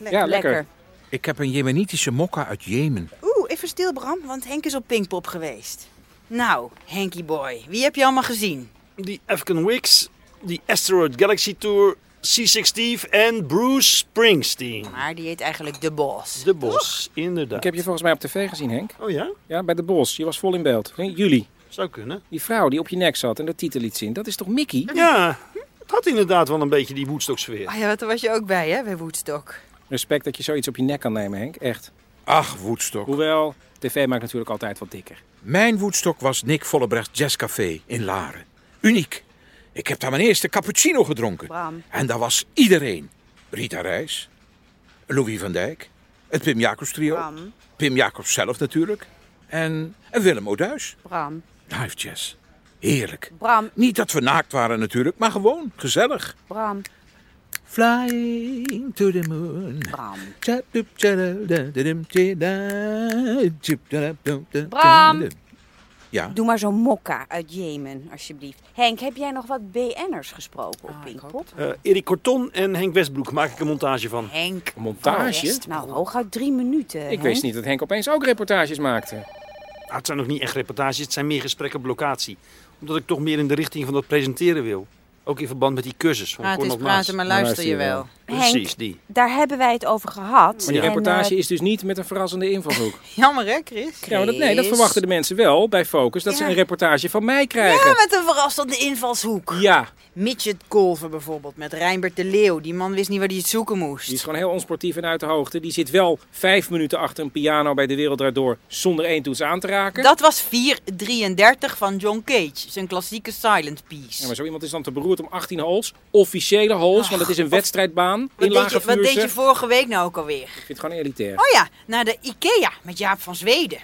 [SPEAKER 8] Ik heb een jemenitische mokka uit Jemen.
[SPEAKER 5] Oeh, even stil Bram, want Henk is op Pinkpop geweest. Nou, Henkie boy, wie heb je allemaal gezien?
[SPEAKER 15] Die African Wicks, die Asteroid Galaxy Tour, C6 Steve en Bruce Springsteen.
[SPEAKER 5] Maar die heet eigenlijk De Bos.
[SPEAKER 15] De Bos, inderdaad.
[SPEAKER 1] Ik heb je volgens mij op tv gezien, Henk.
[SPEAKER 15] Oh ja?
[SPEAKER 1] Ja, bij de Bos. Je was vol in beeld. Nee, jullie.
[SPEAKER 15] Zou kunnen.
[SPEAKER 1] Die vrouw die op je nek zat en dat titel liet zien. Dat is toch Mickey?
[SPEAKER 15] Ja, het had inderdaad wel een beetje die Woodstock sfeer.
[SPEAKER 5] Ah ja, want daar was je ook bij, hè, bij Woodstock.
[SPEAKER 1] Respect dat je zoiets op je nek kan nemen, Henk. Echt.
[SPEAKER 8] Ach, Woodstock.
[SPEAKER 1] Hoewel, tv maakt natuurlijk altijd wat dikker.
[SPEAKER 8] Mijn Woodstock was Nick Vollebrecht Jazzcafé in Laren. Uniek. Ik heb daar mijn eerste cappuccino gedronken.
[SPEAKER 4] Bram.
[SPEAKER 8] En daar was iedereen. Rita Reis, Louis van Dijk, het Pim Jacobs trio.
[SPEAKER 4] Bram.
[SPEAKER 8] Pim Jacobs zelf natuurlijk. En, en Willem Oduis.
[SPEAKER 4] Bram.
[SPEAKER 8] Live jazz. Heerlijk.
[SPEAKER 4] Bram.
[SPEAKER 8] Niet dat we naakt waren natuurlijk, maar gewoon gezellig.
[SPEAKER 4] Bram.
[SPEAKER 8] Flying to the moon.
[SPEAKER 4] Bram. Bram.
[SPEAKER 8] Ja.
[SPEAKER 4] Doe maar zo'n mokka uit Jemen, alsjeblieft. Henk, heb jij nog wat BN'ers gesproken
[SPEAKER 5] Ah,
[SPEAKER 4] op Pinkpop?
[SPEAKER 15] Eh, Erik Corton en Henk Westbroek maak ik een montage van.
[SPEAKER 4] Henk.
[SPEAKER 1] Montage?
[SPEAKER 4] Oh, nou, hooguit drie minuten.
[SPEAKER 5] eh,
[SPEAKER 1] Ik wist niet dat Henk opeens ook reportages maakte.
[SPEAKER 15] Ah, het zijn nog niet echt reportages, het zijn meer gesprekken op locatie. Omdat ik toch meer in de richting van dat presenteren wil. Ook in verband met die cursus van
[SPEAKER 5] Ah, het is
[SPEAKER 15] Cornel Maas.
[SPEAKER 5] praten, maar luister je wel.
[SPEAKER 15] Precies, die.
[SPEAKER 4] Daar hebben wij het over gehad.
[SPEAKER 1] Maar die
[SPEAKER 4] En,
[SPEAKER 1] reportage
[SPEAKER 4] eh,
[SPEAKER 1] is dus niet met een verrassende invalshoek.
[SPEAKER 5] Jammer hè, Chris?
[SPEAKER 1] Ja, maar dat, nee, dat verwachten de mensen wel bij Focus. Dat ze een reportage van mij krijgen.
[SPEAKER 5] Ja, met een verrassende invalshoek.
[SPEAKER 1] Ja.
[SPEAKER 5] Midget Golven bijvoorbeeld, met Reinbert de Leeuw. Die man wist niet waar hij het zoeken moest.
[SPEAKER 1] Die is gewoon heel onsportief en uit de hoogte. Die zit wel vijf minuten achter een piano bij de wereld Draait door zonder één toets aan te raken.
[SPEAKER 5] Dat was 433 van John Cage, zijn klassieke silent piece.
[SPEAKER 1] Ja, maar zo iemand is dan te beroerd om 18 holes. Officiële holes, want het is een wedstrijdbaan in
[SPEAKER 5] wat, deed
[SPEAKER 1] lage
[SPEAKER 5] je, wat deed
[SPEAKER 1] vuurse.
[SPEAKER 5] je vorige week nou ook alweer?
[SPEAKER 1] Ik vind het gewoon elitair.
[SPEAKER 5] Oh ja, naar de IKEA met Jaap van Zweden.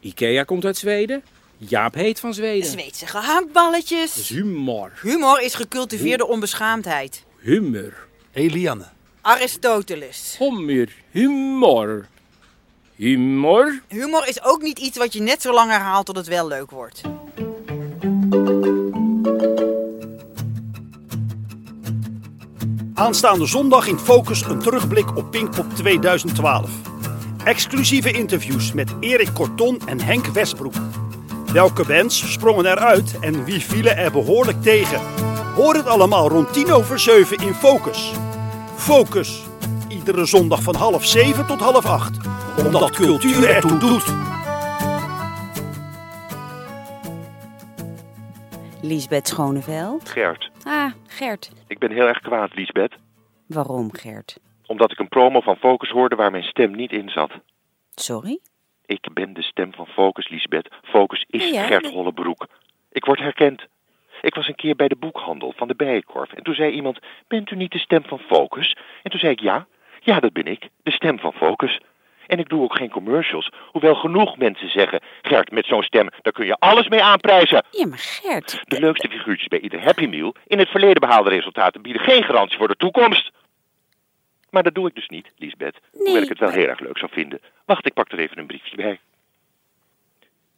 [SPEAKER 1] Ikea komt uit Zweden. Jaap heet van
[SPEAKER 5] De
[SPEAKER 1] Zweden.
[SPEAKER 5] Zweedse gehaktballetjes.
[SPEAKER 4] Dus-
[SPEAKER 1] is humor.
[SPEAKER 5] Humor is gecultiveerde onbeschaamdheid.
[SPEAKER 1] Humor.
[SPEAKER 15] Eliane.
[SPEAKER 5] Aristoteles.
[SPEAKER 1] Humor. Humor. Humor.
[SPEAKER 5] Humor is ook niet iets wat je net zo lang herhaalt tot het wel leuk wordt.
[SPEAKER 6] Aanstaande zondag in Focus een terugblik op Pinkpop 2012. Exclusieve interviews met Erik Corton en Henk Westbroek. Welke bands sprongen eruit en wie vielen er behoorlijk tegen? Hoor het allemaal rond 10 over 7 in Focus. Focus. Iedere zondag van half 7 tot half 8. Omdat cultuur ertoe doet.
[SPEAKER 4] Liesbeth Schoneveld.
[SPEAKER 16] Gert,
[SPEAKER 4] Ah, Gert.
[SPEAKER 16] ik ben heel erg kwaad, Liesbeth.
[SPEAKER 4] Waarom, Gert?
[SPEAKER 16] Omdat ik een promo van Focus hoorde waar mijn stem niet in zat.
[SPEAKER 4] Sorry?
[SPEAKER 16] Ik ben de stem van Focus, Liesbeth. Focus is
[SPEAKER 4] Ja, ja,
[SPEAKER 16] Gert
[SPEAKER 4] maar-
[SPEAKER 16] Hollebroek. Ik word herkend. Ik was een keer bij de boekhandel van de Bijenkorf. En toen zei iemand, bent u niet de stem van Focus? En toen zei ik, ja. Ja, dat ben ik. De stem van Focus. En ik doe ook geen commercials. Hoewel genoeg mensen zeggen, Gert, met zo'n stem, daar kun je alles mee aanprijzen.
[SPEAKER 4] Ja, maar Gert.
[SPEAKER 16] De leukste figuurtjes bij ieder Happy Meal in het verleden behaalde resultaten bieden geen garantie voor de toekomst. Maar dat doe ik dus niet, Liesbeth. hoewel ik het wel heel erg leuk zou vinden. Wacht, ik pak er even een briefje bij.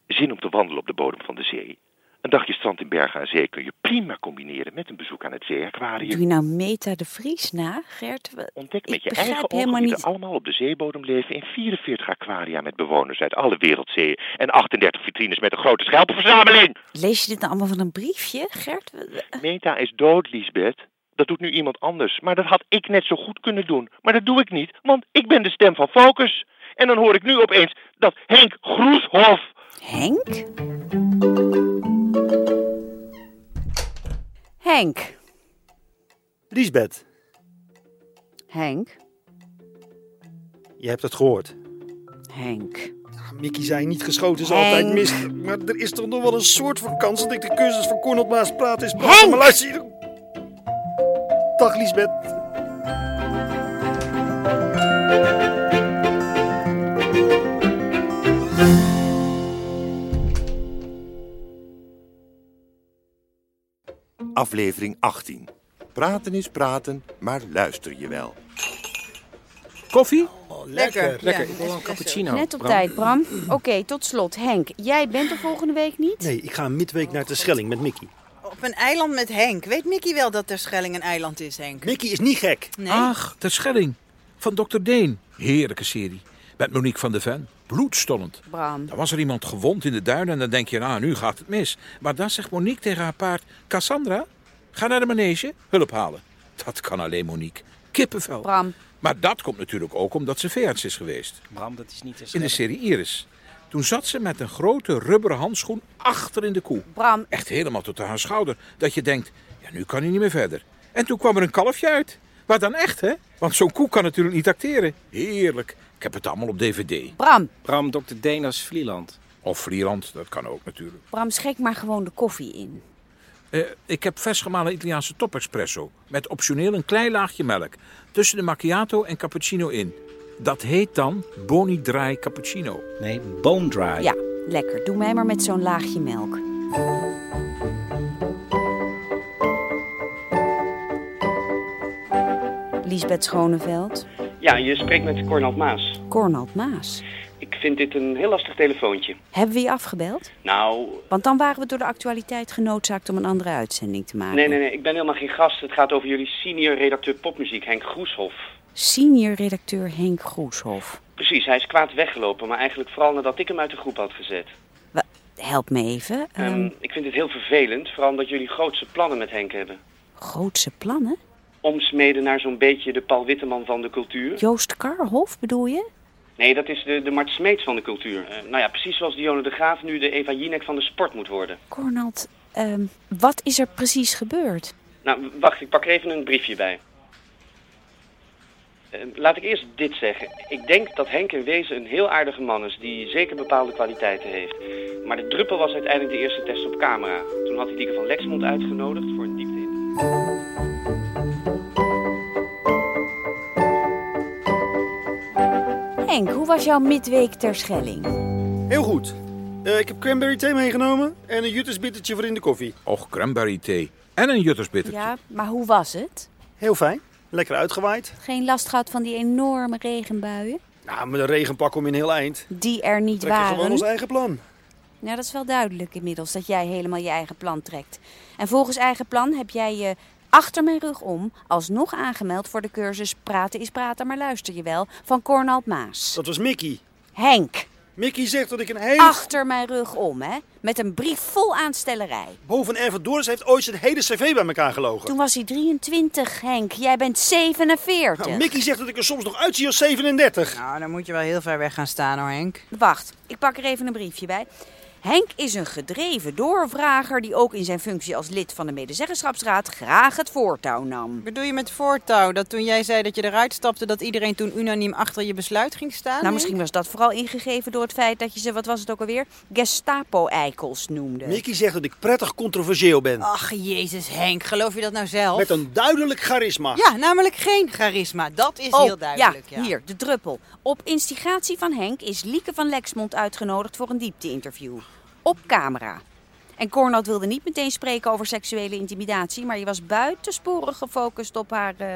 [SPEAKER 16] Zin om te wandelen op de bodem van de zee. Een dagje strand in Bergen aan Zee kun je prima combineren met een bezoek aan het
[SPEAKER 4] Doe
[SPEAKER 16] zeeaquarium.
[SPEAKER 4] je nou Meta de Vries na, Gert? We-
[SPEAKER 16] Ontdek met
[SPEAKER 4] ik
[SPEAKER 16] je
[SPEAKER 4] begrijp
[SPEAKER 16] eigen
[SPEAKER 4] helemaal
[SPEAKER 16] ogen wie
[SPEAKER 4] niet-
[SPEAKER 16] er allemaal op de zeebodem leven in 44 aquaria met bewoners uit alle wereldzeeën en 38 vitrines met een grote schelpenverzameling.
[SPEAKER 4] Lees je dit nou allemaal van een briefje, Gert? We- we-
[SPEAKER 16] Meta is dood, Liesbeth. Dat doet nu iemand anders. Maar dat had ik net zo goed kunnen doen. Maar dat doe ik niet, want ik ben de stem van Focus. En dan hoor ik nu opeens dat Henk Groeshof...
[SPEAKER 4] Henk? Henk.
[SPEAKER 6] Liesbeth,
[SPEAKER 4] Henk.
[SPEAKER 6] je hebt het gehoord.
[SPEAKER 4] Henk.
[SPEAKER 6] Mickey zei niet geschoten is
[SPEAKER 4] Henk.
[SPEAKER 6] altijd mis. Maar er is toch nog wel een soort van kans dat ik de cursus van Cornel Maas praat is.
[SPEAKER 4] Henk!
[SPEAKER 6] Maar luister hier. Dag Liesbeth.
[SPEAKER 3] Aflevering 18. Praten is praten, maar luister je wel.
[SPEAKER 1] Koffie?
[SPEAKER 4] lekker. Oh, Lekker.
[SPEAKER 1] Lekker.
[SPEAKER 4] Ja.
[SPEAKER 1] Ik wil een cappuccino.
[SPEAKER 4] Net op
[SPEAKER 1] Bram.
[SPEAKER 4] tijd, Bram. Oké, tot slot. Henk, jij bent er volgende week niet?
[SPEAKER 6] Nee, ik ga midweek naar de Schelling met Mickey.
[SPEAKER 5] Op een eiland met Henk. Weet Mickey wel dat Terschelling een eiland is, Henk?
[SPEAKER 6] Mickey is niet gek.
[SPEAKER 5] Nee.
[SPEAKER 8] Ach, de Schelling. Van Dr. Deen. Heerlijke serie. Met Monique van der Ven. Bloedstollend.
[SPEAKER 4] Bram.
[SPEAKER 8] Dan was er iemand gewond in de duinen en dan denk je, nou, nu gaat het mis. Maar dan zegt Monique tegen haar paard, Cassandra, ga naar de manege, hulp halen. Dat kan alleen Monique. Kippenvel.
[SPEAKER 4] Bram.
[SPEAKER 8] Maar dat komt natuurlijk ook omdat ze veearts is geweest.
[SPEAKER 1] Bram, dat is niet te
[SPEAKER 8] In de serie Iris. Toen zat ze met een grote rubberen handschoen achter in de koe.
[SPEAKER 4] Bram.
[SPEAKER 8] Echt helemaal tot aan haar schouder. Dat je denkt, ja, nu kan hij niet meer verder. En toen kwam er een kalfje uit. Maar dan echt, hè? Want zo'n koe kan natuurlijk niet acteren. Heerlijk. Ik heb het allemaal op dvd.
[SPEAKER 4] Bram.
[SPEAKER 1] Bram, Dr. Denas Vlieland.
[SPEAKER 8] Of Vlieland, dat kan ook natuurlijk.
[SPEAKER 4] Bram, schrik maar gewoon de koffie in.
[SPEAKER 8] Eh, ik heb versgemalen Italiaanse top espresso. Met optioneel een klein laagje melk. Tussen de macchiato en cappuccino in. Dat heet dan Boni Dry Cappuccino.
[SPEAKER 1] Nee, Bone Dry.
[SPEAKER 4] Ja, lekker. Doe mij maar met zo'n laagje melk. Liesbeth Schoneveld,
[SPEAKER 12] Ja, je spreekt met Cornald Maas.
[SPEAKER 4] Cornald Maas.
[SPEAKER 12] Ik vind dit een heel lastig telefoontje.
[SPEAKER 4] Hebben we je afgebeld?
[SPEAKER 12] Nou,
[SPEAKER 4] Want dan waren we door de actualiteit genoodzaakt om een andere uitzending te maken.
[SPEAKER 12] nee, nee, nee, ik ben helemaal geen gast. Het gaat over jullie senior redacteur popmuziek, Henk Groeshof.
[SPEAKER 4] Senior redacteur Henk Groeshoff.
[SPEAKER 12] Precies, hij is kwaad weggelopen, maar eigenlijk vooral nadat ik hem uit de groep had gezet.
[SPEAKER 4] Wa- Help me even.
[SPEAKER 12] Ehm,
[SPEAKER 4] Ehm
[SPEAKER 12] ik vind het heel vervelend, vooral omdat jullie grootse plannen met Henk hebben.
[SPEAKER 4] grootse plannen?
[SPEAKER 12] Omsmeden naar zo'n beetje de Paul Witteman van de cultuur.
[SPEAKER 4] Joost Karhoff bedoel je?
[SPEAKER 12] Nee, dat is de, de Mart Smeets van de cultuur. Eh, nou ja, precies zoals Dionne de Graaf nu de Eva Jinek van de sport moet worden.
[SPEAKER 4] Cornald, ehm, wat is er precies gebeurd?
[SPEAKER 12] Nou, w- wacht, ik pak er even een briefje bij. Eh, Laat ik eerst dit zeggen. Ik denk dat Henk in wezen een heel aardige man is, die zeker bepaalde kwaliteiten heeft. Maar de druppel was uiteindelijk de eerste test op camera. Toen had hij Dieke van Lexmond uitgenodigd voor een diepte.
[SPEAKER 4] Henk, hoe was jouw midweek ter Schelling?
[SPEAKER 6] Heel goed. Eh, ik heb cranberry thee meegenomen en een juttersbittertje voor in de koffie.
[SPEAKER 8] Och, cranberry thee. En een juttersbitter.
[SPEAKER 4] Ja, maar hoe was het?
[SPEAKER 6] Heel fijn. Lekker uitgewaaid.
[SPEAKER 4] Geen last gehad van die enorme regenbuien?
[SPEAKER 6] Nou, met een regenpak om in heel eind.
[SPEAKER 4] Die er niet
[SPEAKER 6] Trekken
[SPEAKER 4] waren.
[SPEAKER 6] gewoon ons eigen plan.
[SPEAKER 4] Nou, dat is wel duidelijk inmiddels dat jij helemaal je eigen plan trekt. En volgens eigen plan heb jij je achter mijn rug om alsnog aangemeld voor de cursus Praten is praten, maar luister je wel van Cornald Maas.
[SPEAKER 6] Dat was Mickey.
[SPEAKER 4] Henk.
[SPEAKER 6] Mickey zegt dat ik een hele...
[SPEAKER 4] Achter mijn rug om, hè? Met een brief vol aanstellerij.
[SPEAKER 6] Boven Erven Doris heeft ooit zijn hele cv bij elkaar gelogen.
[SPEAKER 4] Toen was hij 23, Henk. Jij bent 47.
[SPEAKER 6] Nou, Mickey zegt dat ik er soms nog uitzie als 37.
[SPEAKER 20] Nou, dan moet je wel heel ver weg gaan staan hoor, Henk.
[SPEAKER 4] Wacht, ik pak er even een briefje bij. Henk is een gedreven doorvrager die ook in zijn functie als lid van de medezeggenschapsraad graag het voortouw nam.
[SPEAKER 20] Bedoel je met voortouw dat toen jij zei dat je eruit stapte, dat iedereen toen unaniem achter je besluit ging staan?
[SPEAKER 4] Nou,
[SPEAKER 20] Henk?
[SPEAKER 4] misschien was dat vooral ingegeven door het feit dat je ze, wat was het ook alweer, Gestapo-eikels noemde.
[SPEAKER 6] Mickey zegt dat ik prettig controversieel ben.
[SPEAKER 4] Oh.
[SPEAKER 20] Ach, jezus Henk, geloof je dat nou zelf?
[SPEAKER 6] Met een duidelijk charisma.
[SPEAKER 20] Ja, namelijk geen charisma. Dat is
[SPEAKER 4] Oh,
[SPEAKER 20] heel duidelijk.
[SPEAKER 4] Ja, hier, de druppel. Op instigatie van Henk is Lieke van Lexmond uitgenodigd voor een diepte-interview. Op camera. En Cornald wilde niet meteen spreken over seksuele intimidatie, maar je was buitensporig gefocust op haar eh,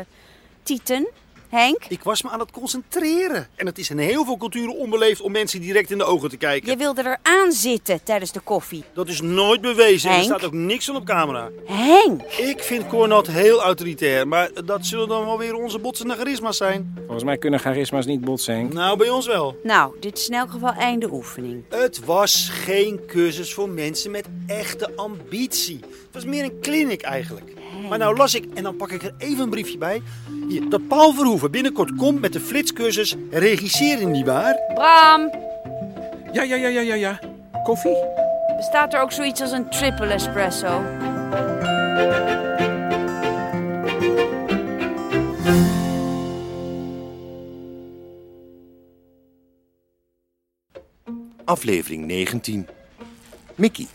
[SPEAKER 4] tieten. Henk?
[SPEAKER 6] Ik was me aan het concentreren. En het is in heel veel culturen onbeleefd om mensen direct in de ogen te kijken.
[SPEAKER 4] Je wilde er aan zitten tijdens de koffie.
[SPEAKER 6] Dat is nooit bewezen en er
[SPEAKER 4] Henk?
[SPEAKER 6] staat ook niks van op camera.
[SPEAKER 4] Henk!
[SPEAKER 6] Ik vind Cornat heel autoritair, maar dat zullen dan wel weer onze botsende charisma's zijn.
[SPEAKER 1] Volgens mij kunnen charisma's niet botsen, Henk.
[SPEAKER 6] Nou, bij ons wel.
[SPEAKER 4] Nou, dit is in elk geval einde oefening.
[SPEAKER 6] Het was geen cursus voor mensen met echte ambitie. Het was meer een clinic eigenlijk. Maar nou las ik, en dan pak ik er even een briefje bij, hier, dat Paul Verhoeven binnenkort komt met de flitscursus Regisseren, nietwaar?
[SPEAKER 4] Bram,
[SPEAKER 8] Ja, ja, ja, ja, ja, ja. Koffie?
[SPEAKER 4] bestaat er ook zoiets als een triple espresso?
[SPEAKER 3] Aflevering 19. Mickey.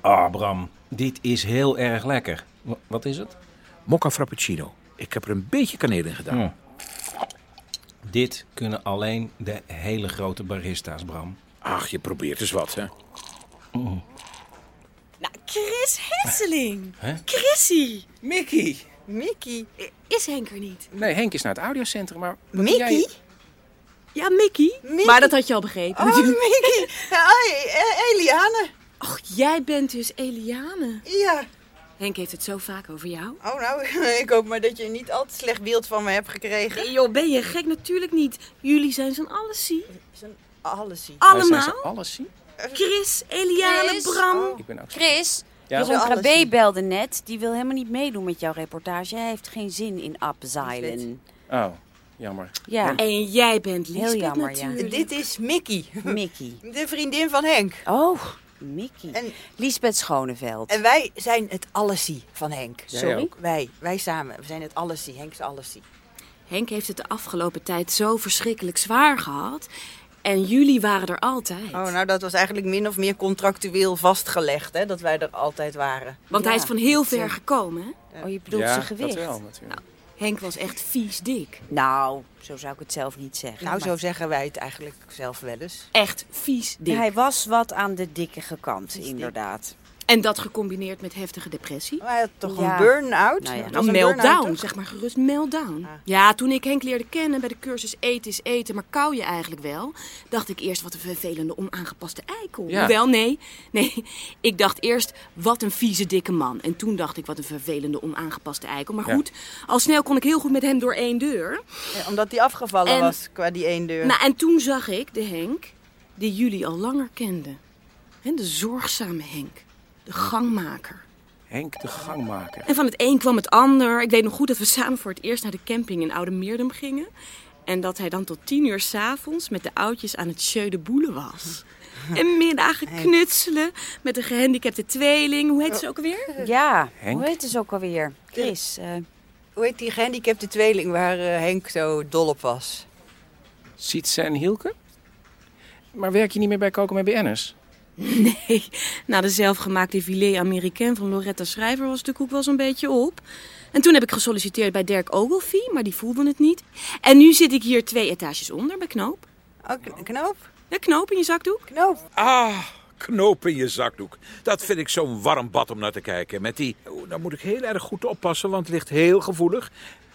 [SPEAKER 1] Ah, Bram, dit is heel erg lekker. Wa- Wat is het?
[SPEAKER 8] Mokka frappuccino. Ik heb er een beetje kaneel in gedaan.
[SPEAKER 1] Hm. Dit kunnen alleen de hele grote barista's, Bram.
[SPEAKER 8] Ach, je probeert eens wat, hè?
[SPEAKER 18] Nou, Chris Hesseling.
[SPEAKER 1] Hè?
[SPEAKER 18] Chrissy.
[SPEAKER 1] Mickey.
[SPEAKER 18] Mickey. Is Henk er niet?
[SPEAKER 1] Nee, Henk is naar het audiocentrum, maar... wat doe
[SPEAKER 18] Mickey?
[SPEAKER 1] jij-
[SPEAKER 18] Ja, Mickey. Maar dat had je al begrepen.
[SPEAKER 20] Oh,
[SPEAKER 18] natuurlijk.
[SPEAKER 20] Mickey. Hoi, eh, Eliane.
[SPEAKER 18] Och, jij bent dus Eliane.
[SPEAKER 20] Ja.
[SPEAKER 18] Henk heeft het zo vaak over jou.
[SPEAKER 20] Oh, nou, ik hoop maar dat je niet al te slecht beeld van me hebt gekregen.
[SPEAKER 18] Nee, joh, ben je gek? Natuurlijk niet. Jullie zijn z'n allesie.
[SPEAKER 20] Zijn allesie.
[SPEAKER 18] Allemaal?
[SPEAKER 1] Wij zijn ze alles zien. Oh.
[SPEAKER 18] Chris, Eliane,
[SPEAKER 4] Chris.
[SPEAKER 18] Bram.
[SPEAKER 1] Ik ben ook zo-
[SPEAKER 4] Chris,
[SPEAKER 1] Ja?
[SPEAKER 4] Jeroen
[SPEAKER 1] Zo alles
[SPEAKER 4] Krabbe belde net. Die wil helemaal niet meedoen met jouw reportage. Hij heeft geen zin in abzeilen.
[SPEAKER 1] Oh, jammer.
[SPEAKER 4] Ja.
[SPEAKER 18] En jij bent
[SPEAKER 4] Heel jammer, ja.
[SPEAKER 20] Dit is Mickey.
[SPEAKER 4] Mickey.
[SPEAKER 20] De vriendin van Henk.
[SPEAKER 4] Oh, Mickey. Lisbeth Schoneveld.
[SPEAKER 20] En wij zijn het allesie van Henk.
[SPEAKER 18] Jij Sorry? ook?
[SPEAKER 20] Wij, wij samen. We zijn het allesie, Henk's allesie.
[SPEAKER 18] Henk heeft het de afgelopen tijd zo verschrikkelijk zwaar gehad. En jullie waren er altijd.
[SPEAKER 20] Oh, nou dat was eigenlijk min of meer contractueel vastgelegd, hè, dat wij er altijd waren.
[SPEAKER 18] Want hij is van heel ver gekomen. hè? Nou,
[SPEAKER 4] Oh, je bedoelt
[SPEAKER 20] eh, Ja,
[SPEAKER 4] zijn
[SPEAKER 20] dat
[SPEAKER 4] gewicht.
[SPEAKER 20] wel,
[SPEAKER 1] natuurlijk.
[SPEAKER 18] Henk was echt vies dik.
[SPEAKER 4] Nou, zo zou ik het zelf niet zeggen.
[SPEAKER 20] Nou,
[SPEAKER 4] maar-
[SPEAKER 20] zo zeggen wij het eigenlijk zelf wel eens.
[SPEAKER 18] Echt vies dik.
[SPEAKER 4] Hij was wat aan de dikkere kant, inderdaad.
[SPEAKER 18] En dat gecombineerd met heftige depressie.
[SPEAKER 20] Maar hij had toch
[SPEAKER 4] Ja.
[SPEAKER 20] een burn-out?
[SPEAKER 4] Nou ja.
[SPEAKER 20] Dat was
[SPEAKER 18] Een
[SPEAKER 20] burn-out,
[SPEAKER 18] meltdown,
[SPEAKER 20] toch? Ah.
[SPEAKER 18] zeg maar gerust meltdown. Ja, toen ik Henk leerde kennen bij de cursus Eten is eten, maar kou je eigenlijk wel, dacht ik eerst wat een vervelende onaangepaste eikel. Ja. Hoewel, nee, nee. Ik dacht eerst wat een vieze dikke man. En toen dacht ik wat een vervelende onaangepaste eikel. Maar
[SPEAKER 20] Ja.
[SPEAKER 18] goed, al snel kon ik heel goed met hem door één deur.
[SPEAKER 20] Ja, omdat hij afgevallen
[SPEAKER 18] En-
[SPEAKER 20] was qua die één deur.
[SPEAKER 18] Nou, en toen zag ik de Henk die jullie al langer kenden. Hè, de zorgzame Henk. De gangmaker.
[SPEAKER 1] Henk de gangmaker.
[SPEAKER 18] En van het een kwam het ander. Ik weet nog goed dat we samen voor het eerst naar de camping in Oude Meerdum gingen. En dat hij dan tot tien uur s'avonds met de oudjes aan het Sjeu de Boele was. En middagen knutselen met een gehandicapte tweeling. Hoe heet ze ook alweer?
[SPEAKER 4] Ja,
[SPEAKER 18] Henk?
[SPEAKER 4] hoe heet het ook alweer? Chris. eh,
[SPEAKER 20] Hoe heet die gehandicapte tweeling waar eh, Henk zo dol op was?
[SPEAKER 1] Sietse en Hielke? Maar werk je niet meer bij Koken met BN'ers?
[SPEAKER 18] Nee, na Nou, de zelfgemaakte filet américain van Loretta Schrijver was de koek wel zo'n beetje op. En toen heb ik gesolliciteerd bij Dirk Ogilvie, maar die voelde het niet. En nu zit ik hier twee etages onder bij Knoop.
[SPEAKER 20] Oh, Knoop?
[SPEAKER 18] Ja, Knoop in je zakdoek.
[SPEAKER 20] Knoop.
[SPEAKER 8] Ah, knoop in je zakdoek. Dat vind ik zo'n warm bad om naar te kijken. Met die, oh, nou moet ik heel erg goed oppassen, want het ligt heel gevoelig.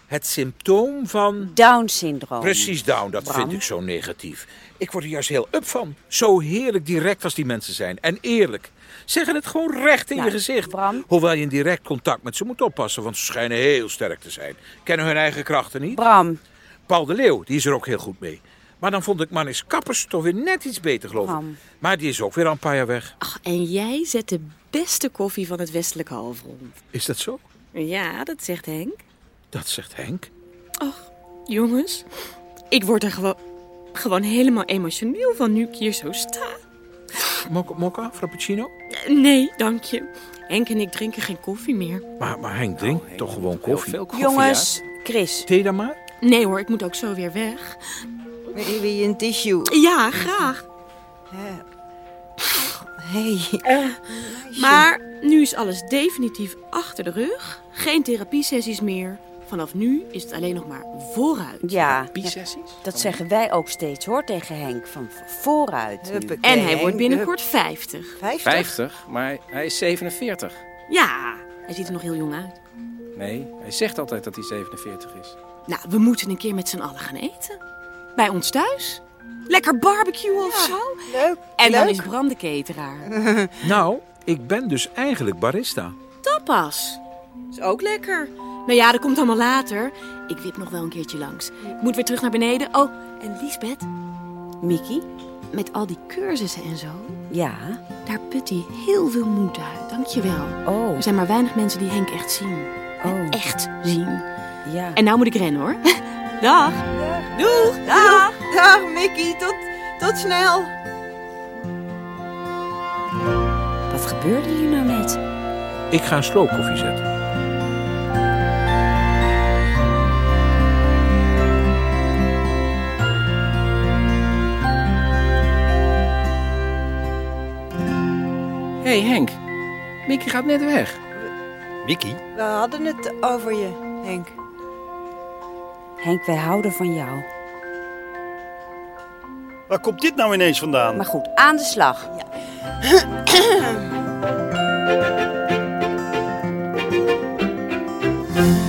[SPEAKER 8] Het symptoom van...
[SPEAKER 4] Down-syndroom.
[SPEAKER 8] Precies down, dat
[SPEAKER 4] Bram.
[SPEAKER 8] vind ik zo negatief. Ik word er juist heel up van. Zo heerlijk direct als die mensen zijn. En eerlijk. Zeggen het gewoon recht in
[SPEAKER 4] Nou,
[SPEAKER 8] je gezicht. Hoewel je in direct contact met ze moet oppassen, want ze schijnen heel sterk te zijn. Kennen hun eigen krachten niet.
[SPEAKER 4] Bram.
[SPEAKER 8] Paul de Leeuw, die is er ook heel goed mee. Maar dan vond ik Manis Kappers toch weer net iets beter, geloof ik.
[SPEAKER 18] Bram.
[SPEAKER 8] Maar die is ook weer al een paar jaar weg.
[SPEAKER 18] Ach, en jij zet de beste koffie van het westelijk halfrond.
[SPEAKER 8] Is dat zo?
[SPEAKER 18] Ja, dat zegt Henk.
[SPEAKER 8] Dat zegt Henk.
[SPEAKER 18] Och, jongens. Ik word er gewoon, gewoon helemaal emotioneel van nu ik hier zo sta.
[SPEAKER 8] Mokka, mokka frappuccino?
[SPEAKER 18] Eh, Nee, dank je. Henk en ik drinken geen koffie meer.
[SPEAKER 8] Maar, maar Nou, Henk drinkt toch gewoon koffie?
[SPEAKER 18] Jongens,
[SPEAKER 4] Chris.
[SPEAKER 8] Thee dan maar?
[SPEAKER 18] Nee hoor, ik moet ook zo weer weg.
[SPEAKER 20] Wil wil je een tissue?
[SPEAKER 18] Ja, graag.
[SPEAKER 20] Hey.
[SPEAKER 18] Eh, Maar nu is alles definitief achter de rug. Geen therapiesessies meer. Vanaf nu is het alleen nog maar vooruit.
[SPEAKER 4] Ja, ja, dat zeggen wij ook steeds hoor tegen Henk. Van vooruit.
[SPEAKER 18] Huppakee, En hij wordt binnenkort 50.
[SPEAKER 1] 50, maar hij is 47.
[SPEAKER 18] Ja, hij ziet er nog heel jong uit.
[SPEAKER 1] Nee, hij zegt altijd dat hij 47 is.
[SPEAKER 18] Nou, we moeten een keer met z'n allen gaan eten. Bij ons thuis. Lekker barbecue of zo. Leuk. En dan
[SPEAKER 8] leuk.
[SPEAKER 18] is Bram de cateraar.
[SPEAKER 8] Nou, ik ben dus eigenlijk barista.
[SPEAKER 18] Tapas. Is ook lekker. Nou ja, dat komt allemaal later. Ik wip nog wel een keertje langs. Ik moet weer terug naar beneden. Oh, en Liesbeth.
[SPEAKER 4] Mickey?
[SPEAKER 18] Met al die cursussen en zo,
[SPEAKER 4] Ja.
[SPEAKER 18] daar put hij heel veel moed uit. Dankjewel.
[SPEAKER 4] Oh.
[SPEAKER 18] Er zijn maar weinig mensen die Henk echt zien. En Echt zien.
[SPEAKER 4] Ja.
[SPEAKER 18] En nou moet ik rennen hoor. Dag. Doeg.
[SPEAKER 20] Dag. Dag, Mickey. Tot, tot snel.
[SPEAKER 4] Wat gebeurde hier nou net?
[SPEAKER 8] Ik ga een sloopkoffie zetten.
[SPEAKER 1] Hé hey Henk, Mickey gaat net weg.
[SPEAKER 15] Mickey?
[SPEAKER 20] We hadden het over je, Henk.
[SPEAKER 4] Henk, wij houden van jou.
[SPEAKER 6] Waar komt dit nou ineens vandaan?
[SPEAKER 4] Maar goed, aan de slag.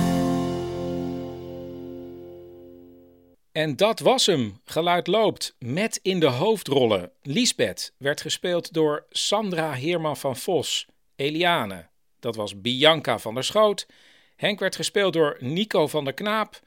[SPEAKER 1] En dat was hem. Geluid loopt. Met in de hoofdrollen. Liesbeth werd gespeeld door Sandra Heerman van Vos. Eliane. Dat was Bianca van der Schoot. Henk werd gespeeld door Nico van der Knaap.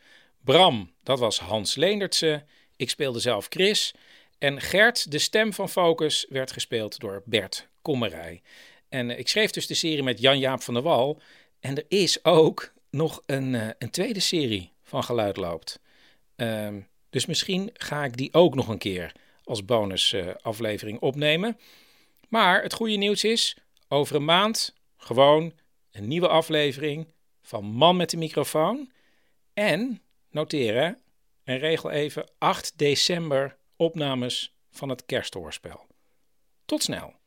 [SPEAKER 1] Bram. Dat was Hans Leendertse. Ik speelde zelf Chris. En Gert, de stem van Focus, werd gespeeld door Bert Kommerij. En eh, ik schreef dus de serie met Jan-Jaap van der Wal. En er is ook nog een, eh, een tweede serie van Geluid loopt. Ehm, dus misschien ga ik die ook nog een keer als bonusaflevering aflevering opnemen. Maar het goede nieuws is, over een maand gewoon een nieuwe aflevering van Man met de microfoon. En, noteren, en regel even 8 december opnames van het kersthoorspel. Tot snel!